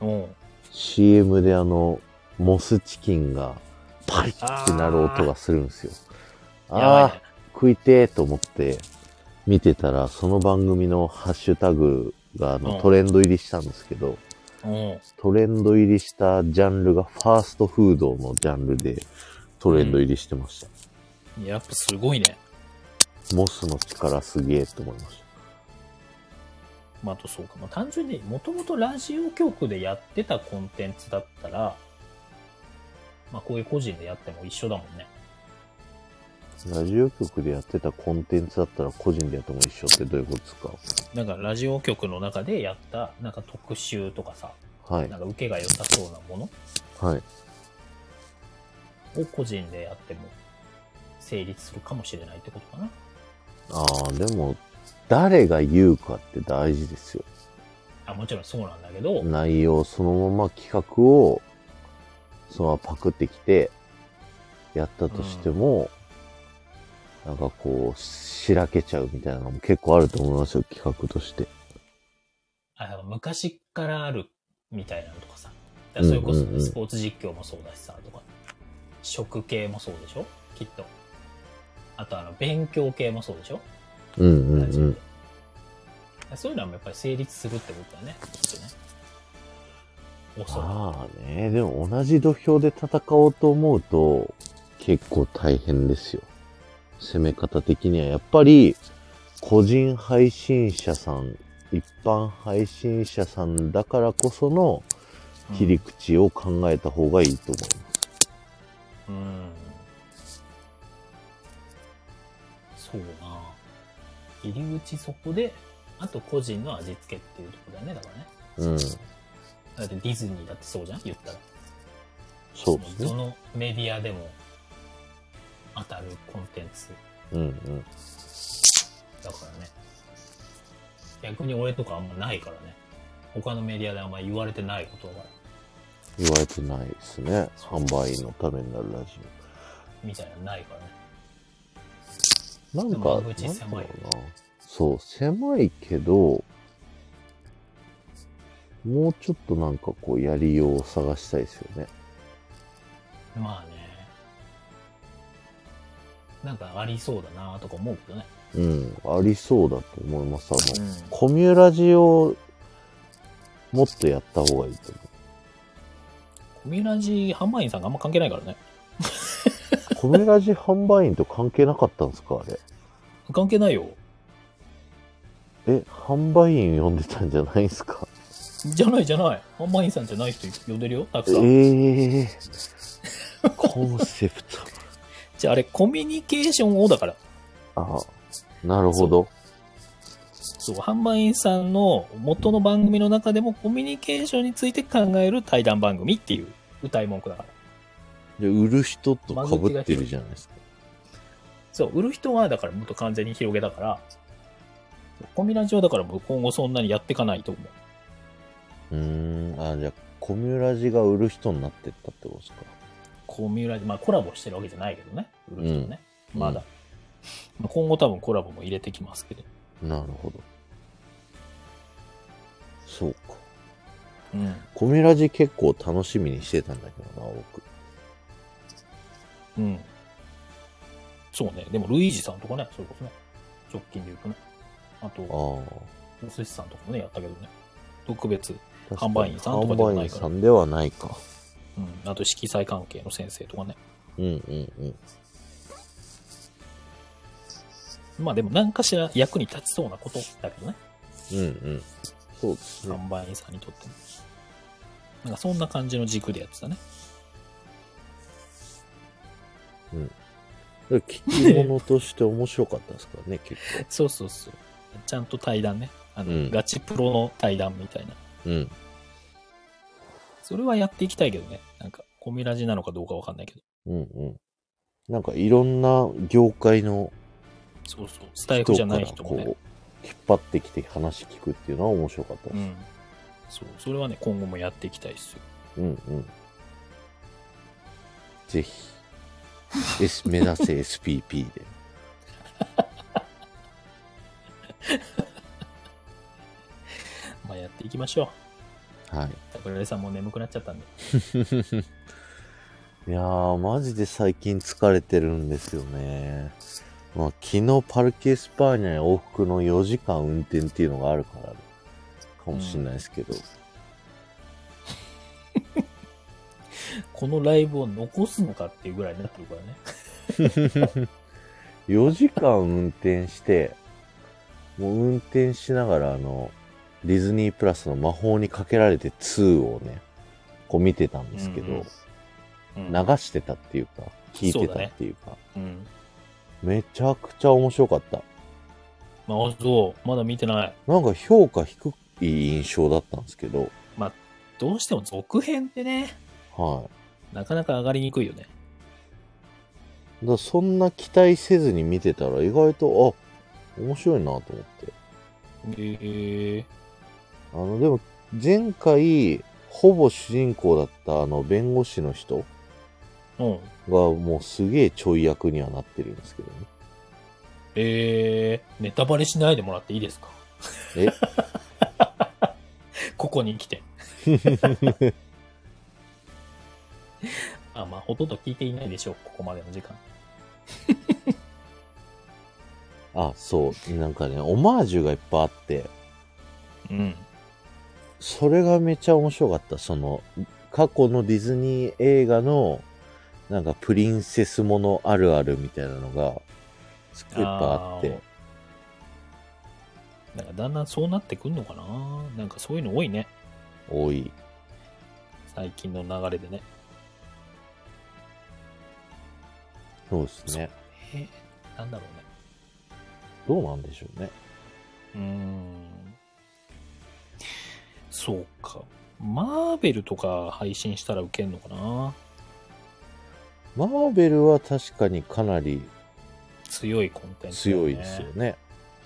S2: うん。
S1: CM であの、モスチキンがパリッってなる音がするんですよ。あ
S2: やばい
S1: あ
S2: ね。
S1: ー、食いてーと思って見てたら、その番組のハッシュタグがあ
S2: うん
S1: のトレンド入りしたんですけど、
S2: うん。
S1: トレンド入りしたジャンルがファーストフードのジャンルでトレンド入りしてました。
S2: やっぱすごいね。
S1: モスの力すげーと思いまし
S2: まあ、あとそうか。まあ、単純に、もともとラジオ局でやってたコンテンツだったら、まあ、こういう個人でやっても一緒だもんね。
S1: た。ラジオ局でやってたコンテンツだったら個人でやっても一緒ってどういうことですか
S2: なんか、ラジオ局の中でやった、なんか特集とかさ、
S1: はい
S2: な。んか受けが良さそうなも
S1: はい。
S2: のを個人でやっても成立するかもしれないってことかな。
S1: ああ、でも、誰が言うかって大事ですよ。
S2: あ、もちろんそうなんだけど、
S1: 内容そのまま企画をそのままパクってきてやったとしても、なんかこうしらけちゃうみたいなのも結構あると思いますよ企画として
S2: あの昔からあるみたいなのとかさ。だからそれこ
S1: うんうんう
S2: そ
S1: ん
S2: スポーツ実況もそうだしさ、とか、食系もそうでしょきっと。あとあの、勉強系もそうでしょ
S1: うんうん
S2: ラジ
S1: う
S2: オで
S1: ん
S2: そういうのはやっぱり成立するってことだね、きっとね。おそら
S1: まあねでも同じ土俵で戦おうと思うと結構大変ですよ攻め方的にはやっぱり個人配信者さん一般配信者さんだからこその
S2: く
S1: 切り口を考えた方がいいと思います。
S2: うん。そうな入り口そこで、あと個人の味付けっていうところだよね、だからね。
S1: うん。そ
S2: だってディズニーだってそうじゃん言ったら。
S1: うです
S2: ど
S1: ね。
S2: のメディアでも当たるコンテンツ
S1: うんうん。
S2: だからね。逆に俺とかあんまないからね。他のメディアであんま言われてないことが、
S1: 言われてないですね。販売のためになるラジ
S2: みたいなのないからね。
S1: オ。なん
S2: で
S1: か、
S2: も
S1: なん
S2: 間口
S1: だろう
S2: 狭い
S1: な。そう、狭いけど、もうちょっとなんかこう、やりようを探したいですよね。
S2: まあね。なんかありそうだなとか思うけどね。
S1: うん。ありそうだと思います。あの、
S2: うん
S1: コミュラジをもっとやった方がいいと思
S2: コミュラジ販売員さんがあんま関係ないからね。
S1: う。コミュラジ販売員と関係なかったんですかあれ。
S2: 関係ないよ。
S1: え、販売員呼んでたんじゃないですか
S2: じゃないじゃない。販売員さんじゃない人呼んでるよ、たくさん。
S1: ええコンセプト。
S2: じゃああれ、コミュニケーションをだから。
S1: あなるほど。
S2: そう、販売員さんの元の番組の中でもコミュニケーションについて考える対談番組っていう歌い文句だから。
S1: じゃあ売る人とかぶってるじゃないですか。
S2: そう、売る人はだからもっと完全に広げだから、コミラジオだからもう今後そんなにやっていかないと思う。
S1: うーん。あ、じゃあ、コミュラジが売る人になってったってことですか。
S2: コミュラジオ、まあコラボしてるわけじゃないけどね。売る人はね。
S1: うん
S2: まだ。まあ今後多分コラボも入れてきますけど。
S1: なるほど。そうか。
S2: うん。
S1: コミュラジ結構楽しみにしてたんだけどな、僕。
S2: うん。そうね。でもルイージさんとかね、それこそね。直近で言うとね。あと、
S1: あ
S2: お寿司さんとかもね、やったけどね。特別。
S1: あ。確かに
S2: 販売員さんとかではな
S1: 販
S2: いから
S1: 売員さんではないか。
S2: うん。あと色彩関係の先生とかね。
S1: うんうんうん。
S2: まあでも何かしら役に立ちそうなことだけどね。
S1: うんうん。そうですね。
S2: 販売員さんにとっても。なんかそんな感じの軸でやってたね。
S1: 聞き物として面白かったですからね、結
S2: そうそうそう。ちゃんと対談ね。あの、
S1: うん
S2: ガチプロの対談みたいな。
S1: 構。うん。
S2: それはやっていきたいけどね。なんか、コミラジなのかどうかわかんないけど。
S1: うんうん。なんかいろんな業界の
S2: そうそう。スタイ
S1: 人
S2: フじゃ
S1: か
S2: ない
S1: ら
S2: 人
S1: こ
S2: も
S1: う
S2: ね。
S1: 引っ張ってきて話聞くっていうのは面白かった
S2: う
S1: です。
S2: ん。そう。それはね、今後もやっていきたいっすよ。
S1: うんうん。ぜひ、S、目指 せ SPP で。
S2: まあやっていきましょう。
S1: はい。
S2: 桜井さんも眠くなっちゃったんで。
S1: いやー、マジで最近疲れてるんですよね。まあ、昨日パルケ・エスパーニャに往復の4時間運転っていうのがあるから、かもしれないですけど。
S2: このライブを残すのかっていうぐらいになってるからね。
S1: 4時間運転して、もう運転しながら、あの、ディズニープラスの魔法にかけられて2をね、こう見てたんですけど、
S2: う
S1: 流
S2: ん。
S1: してたっていうか、聞いてたっていうか、
S2: うん。
S1: めちゃくちゃ面白かった。
S2: まあ、そう。まだ見てない。
S1: なんか評価低い印象だったんですけど、
S2: どうしても続編ってね、
S1: は
S2: なかなか上がりにくいよね。
S1: い。だからそんな期待せずに見てたら意外と、あ、面白いなと思って。
S2: ええ
S1: ああの、でも、前回、ほぼ主人公だったあの、弁護士の人
S2: うん。
S1: が、もうすげえちょい役にはなってるんですけどね。
S2: えー、ネタバレしないでもらっていいですか
S1: え
S2: ここに来て。あ、まあ、ほとんど聞いていないでしょう、ここまでの時間。
S1: あ、そう。なんかね、オマージュがいっぱいあって、
S2: うん。
S1: それがめちゃ面白かった。その、過去のディズニー映画の、なんかプリンセスものあるあるみたいなのが、すっごいいっぱいあって。
S2: ー。なんかだんだんそうなってくんのかななんかそういうの多いね。
S1: 多い。
S2: 最近の流れでね。
S1: そうですね。
S2: えー、なんだろうね。
S1: どうなんでしょうね。
S2: うーんそうか。マーベルとか配信したらウケんのかな
S1: マーベルは確かにかなり
S2: 強いコンテンツ、
S1: 強いですよ。ね。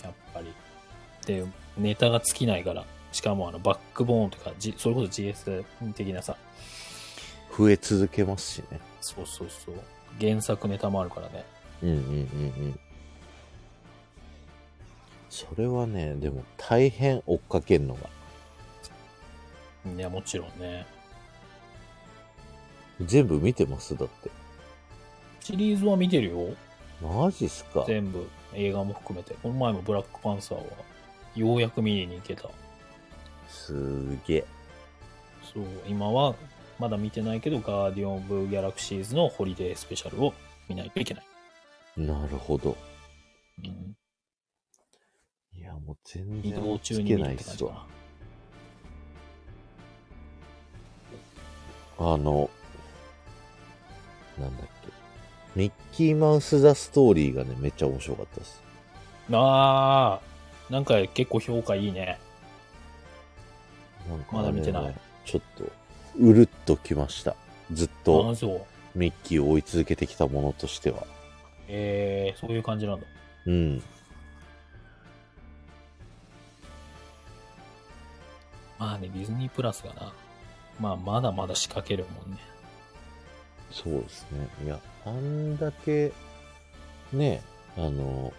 S2: やっぱり。で、ネタが尽きないから。しかもあのバックボーンとか、G、それこそ GS 的なさ。
S1: 増え続けますしね。
S2: そうそうそう。原作ネタもあるからね。
S1: うんうんうんうん。それはね、でも大変追っかけるのが。
S2: いや、もちろんね。
S1: 全部見てますだって。
S2: シリーズは見てるよ。
S1: マジっすか。
S2: 全部。映画も含めて。この前もブラックパンサーは、ようやく見に行けた。
S1: すげえ。
S2: そう、今はまだ見てないけど、ガーディオン・オブ・ギャラクシーズのホリデースペシャルを見ないといけない。
S1: なるほど。
S2: うん。
S1: いや、もう全
S2: 移
S1: 然
S2: 動
S1: 追いつ
S2: 中に
S1: け
S2: 見
S1: な
S2: る
S1: いっ
S2: っ
S1: て
S2: 感
S1: す
S2: じか
S1: わ。
S2: な。
S1: あの、なんだっけ。ミッキーマウス・ザ・ストーリーがね、めっちゃ面白かったです。
S2: あー、なんか結構評価いいね。
S1: なんか
S2: まだ見てない
S1: あれねちょっと、うるっときました。ずっ
S2: あ
S1: と
S2: ーそう。
S1: ミッキーを追い続けてきたものとしては。
S2: えー、そういう感じなんだ。
S1: うん。
S2: まあね、ディズニープラスがな。まあ、まだまだ仕掛けるもんね。
S1: そうですね。いや、あんだけ、ね、あの、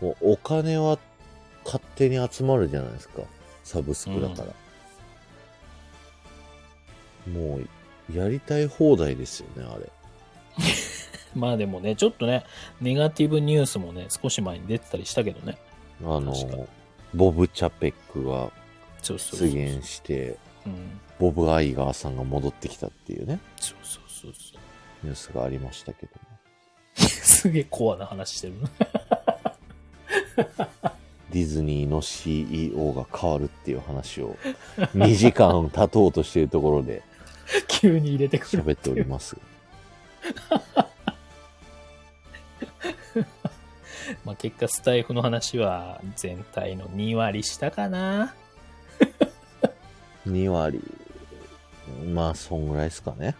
S1: もうお金は勝手に集まるじゃないですか。サブスクだから。もう、やりたい放題ですよね、あれ。
S2: まあでもね、ちょっとね、ネガティブニュースもね、少し前に出てたりしたけどね。
S1: あの
S2: 確かに、
S1: ボブ・チャペックが
S2: そうそう
S1: 出
S2: そう。
S1: 現して、
S2: うん。
S1: ボブ・アイガーさんが戻ってきたっていうね、
S2: そうそうそうそう。
S1: ニュースがありましたけども。
S2: すげえコアな話してるな。
S1: ディズニーの CEO が変わるっていう話を 2時間経とうとしているところで
S2: 急に入れてくる。
S1: 喋っております。
S2: まあ、結果、スタイフの話は全体の2割したかな。
S1: 2割、まあそんぐらいですかね。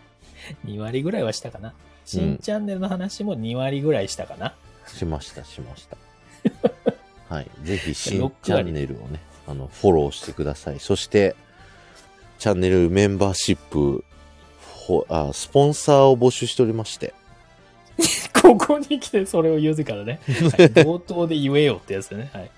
S2: 2割ぐらいはしたかな。新チャンネルの話も2割ぐらいしたかな。
S1: しました、しました。はい。ぜひ
S2: ロ
S1: 新
S2: ック
S1: チ
S2: 割
S1: ャンネルをね、あの、フォローしてください。そして、チャンネルメンバーシップ、ほあスポンサーを募集しておりまして。
S2: ここに来てそれを言うからね。はい、同等で言えよってやつだね。はい。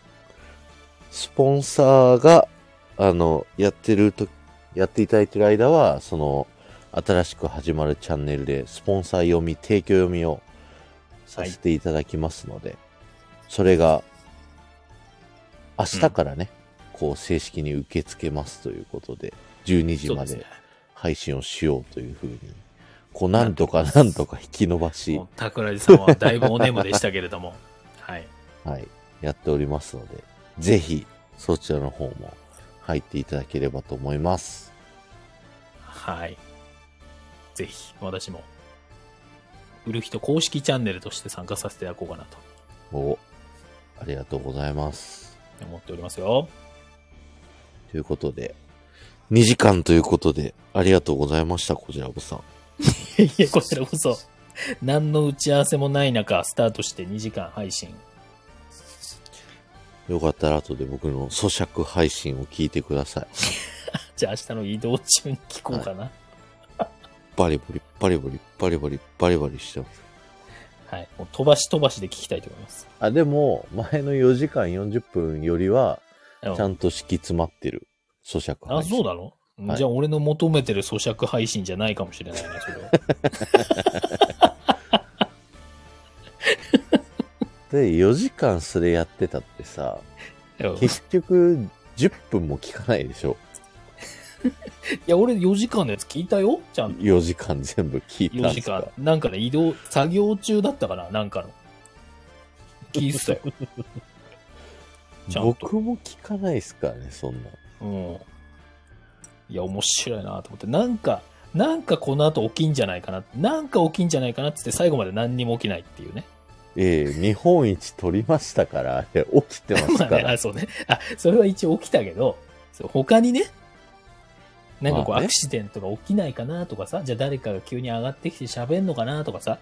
S1: スポンサーが、あの、やってると、やっていただいてる間は、その、新しく始まるチャンネルで、スポンサー読み、提供読みをさせていただきますので、それが、明日からね、こう、正式に受け付けますということで、12時
S2: そう
S1: ま
S2: ですね
S1: で。配信をしようというふうに、こう、なんとかなんとか引き延ばし
S2: も、う桜井さんはだいぶおねむでしたけれども。はい。
S1: はい、やっておりますので、ぜひそちらの方も入っていただければと思います。
S2: はい。ぜひ、私も、売る人公式チャンネルとして参加させていただこうかなと
S1: お、ありがとうございます。
S2: 思っておりますよ。
S1: ということで、2時間ということで、ありがとうございました、こちらぼさん。
S2: いえ、こちらこそ、何の打ち合わせもない中、スタートして2時間配信。
S1: よかったら後で僕の咀嚼配信を聞いてください。
S2: じゃあ明日の移動中に聞こうかな。
S1: バリバリ、バリバリ、バリバリ、バリバリしてます。
S2: はい。もう飛ばし飛ばしで聞きたいと思います。
S1: あ、でも、前の4時間40分よりは、
S2: うん
S1: ちゃんと敷き詰まってる。咀嚼
S2: あ、
S1: 配信。
S2: そうだろ、
S1: はい
S2: じゃあ俺の求めてる咀嚼配信じゃないかもしれないね、それは。
S1: で、4時間それやってたってさ、
S2: うんい
S1: 結局、10分も聞かないでしょ。
S2: や、俺4時間のやつ聞いたよちゃんと。
S1: 4時間全部聞いた
S2: 4
S1: ん
S2: 時
S1: すか
S2: 間。なんかね、移動、作業中だったかななんかの。聞いてたよ。ちゃんと
S1: 僕も聞かないっすからね、そんな。
S2: うん。いや、面白いなと思って。なんか、なんかこの後起きんじゃないかな。なんか起きんじゃないかなってって最後まで何にも起きないっていうね。
S1: ええ日本一取りましたから、あれ、起きてます
S2: まあ
S1: か
S2: ね、
S1: ら
S2: あ、。そうね。あ、それは一応起きたけど、そう他にね、なんかこう
S1: まあ
S2: ア
S1: ね
S2: クシデントが起きないかなとかさ、じゃあ誰かが急に上がってきて喋んのかなとかさ、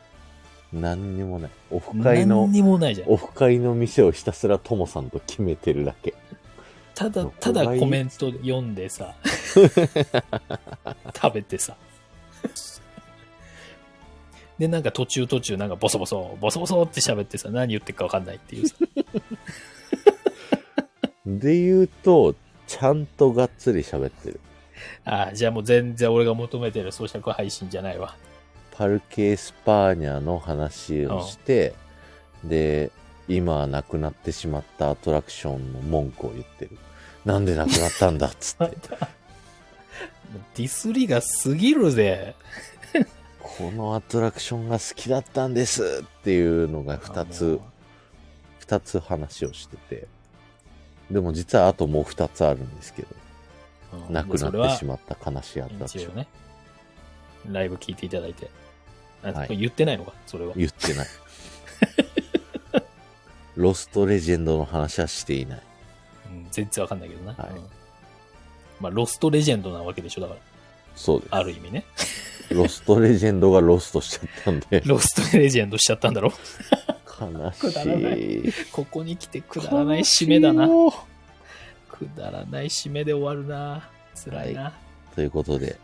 S1: 何にもない。オフ会の
S2: 何、にもないじゃん。
S1: オフ会の店をひたすらともさんと決めてるだけ。
S2: ただ、
S1: オフ
S2: ただ
S1: 会
S2: コメント読んで さ、食べてさ。で、なんか途中途中なんかボソボソ、ボソボソって喋ってさ、何言ってるかわかんないっ ていうさ。
S1: で言うと、ちゃんとがっつり喋ってる。
S2: ああ、じゃあもう全然俺が求めてる咀嚼配信じゃないわ。
S1: パルケ・エスパーニャの話をして、で、今亡くなってしまったアトラクションの文句を言ってる。なんで亡くなったんだっつって。
S2: もうディスりが過ぎるぜ。
S1: このアトラクションが好きだったんですっていうのが2つ、2つ話をしてて。でも実はあともう2つあるんですけど、
S2: あの、
S1: 亡くなってしまった悲しいア
S2: う
S1: ト
S2: ん
S1: ラ
S2: で
S1: クショ
S2: それは一応
S1: ン。
S2: ね、ライブ聞いていただいて。あ
S1: はい
S2: これ言ってないのか、それは。
S1: 言って ない。ロストレジェンドの話はしていない。
S2: うん全然わかんないけどな。
S1: はい
S2: うんまあ、ロストレジェンドなわけでしょ、だか
S1: そうです。
S2: ら。ある意味ね。。
S1: ロストレジェンドがロストしちゃったんで
S2: ロストレジェンドしちゃったんだろ。
S1: 悲
S2: くだらな
S1: しい。
S2: ここに来てくだらない締めだな
S1: 悲し。いよ
S2: くだらない締めで終わるな。辛いな。
S1: ということで、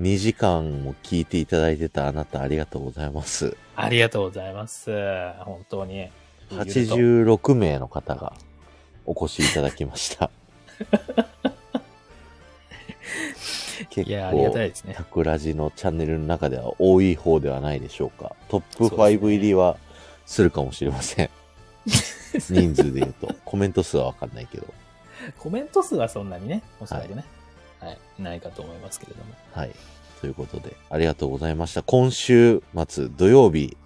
S1: 2時間も聞いていただいてたあなたありがとうございます。
S2: ありがとうございます。本当に。
S1: 86名の方がお越しいただきました。結
S2: いや、ありがたい
S1: 構、
S2: ですね。
S1: タクラジのチャンネルの中では多い方ではないでしょうか。トップ
S2: そうです
S1: 5
S2: ね
S1: 入りはするかもしれませ ん。人数で言うと。コメント数はわかんないけど。
S2: コメント数はそんなにね、おそらくね、はい、ないかと思いますけれども。
S1: はい。ということで、ありがとうございました。今週末土曜日、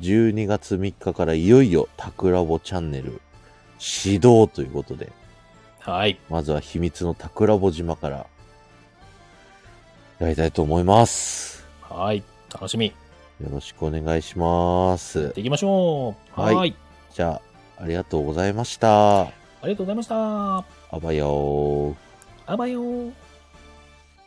S1: 12月3日からいよいよタクラボチャンネル始動ということで、
S2: はい。
S1: まずは秘密のタクラボ島からやりたいと思います。
S2: はい。楽しみ。や
S1: よろしくお願いします
S2: って。いきましょう。
S1: は
S2: はいい。
S1: じゃあ、ありがとうございました。
S2: ありがとうございました。
S1: あばよー。
S2: あばよー。